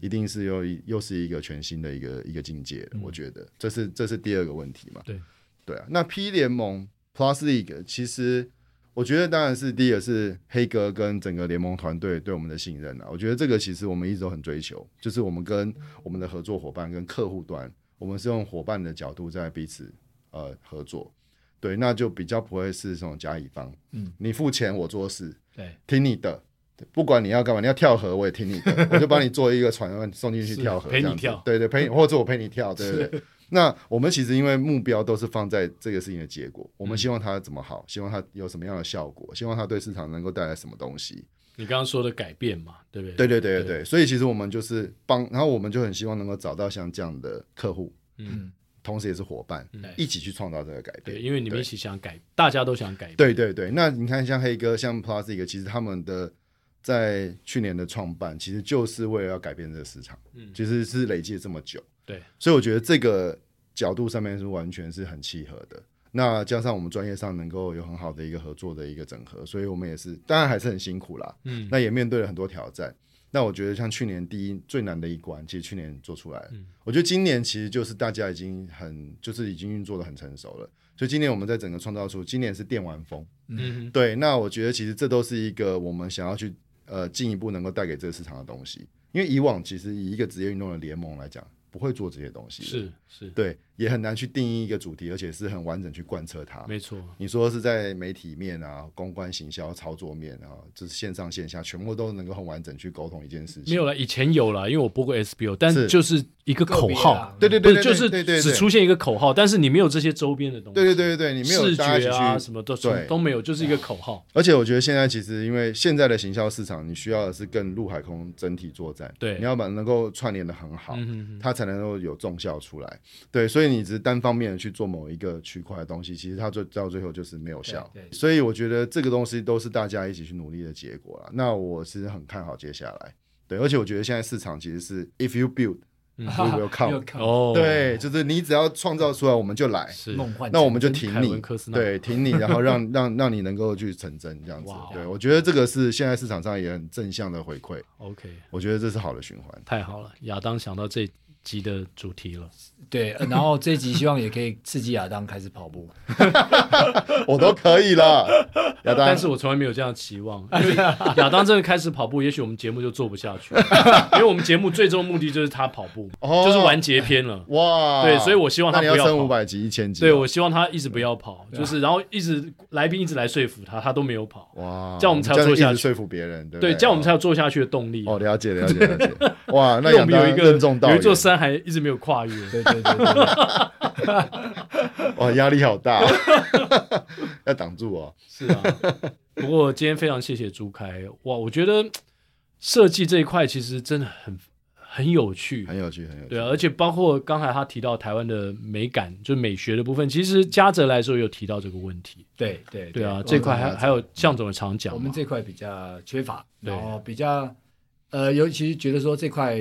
[SPEAKER 3] 一定是又一又是一个全新的一个一个境界了。我觉得这是这是第二个问题嘛。
[SPEAKER 1] 对
[SPEAKER 3] 对啊，那 P 联盟 Plus League 其实我觉得当然是第一个是黑哥跟整个联盟团队对我们的信任啊，我觉得这个其实我们一直都很追求，就是我们跟我们的合作伙伴跟客户端，我们是用伙伴的角度在彼此呃合作。对，那就比较不会是这种甲乙方，
[SPEAKER 2] 嗯，
[SPEAKER 3] 你付钱我做事，
[SPEAKER 1] 对，
[SPEAKER 3] 听你的，不管你要干嘛，你要跳河我也听你 的，我就帮你做一个船送进
[SPEAKER 1] 是
[SPEAKER 3] 去跳河，
[SPEAKER 1] 陪你
[SPEAKER 3] 这样子
[SPEAKER 1] 跳
[SPEAKER 3] 对对， 陪你，或者我陪你跳，对对对。那我们其实因为目标都是放在这个事情的结果，
[SPEAKER 1] 嗯
[SPEAKER 3] 我们希望它怎么好，希望它有什么样的效果，希望它对市场能够带来什么东西。
[SPEAKER 1] 你刚刚说的改变嘛，对不对？
[SPEAKER 3] 对对对对对，所以其实我们就是帮，然后我们就很希望能够找到像这样的客户，
[SPEAKER 1] 嗯，
[SPEAKER 3] 同时也是伙伴，
[SPEAKER 1] 对
[SPEAKER 3] 一起去创造这个改变。
[SPEAKER 1] 嗯对，因为你们一起想改，大家都想改变。
[SPEAKER 3] 对对对，那你看像黑哥、像 Plastic，其实他们的在去年的创办，其实就是为了要改变这个市场，
[SPEAKER 1] 嗯
[SPEAKER 3] 其实是累积了这么久，
[SPEAKER 1] 对，
[SPEAKER 3] 所以我觉得这个角度上面是完全是很契合的。那加上我们专业上能够有很好的一个合作的一个整合，所以我们也是当然还是很辛苦啦，
[SPEAKER 1] 嗯，
[SPEAKER 3] 那也面对了很多挑战。那我觉得像去年第一最难的一关，其实去年做出来了。
[SPEAKER 1] 嗯
[SPEAKER 3] 我觉得今年其实就是大家已经很就是已经运作的很成熟了，所以今年我们在整个创造出，今年是电玩风。
[SPEAKER 1] 嗯
[SPEAKER 3] 对，那我觉得其实这都是一个我们想要去呃进一步能够带给这个市场的东西，因为以往其实以一个职业运动的联盟来讲，不会做这些东西
[SPEAKER 1] 哼，
[SPEAKER 3] 的，
[SPEAKER 1] 是是，
[SPEAKER 3] 对，也很难去定义一个主题，而且是很完整去贯彻它。
[SPEAKER 1] 没错，
[SPEAKER 3] 你说是在媒体面啊、公关行销操作面啊，就是线上线下，全部都能够很完整去沟通一件事情。
[SPEAKER 1] 没有了，以前有了，因为我播过 SBO，但
[SPEAKER 3] 是啊
[SPEAKER 1] 就是一个口号，
[SPEAKER 3] 对，对
[SPEAKER 1] 不
[SPEAKER 3] 对
[SPEAKER 1] 是
[SPEAKER 3] 对，
[SPEAKER 1] 就是
[SPEAKER 3] 对对
[SPEAKER 1] 只出现一个口号，但是你没有这些周边的东西，
[SPEAKER 3] 对对对对对，你没有
[SPEAKER 1] 视
[SPEAKER 3] 大家一
[SPEAKER 1] 觉啊
[SPEAKER 3] 起去
[SPEAKER 1] 什么都
[SPEAKER 3] 对啊
[SPEAKER 1] 都没有，就是一个口号。
[SPEAKER 3] 而且我觉得现在其实因为现在的行销市场，你需要的是更陆海空整体作战，
[SPEAKER 1] 对
[SPEAKER 3] 你要把能够串联的很好，
[SPEAKER 1] 嗯哼哼，
[SPEAKER 3] 它才能够有重效出来。对，所以你只是单方面的去做某一个区块的东西，其实它最到最后就是没有效
[SPEAKER 2] 对。对
[SPEAKER 3] 所以我觉得这个东西都是大家一起去努力的结果啦。那我是很看好接下来。对，而且我觉得现在市场其实是 if you build, you will
[SPEAKER 2] 嗯又
[SPEAKER 3] come。
[SPEAKER 2] 看
[SPEAKER 1] 哦，
[SPEAKER 3] 对，，就是你只要创造出来，我们就来。
[SPEAKER 1] 是
[SPEAKER 2] 梦幻成真，
[SPEAKER 3] 那我们就
[SPEAKER 1] 凯
[SPEAKER 3] 挺
[SPEAKER 1] 文
[SPEAKER 3] 你
[SPEAKER 1] 科斯，纳
[SPEAKER 3] 对，挺你，然后让 让让你能够去成真这样子
[SPEAKER 1] 哇。哦
[SPEAKER 3] 对，我觉得这个是现在市场上也很正向的回馈，
[SPEAKER 1] ，OK，
[SPEAKER 3] 我觉得这是好的循环。
[SPEAKER 1] 太好了，亚当想到这集的主题了。
[SPEAKER 2] 对，呃然后这一集希望也可以刺激亚当开始跑步。
[SPEAKER 3] 我都可以了。亚当
[SPEAKER 1] 但是我从来没有这样期望，因为亚当真的开始跑步，也许我们节目就做不下去了， 因为我们节目最终目的就是他跑步，
[SPEAKER 3] 哦
[SPEAKER 1] 就是完结篇了。
[SPEAKER 3] 哇，
[SPEAKER 1] 对所以我希望他
[SPEAKER 3] 那你要
[SPEAKER 1] 不要
[SPEAKER 3] 升
[SPEAKER 1] 跑
[SPEAKER 3] 五百级、一千哦级。
[SPEAKER 1] 对，我希望他一直不要跑，就是然后一直来宾一直来说服他，他都没有跑。
[SPEAKER 3] 哇，
[SPEAKER 1] 这样我们才有
[SPEAKER 3] 这
[SPEAKER 1] 做下
[SPEAKER 3] 一直
[SPEAKER 1] 去
[SPEAKER 3] 说服别人，对不
[SPEAKER 1] 对，
[SPEAKER 3] 对，啊
[SPEAKER 1] 这样我们才有做下去的动力。
[SPEAKER 3] 哦，了解了解了解。 哇，
[SPEAKER 1] 因
[SPEAKER 3] 那
[SPEAKER 1] 为
[SPEAKER 3] 亚
[SPEAKER 1] 我们有
[SPEAKER 3] 当
[SPEAKER 1] 一
[SPEAKER 3] 任重
[SPEAKER 1] 个
[SPEAKER 3] 道
[SPEAKER 1] 有一
[SPEAKER 3] 远，
[SPEAKER 1] 座山还一直没有跨越。
[SPEAKER 2] 对对对对对，
[SPEAKER 3] 哇，压力好大， 要挡住哦。
[SPEAKER 1] 是啊，不过今天非常谢谢朱开哇，我觉得设计这一块其实真的很很有趣，
[SPEAKER 3] 很有趣，很有趣。
[SPEAKER 1] 对啊，而且包括刚才他提到台湾的美感，就是美学的部分，其实嘉泽来说有提到这个问题，
[SPEAKER 2] 对对
[SPEAKER 1] 对啊，
[SPEAKER 2] 我
[SPEAKER 1] 这块还
[SPEAKER 3] 嘉泽
[SPEAKER 1] 还有向总也常讲嘛，
[SPEAKER 2] 我们这块比较缺乏，
[SPEAKER 1] 对
[SPEAKER 2] 然后比较呃，尤其是觉得说这块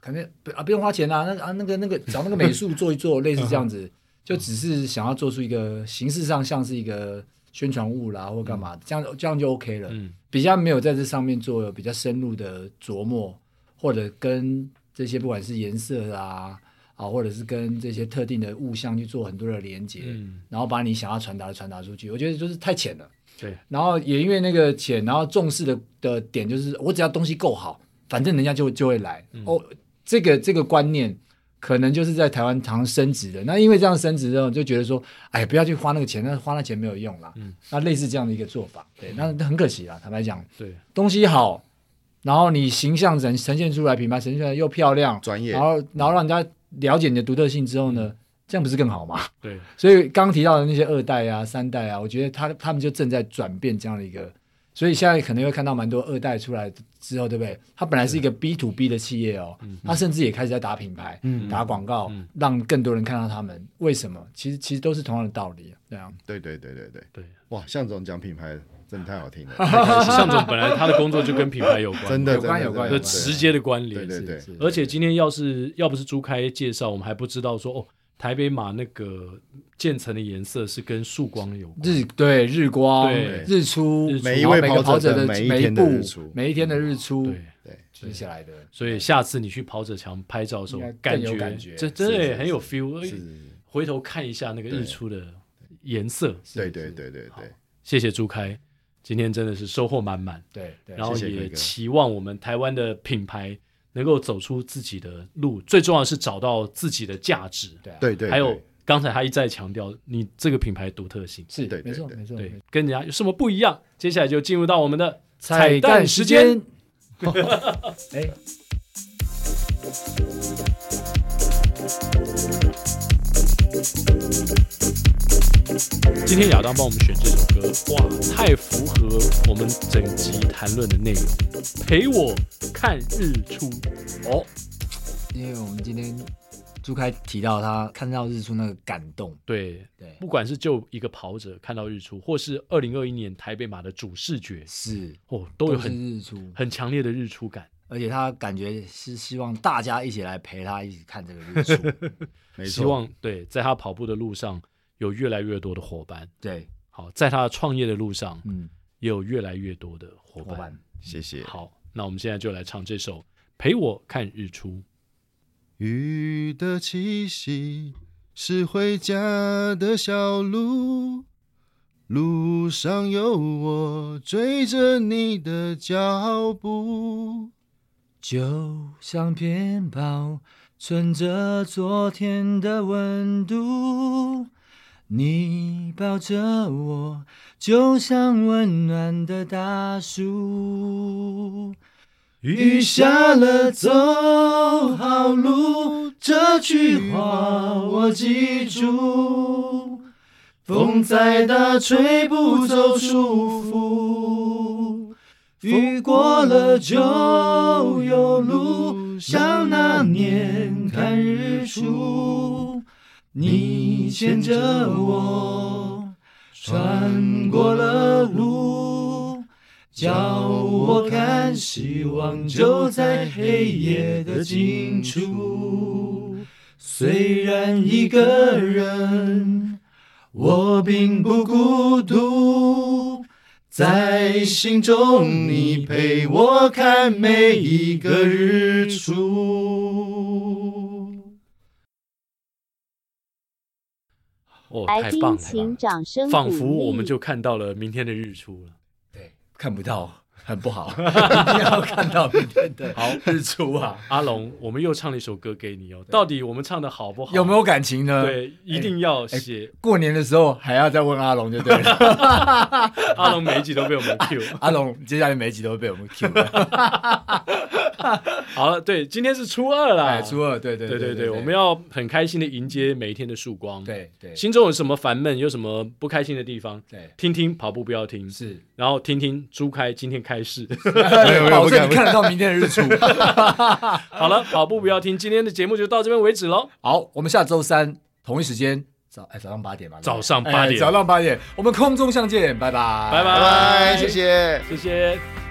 [SPEAKER 2] 可能不啊不用花钱啊，那个啊那个那个找那个美术做一做， 类似这样
[SPEAKER 1] 嗯
[SPEAKER 2] 子，就只是想要做出一个形式上像是一个宣传物啦或干嘛，这样这样就 OK 了，
[SPEAKER 1] 嗯
[SPEAKER 2] 比较没有在这上面做比较深入的琢磨，或者跟这些不管是颜色啊啊，或者是跟这些特定的物象去做很多的连接，
[SPEAKER 1] 嗯，
[SPEAKER 2] 然后把你想要传达的传达出去，我觉得就是太浅了。
[SPEAKER 1] 对，
[SPEAKER 2] 然后也因为那个钱，然后重视的的点就是，我只要东西够好，反正人家就就会来。
[SPEAKER 3] 嗯
[SPEAKER 2] 哦，这个这个观念可能就是在台湾常升值的。那因为这样升值之后，就觉得说，哎，不要去花那个钱，那花那钱没有用啦。
[SPEAKER 1] 嗯
[SPEAKER 2] 那类似这样的一个做法，对，
[SPEAKER 3] 嗯
[SPEAKER 2] 那那很可惜啦。坦白讲，
[SPEAKER 1] 对，
[SPEAKER 2] 东西好，然后你形象呈呈现出来，品牌呈现出来又漂亮，
[SPEAKER 3] 专业嗯
[SPEAKER 2] 然后然后让人家了解你的独特性之后呢，这样不是更好吗？
[SPEAKER 1] 对，
[SPEAKER 2] 所以刚提到的那些二代啊、三代啊，我觉得他他们就正在转变这样的一个，所以现在可能会看到蛮多二代出来之后，对不对？他本来是一个
[SPEAKER 3] 嗯
[SPEAKER 2] B to B 的企业哦，他甚至也开始在打品牌、打广告，
[SPEAKER 1] 嗯
[SPEAKER 2] 让更多人看到他们。为什么？其实其实都是同样的道理啊，这样。
[SPEAKER 3] 对对对对对
[SPEAKER 1] 对。
[SPEAKER 3] 哇，向总讲品牌真的太 好听了，
[SPEAKER 1] 向总本来他的工作就跟品牌有关，
[SPEAKER 3] 真的
[SPEAKER 2] 有关
[SPEAKER 3] 真的
[SPEAKER 2] 有关
[SPEAKER 3] 真
[SPEAKER 1] 有
[SPEAKER 3] 的
[SPEAKER 1] 直接的关联，
[SPEAKER 3] 对对对
[SPEAKER 2] 是
[SPEAKER 1] 而且今天要是要不是朱开介绍，我们还不知道说哦，台北马那个渐层的颜色是跟曙光有关。
[SPEAKER 2] 日对日光
[SPEAKER 1] 对、
[SPEAKER 2] 日出
[SPEAKER 1] 日，出
[SPEAKER 2] 然
[SPEAKER 3] 每一
[SPEAKER 2] 后
[SPEAKER 3] 位
[SPEAKER 2] 每个
[SPEAKER 3] 跑
[SPEAKER 2] 跑
[SPEAKER 3] 者
[SPEAKER 2] 者
[SPEAKER 3] 的
[SPEAKER 2] 的
[SPEAKER 3] 每一
[SPEAKER 2] 每一
[SPEAKER 3] 天的
[SPEAKER 2] 步
[SPEAKER 3] 日出嗯
[SPEAKER 2] 每一天的日出，
[SPEAKER 1] 对，
[SPEAKER 3] 对，
[SPEAKER 2] 记起来的。
[SPEAKER 1] 所以下次你去跑者墙拍照的时候
[SPEAKER 2] 应该，
[SPEAKER 1] 感
[SPEAKER 2] 更有
[SPEAKER 1] 觉
[SPEAKER 2] 感觉
[SPEAKER 1] 这
[SPEAKER 2] 是
[SPEAKER 1] 真的
[SPEAKER 3] 是
[SPEAKER 1] 也很有 feel
[SPEAKER 3] 是是
[SPEAKER 1] 哎。
[SPEAKER 3] 是
[SPEAKER 1] 回头看一下那个日出的颜色。
[SPEAKER 3] 对对对对对，
[SPEAKER 1] 谢谢朱开，今天真的是收获满满，
[SPEAKER 2] 对对，
[SPEAKER 1] 然后
[SPEAKER 3] 谢谢
[SPEAKER 1] 也
[SPEAKER 3] 哥哥
[SPEAKER 1] 期望我们台湾的品牌能够走出自己的路，最重要的是找到自己的价值。
[SPEAKER 2] 对啊
[SPEAKER 3] 对对，
[SPEAKER 1] 还有
[SPEAKER 3] 对
[SPEAKER 1] 刚才他一再强调你这个品牌独特性，
[SPEAKER 2] 是
[SPEAKER 3] 对对
[SPEAKER 2] 没错
[SPEAKER 3] 对
[SPEAKER 2] 没错。没
[SPEAKER 1] 对
[SPEAKER 2] 错，
[SPEAKER 1] 跟人家有什么不一样？接下来就进入到我们的
[SPEAKER 2] 彩蛋时间。 哎，
[SPEAKER 1] 今天亚当帮我们选这首歌，哇，太符合我们整集谈论的内容。陪我看日出，
[SPEAKER 2] 哦，因为我们今天朱开提到他看到日出那个感动，
[SPEAKER 1] 对，
[SPEAKER 2] 对，
[SPEAKER 1] 不管是就一个跑者看到日出，或是二零二一年台北马的主视觉，
[SPEAKER 2] 是
[SPEAKER 1] 哦，都有
[SPEAKER 2] 是
[SPEAKER 1] 很
[SPEAKER 2] 日出，
[SPEAKER 1] 很强烈的日出感。
[SPEAKER 2] 而且他感觉是希望大家一起来陪他一起看这个日 出，
[SPEAKER 3] 没
[SPEAKER 1] 希
[SPEAKER 3] 错，
[SPEAKER 1] 望对，在他跑步的路上有越来越多的伙伴，
[SPEAKER 2] 对，
[SPEAKER 1] 好，在他创业的路上
[SPEAKER 2] 嗯，
[SPEAKER 1] 也有越来越多的伙
[SPEAKER 2] 伙
[SPEAKER 1] 伴。
[SPEAKER 2] 伴，
[SPEAKER 3] 谢谢。
[SPEAKER 1] 好，那我们现在就来唱这首《陪我看日出》。
[SPEAKER 3] 雨的气息是回家的小路，路上有我追着你的脚步。
[SPEAKER 2] 就像偏跑，存着昨天的温度。你抱着我，就像温暖的大树。雨下了，走好路，这句话我记住。风再大，吹不走束缚。雨过了就有路，像那年看日出。你牵着我，穿过了路，叫我看希望就在黑夜的尽处。虽然一个人，我并不孤独。在心中，你陪我看每一个日出。
[SPEAKER 1] 哦，
[SPEAKER 4] 来
[SPEAKER 1] 太棒
[SPEAKER 4] 宾
[SPEAKER 1] 太棒
[SPEAKER 4] 请
[SPEAKER 1] 了！
[SPEAKER 4] 掌声
[SPEAKER 1] 仿
[SPEAKER 4] 鼓
[SPEAKER 1] 佛我
[SPEAKER 4] 励
[SPEAKER 1] 们就看到了明天的日出了。
[SPEAKER 2] 对，看不到，很不好，一定要看到明天的
[SPEAKER 1] 好
[SPEAKER 2] 日出啊！
[SPEAKER 1] 阿龙，我们又唱了一首歌给你哦，到底我们唱的好不好？
[SPEAKER 2] 有没有？感情呢？，
[SPEAKER 1] 对，一定要写。
[SPEAKER 2] 过年的时候还要再问阿龙就对 了。哎
[SPEAKER 1] 阿龙每一集都被我 们 cue。
[SPEAKER 2] 阿龙接下来每一集都会被我们 Q 的。
[SPEAKER 1] 好了，对，今天是初二啦，
[SPEAKER 2] 哎，初二，对对
[SPEAKER 1] 对
[SPEAKER 2] 对
[SPEAKER 1] 对对，我们要很开心的迎接每一天的曙光。，
[SPEAKER 2] 对对
[SPEAKER 1] 心中有什么烦闷，有什么不开心的地方，
[SPEAKER 2] 对
[SPEAKER 1] 听听跑步不要停，
[SPEAKER 2] 是，
[SPEAKER 1] 然后听听朱开今天开市。
[SPEAKER 3] 没有没有
[SPEAKER 2] 保
[SPEAKER 3] 不敢
[SPEAKER 2] 证你
[SPEAKER 3] 不
[SPEAKER 2] 看得到明天的日 出。
[SPEAKER 1] 好了，跑步不要停，今天的节目就到这边为止喽。
[SPEAKER 2] 好，我们下周三同一时间早哎早上八点吧，
[SPEAKER 1] 早上八点
[SPEAKER 2] 哎早上八点，我们空中相见，拜拜，
[SPEAKER 1] 拜拜
[SPEAKER 3] 拜拜，谢谢。
[SPEAKER 1] 谢谢。